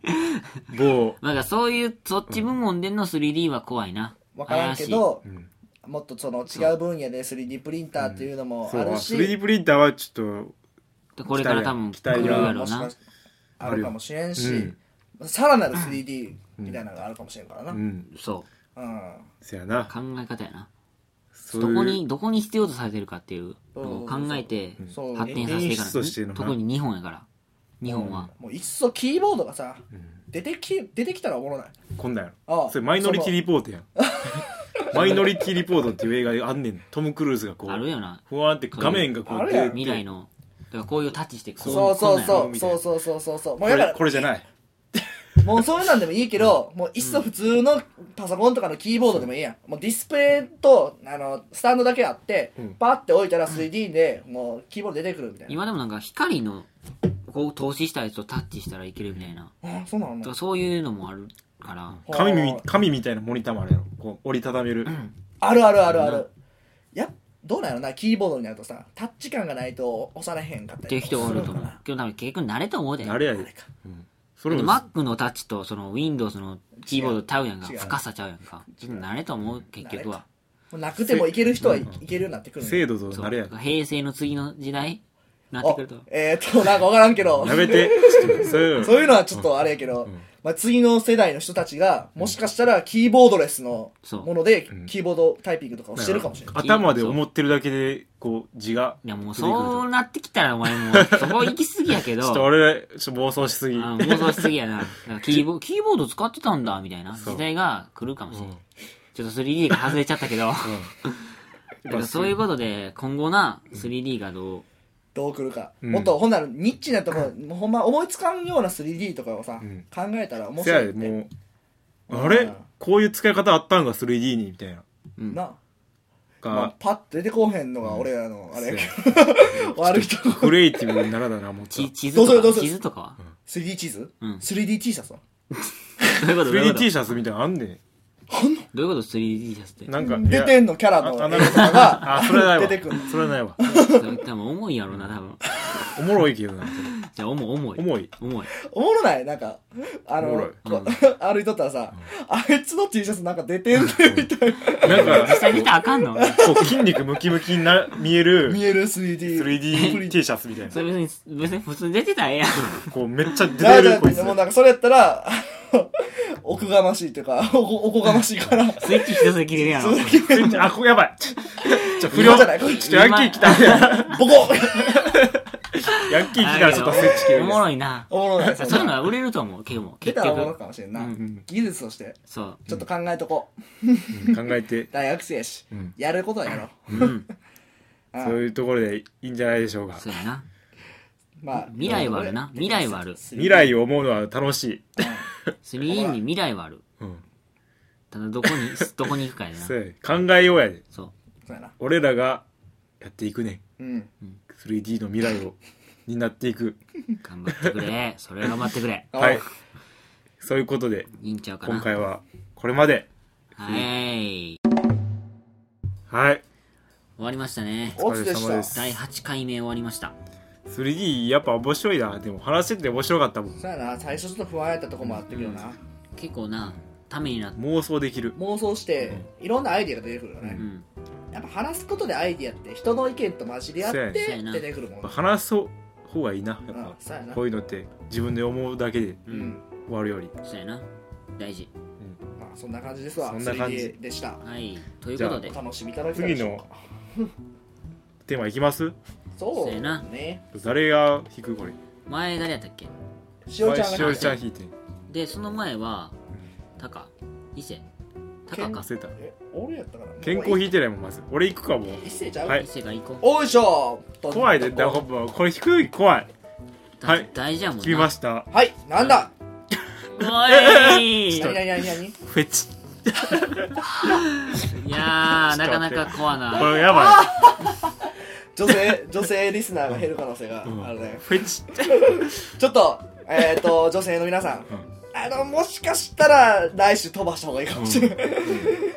[SPEAKER 1] ん
[SPEAKER 2] 某。
[SPEAKER 1] なんかそういう、そっち部門での 3D は怖いな。
[SPEAKER 3] 分からんけど
[SPEAKER 2] うん
[SPEAKER 3] もっとその違う分野で 3D プリンターっていうのも
[SPEAKER 2] そ
[SPEAKER 3] あ
[SPEAKER 2] う、
[SPEAKER 3] るし、
[SPEAKER 2] 3D プリンターはちょっ
[SPEAKER 1] 怪しい。これから多分
[SPEAKER 2] 期
[SPEAKER 1] 来
[SPEAKER 2] 待
[SPEAKER 1] る
[SPEAKER 2] が
[SPEAKER 1] や
[SPEAKER 2] あ
[SPEAKER 1] ろ
[SPEAKER 3] も
[SPEAKER 1] う
[SPEAKER 3] し
[SPEAKER 1] な
[SPEAKER 3] か。しあるかもしれんし、
[SPEAKER 2] うん
[SPEAKER 3] さらなる 3D みたいなのがあるかもしれんからな、
[SPEAKER 2] と、
[SPEAKER 3] う
[SPEAKER 2] うんん。
[SPEAKER 1] そう。
[SPEAKER 2] せやな。
[SPEAKER 1] 考え方やな。
[SPEAKER 2] そう
[SPEAKER 1] どこ
[SPEAKER 2] い
[SPEAKER 1] に、
[SPEAKER 2] う
[SPEAKER 1] どこに必要とされてるかっていうのを考えて
[SPEAKER 3] そう、
[SPEAKER 1] 発展させていかな
[SPEAKER 2] 演出としてのな
[SPEAKER 1] 特に日本やから。日本は。
[SPEAKER 3] もういっそキーボードがさ、出てき出てきたらおもろない
[SPEAKER 2] こんなんや
[SPEAKER 3] ああ
[SPEAKER 2] ろ。それマイノリティリポートやん。マイノリティリポートっていう映画があんねん。トム・クルーズがこ
[SPEAKER 1] ある
[SPEAKER 2] う、
[SPEAKER 1] よな。
[SPEAKER 2] ふわーんって画面がこ
[SPEAKER 3] あ
[SPEAKER 2] う
[SPEAKER 3] る
[SPEAKER 2] 出
[SPEAKER 3] やん
[SPEAKER 2] て
[SPEAKER 1] 未来の。だからこういうタッチして、こ
[SPEAKER 3] そうそう
[SPEAKER 1] こ
[SPEAKER 3] そ
[SPEAKER 1] ん
[SPEAKER 3] う
[SPEAKER 2] みたい
[SPEAKER 3] そう
[SPEAKER 2] な
[SPEAKER 3] そうそうそうそうも
[SPEAKER 2] こ
[SPEAKER 3] うだか
[SPEAKER 2] れ
[SPEAKER 3] ら
[SPEAKER 2] これじゃない。
[SPEAKER 3] もうそういうなんでもいいけどもういっそ普通のパソコンとかのキーボードでもいいやんもうディスプレイとあのスタンドだけあって、
[SPEAKER 2] うん
[SPEAKER 3] パッて置いたら 3D でもうキーボード出てくるみたいな、
[SPEAKER 1] 今でもなんか光の、こう投資したやつをタッチしたらいけるみたいな。
[SPEAKER 3] あそうなの
[SPEAKER 1] だからそういうのもあるから。
[SPEAKER 2] 紙み紙みたいなモニターもあるやろ。こう折りたためる。
[SPEAKER 3] あるあるあるある、やっどうなんやろなキーボードになるとさタッチ感がないと押されへんかったり
[SPEAKER 1] っていう人おると思う
[SPEAKER 3] すのか。
[SPEAKER 1] けど多分結局慣れと思うで。
[SPEAKER 2] あれや
[SPEAKER 3] なあ
[SPEAKER 2] で
[SPEAKER 3] れか
[SPEAKER 2] それも
[SPEAKER 1] Mac のタッチとその Windows のキーボードちゃうやんか。
[SPEAKER 3] 違う
[SPEAKER 1] 深さちゃうやんか。ちょっと慣れと思う、結局は。
[SPEAKER 3] もうなくてもいける人はいいけるようになってくるんだ
[SPEAKER 2] 制度と
[SPEAKER 1] そ
[SPEAKER 2] あれや
[SPEAKER 1] う。
[SPEAKER 2] で
[SPEAKER 1] 平成の次の時代なって
[SPEAKER 3] お
[SPEAKER 1] くると。
[SPEAKER 3] えーっとなんか分からんけど
[SPEAKER 2] やめてちょっとそういうの
[SPEAKER 3] そういうのはちょっとあれやけど、まあ、次の世代の人たちが、もしかしたらキーボードレスの
[SPEAKER 1] そう
[SPEAKER 3] もので、キーボードタイピングとかをしてるかもしれない。
[SPEAKER 2] 頭で思ってるだけでこう字が
[SPEAKER 1] いやもう
[SPEAKER 2] 出てくると
[SPEAKER 1] そうなってきたらお前もう、そこ行き過ぎやけ
[SPEAKER 2] ちょっと
[SPEAKER 1] ど、
[SPEAKER 2] 俺ちょっと暴走しすぎ
[SPEAKER 1] あの妄想しすぎやな。だからキーボキーボード使ってたんだ、みたいな時代が来るかもしれない。ちょっと 3D が外れちゃったけど、 だからそういうことで今後な、3D がどう、
[SPEAKER 3] どう来るか。
[SPEAKER 2] うん
[SPEAKER 3] もっと、ほんなら、ニッチなと ころ、もうほんま思いつかんような 3D とかをさ、
[SPEAKER 2] うん
[SPEAKER 3] 考えたら面
[SPEAKER 2] せや
[SPEAKER 3] 白い
[SPEAKER 2] で
[SPEAKER 3] って。
[SPEAKER 2] もうあれこういう使い方あったんが 3D にみたいな
[SPEAKER 1] うん
[SPEAKER 3] なあ、まあ
[SPEAKER 2] が、
[SPEAKER 3] パッと出てこうへんのが俺らの、あれやけ
[SPEAKER 2] せや
[SPEAKER 3] ど、 悪いとこ。
[SPEAKER 2] クリエイ ティブにならだな思った
[SPEAKER 1] ち
[SPEAKER 2] 3D
[SPEAKER 1] 地図
[SPEAKER 3] どうする
[SPEAKER 1] と
[SPEAKER 3] どう
[SPEAKER 1] か
[SPEAKER 3] する
[SPEAKER 1] 地図とかは
[SPEAKER 3] 3D 地図、
[SPEAKER 1] うん
[SPEAKER 3] ?3D T シャツは
[SPEAKER 1] どういうことどういうこと
[SPEAKER 2] T シャツみたいなのあんね
[SPEAKER 3] ほんの
[SPEAKER 1] どういうこと 3D シャツって。
[SPEAKER 2] なんか
[SPEAKER 3] 出て
[SPEAKER 2] ん
[SPEAKER 3] んのキャラの
[SPEAKER 2] ああな
[SPEAKER 3] 絵
[SPEAKER 2] る
[SPEAKER 3] と
[SPEAKER 2] ほど
[SPEAKER 3] かが
[SPEAKER 2] あそれはないわ
[SPEAKER 3] 出てくる
[SPEAKER 2] それはないわ
[SPEAKER 1] 多分重いやろな、多分。
[SPEAKER 2] おもろいけどな
[SPEAKER 1] じゃあ、重い、重い。
[SPEAKER 2] 重い
[SPEAKER 1] 重い。
[SPEAKER 3] おもろないなんか、あ
[SPEAKER 2] おも
[SPEAKER 3] の
[SPEAKER 2] ろい、
[SPEAKER 3] こう歩いとったらさ、あいつの T シャツなんか出てんねみたいな。
[SPEAKER 2] なんか
[SPEAKER 1] 実際見たらあかんの
[SPEAKER 2] こう筋肉ムキムキにな見える
[SPEAKER 3] 見える 3D。
[SPEAKER 2] 3D T シャツみたい
[SPEAKER 1] そ
[SPEAKER 2] な
[SPEAKER 1] れ別に、別に普通に出てたらええやん。
[SPEAKER 2] こうめっちゃ出
[SPEAKER 3] だ
[SPEAKER 2] て
[SPEAKER 3] だ
[SPEAKER 2] るこい
[SPEAKER 3] で
[SPEAKER 2] つ
[SPEAKER 3] もなんかそれやったら、あ の奥がましいっていうか、おこおこがましいから、
[SPEAKER 1] スイッチ一つで切れるやろ。
[SPEAKER 2] あこやばい ちょちょ不
[SPEAKER 3] 不良
[SPEAKER 2] 良
[SPEAKER 3] じ
[SPEAKER 2] ち
[SPEAKER 3] ゃ
[SPEAKER 2] ょ
[SPEAKER 3] ないこれ、
[SPEAKER 2] っとヤンキー来た
[SPEAKER 3] ボコ
[SPEAKER 2] ヤンキー来たらちょっとスイッチ切れ
[SPEAKER 1] お
[SPEAKER 2] る
[SPEAKER 1] もろいな。
[SPEAKER 3] おもろない。
[SPEAKER 1] そ
[SPEAKER 3] そうう
[SPEAKER 1] いうのは売れると思う、結構。
[SPEAKER 3] 出
[SPEAKER 1] 結
[SPEAKER 3] たらおもろい
[SPEAKER 1] 局。
[SPEAKER 3] かもしれんな。
[SPEAKER 2] うん
[SPEAKER 3] 技術として、
[SPEAKER 1] そう。
[SPEAKER 3] ちょっと考えとこう。
[SPEAKER 2] 考えて
[SPEAKER 3] 大学生やし、
[SPEAKER 2] うん
[SPEAKER 3] やることはやろう。
[SPEAKER 2] うん
[SPEAKER 3] ああ
[SPEAKER 2] そういうところでいいんじゃないでしょうか
[SPEAKER 1] そうやな。
[SPEAKER 3] まあ、
[SPEAKER 1] 未来はあるな未来はある
[SPEAKER 2] 未来を思うのは楽しい
[SPEAKER 1] 3D に未来はある。
[SPEAKER 2] うん
[SPEAKER 1] ただ、ど こに、どこに行くかやな。
[SPEAKER 2] そうや考えようやで
[SPEAKER 1] そう。
[SPEAKER 3] そうやな。
[SPEAKER 2] 俺らがやっていくね
[SPEAKER 3] うん。
[SPEAKER 2] 3D の未来をになっていく
[SPEAKER 1] 頑張ってくれ。それは頑張ってくれ。
[SPEAKER 2] はいそういうことで
[SPEAKER 1] いいんちゃうかな。
[SPEAKER 2] 今回はこれまで
[SPEAKER 1] はい。終
[SPEAKER 2] はい
[SPEAKER 1] わりましたね。
[SPEAKER 3] おつでし
[SPEAKER 2] お疲れ様で
[SPEAKER 3] た。
[SPEAKER 2] す
[SPEAKER 3] そ
[SPEAKER 1] 第8回目終わりました。
[SPEAKER 2] 3D やっぱ面白いなでも話してて面白かったもん
[SPEAKER 3] うやな、最初ちょっと不安やったとこもあったけどな。
[SPEAKER 1] 結構な、ためになった。
[SPEAKER 2] 妄想できる
[SPEAKER 3] 妄想して、いろんなアイディアが出てくるよね
[SPEAKER 1] う。ん。
[SPEAKER 3] やっぱ話すことでアイディアって、人の意見と混じり合っ
[SPEAKER 2] そう
[SPEAKER 1] や
[SPEAKER 3] て
[SPEAKER 1] な
[SPEAKER 3] 出てくるもん
[SPEAKER 2] やっぱ。話そう方がいいなやっ
[SPEAKER 3] うん
[SPEAKER 2] ぱ、
[SPEAKER 3] そうやな
[SPEAKER 2] こ。ういうのって自分で思うだけで
[SPEAKER 1] う
[SPEAKER 3] うん
[SPEAKER 1] ん。
[SPEAKER 2] 終わるより
[SPEAKER 1] そうやな。大事。
[SPEAKER 3] まあそんな感じですわ。
[SPEAKER 2] そんな感じ
[SPEAKER 3] 3D でした。
[SPEAKER 1] はい。ということで
[SPEAKER 3] お。楽しみいただけたでしょうか。
[SPEAKER 2] テーマいきます
[SPEAKER 3] そう
[SPEAKER 1] せーな
[SPEAKER 3] ね。
[SPEAKER 2] 誰が弾くこれ
[SPEAKER 1] 前誰やったっけ
[SPEAKER 3] しおちゃん
[SPEAKER 2] はい
[SPEAKER 3] が
[SPEAKER 2] しおりちゃん
[SPEAKER 3] ん。
[SPEAKER 2] 弾いて
[SPEAKER 1] でその前はタカ伊勢タカか
[SPEAKER 2] 忘れた
[SPEAKER 3] え、俺やったから。
[SPEAKER 2] 健康
[SPEAKER 3] もう
[SPEAKER 2] 弾いてないもんまず俺行くかも
[SPEAKER 3] 一斉ちゃう、
[SPEAKER 2] はい
[SPEAKER 1] 伊勢が行こ
[SPEAKER 3] おいしょと
[SPEAKER 2] 怖いでだほ
[SPEAKER 3] は
[SPEAKER 2] んまこれ弾くより怖いう
[SPEAKER 1] だ
[SPEAKER 2] はい
[SPEAKER 1] って大事やもんな
[SPEAKER 2] 聞きました
[SPEAKER 3] い、なんだ
[SPEAKER 1] おいい
[SPEAKER 3] なになになになに
[SPEAKER 2] フェチ
[SPEAKER 1] やー
[SPEAKER 2] ちょ
[SPEAKER 1] な
[SPEAKER 2] っ
[SPEAKER 1] か
[SPEAKER 2] と
[SPEAKER 1] な
[SPEAKER 2] 待って
[SPEAKER 1] かコア
[SPEAKER 2] こ
[SPEAKER 1] な
[SPEAKER 2] れやば
[SPEAKER 3] 女性、女性リスナーが減る可能性があ
[SPEAKER 2] い、うん
[SPEAKER 3] るね。
[SPEAKER 2] フェチ
[SPEAKER 3] ちょっと、えっ、ー、と、女性の皆さん。あの、もしかしたら、来週飛ばした方がいいかもしれない。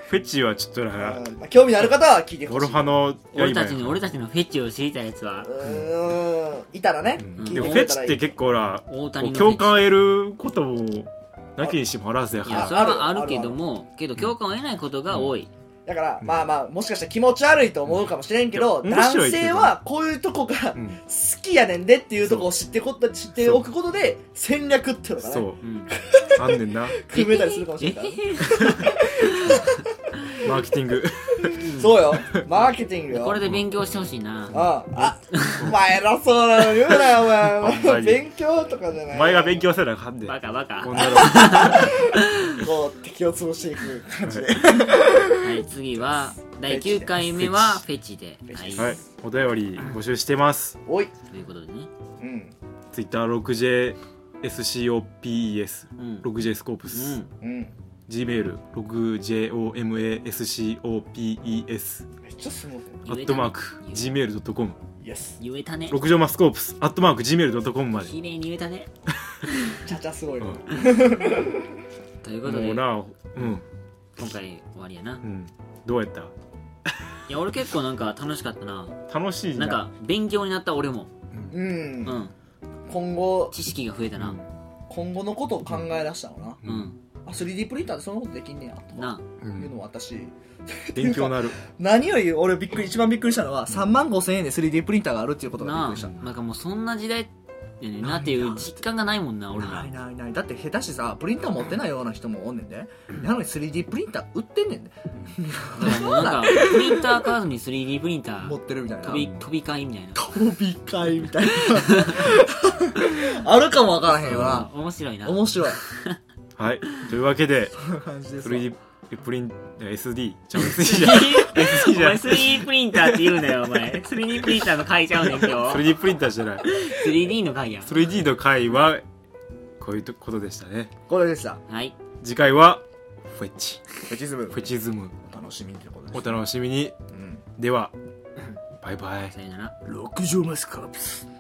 [SPEAKER 2] フェチはちょっとな
[SPEAKER 3] うんまあ興味のある方は聞いて
[SPEAKER 2] ゴ
[SPEAKER 3] ほし
[SPEAKER 2] ル
[SPEAKER 3] い。
[SPEAKER 2] ファの
[SPEAKER 1] 俺たちに
[SPEAKER 2] や
[SPEAKER 1] 俺たちのフェチを知りたいやつは
[SPEAKER 3] うーん、いたらね。
[SPEAKER 2] うん
[SPEAKER 3] 聞い
[SPEAKER 2] で
[SPEAKER 3] て
[SPEAKER 2] も
[SPEAKER 3] く
[SPEAKER 2] フェ
[SPEAKER 3] れた
[SPEAKER 2] チ
[SPEAKER 3] ら
[SPEAKER 2] っ
[SPEAKER 3] いい
[SPEAKER 2] て結構な
[SPEAKER 1] 大
[SPEAKER 2] こ
[SPEAKER 1] 谷
[SPEAKER 2] う
[SPEAKER 1] の
[SPEAKER 2] 共
[SPEAKER 1] フ
[SPEAKER 2] 感
[SPEAKER 1] ェ
[SPEAKER 2] を得ることもなきにしもあらずや
[SPEAKER 1] チ
[SPEAKER 2] か
[SPEAKER 1] いや
[SPEAKER 2] ら
[SPEAKER 1] それは
[SPEAKER 3] あ
[SPEAKER 1] あ
[SPEAKER 3] る
[SPEAKER 1] るけどもけど共感を得ないことが多い
[SPEAKER 3] だから、まあまあ、もしかしたら気持ち悪いと思うかもしれんけど、
[SPEAKER 2] いや面白
[SPEAKER 3] 男
[SPEAKER 2] いけど
[SPEAKER 3] 性はこういうとこが
[SPEAKER 2] うん
[SPEAKER 3] 好きやねんでっていうとこを知ってこ知っておくことで、戦略っていうのが
[SPEAKER 2] そ
[SPEAKER 3] ね、
[SPEAKER 2] う
[SPEAKER 1] うん
[SPEAKER 2] あんね んな
[SPEAKER 3] 組めたりするかもしれんから
[SPEAKER 1] え。へへ
[SPEAKER 2] マーケティング
[SPEAKER 3] そうよ、マーケティングよ。
[SPEAKER 1] これで勉強してほしいな
[SPEAKER 3] ああ、あ、お前偉そうなの言うなよ、お
[SPEAKER 2] ほんま
[SPEAKER 3] 前。
[SPEAKER 2] に
[SPEAKER 3] 勉強とかじゃない。
[SPEAKER 2] お前が勉強せなあかんで
[SPEAKER 1] バカバカ
[SPEAKER 2] こん
[SPEAKER 1] は
[SPEAKER 2] なの
[SPEAKER 3] こう、敵を潰していく感じで。
[SPEAKER 1] い次は第9回目はフェチで
[SPEAKER 3] フェチ
[SPEAKER 1] はい
[SPEAKER 2] はいお便り募集してます
[SPEAKER 3] おい。
[SPEAKER 1] ということでね
[SPEAKER 3] うん。
[SPEAKER 2] Twitter6JSCOPES
[SPEAKER 1] うんう
[SPEAKER 2] 6J スコープス、
[SPEAKER 1] ん
[SPEAKER 3] うん。
[SPEAKER 2] Gmail 6JOMASCOPES
[SPEAKER 3] めっちゃスムーズ
[SPEAKER 2] アットマーク Gmail.com
[SPEAKER 3] イエス。
[SPEAKER 1] 言えたね
[SPEAKER 2] 六畳マスコープスアットマーク Gmail.com まで
[SPEAKER 1] 綺麗に言えたね
[SPEAKER 3] ちゃちゃすごいな。
[SPEAKER 1] ということで
[SPEAKER 2] もうなうん
[SPEAKER 1] 今回終わりやな
[SPEAKER 2] うんどうやった
[SPEAKER 1] いや俺結構なんか楽しかったな
[SPEAKER 2] 楽しい
[SPEAKER 1] なんか勉強になった俺も
[SPEAKER 3] うん
[SPEAKER 1] うん
[SPEAKER 3] 今後
[SPEAKER 1] 知識が増えたな
[SPEAKER 3] 今後のことを考え出したのな、
[SPEAKER 1] う
[SPEAKER 2] うんん
[SPEAKER 3] あ 3D プリンターでそんなことできんねやとか
[SPEAKER 1] な
[SPEAKER 2] う
[SPEAKER 3] いうんのを私
[SPEAKER 2] 勉強なる
[SPEAKER 3] 何より俺びっくり一番びっくりしたのは3万5千円で 3D プリンターがあるっていうことがびっ
[SPEAKER 1] な
[SPEAKER 3] くりした
[SPEAKER 1] なんかもうそんな時代やねんなっていう実感がないもんな俺ら
[SPEAKER 3] ないないないだって下手しさプリンター持ってないような人もおんねんでなのに 3D プリンター売ってんねんで
[SPEAKER 1] だからもうなんかプリンター買わずに 3D プリンタ
[SPEAKER 3] 持っ
[SPEAKER 1] ー
[SPEAKER 3] てるみたいな
[SPEAKER 1] 飛び飛び換えみたいな
[SPEAKER 3] 飛び交いみたいな あるかもわからへんよな
[SPEAKER 1] 面白いな
[SPEAKER 3] 面白い
[SPEAKER 2] はいというわけで
[SPEAKER 3] こんな感じですわ
[SPEAKER 2] 3D プリンいや SD じゃあ SD じゃない SD
[SPEAKER 1] お
[SPEAKER 2] じゃな
[SPEAKER 1] 前 3D
[SPEAKER 2] い
[SPEAKER 1] プリンターって言うなよお前 3D プリンターの会ちゃうねん今日
[SPEAKER 2] 3D プリンターじゃない
[SPEAKER 1] 3D の会やん
[SPEAKER 2] 3D の回はこういうとことでしたね
[SPEAKER 3] これでした
[SPEAKER 1] はい
[SPEAKER 2] 次回はフェチ
[SPEAKER 3] フェチズム
[SPEAKER 2] フェチズム
[SPEAKER 3] お楽しみってこと
[SPEAKER 2] お
[SPEAKER 3] です
[SPEAKER 2] 楽しみに
[SPEAKER 3] うん
[SPEAKER 2] ではバイバイ
[SPEAKER 1] さよなら
[SPEAKER 3] 六畳マスカープス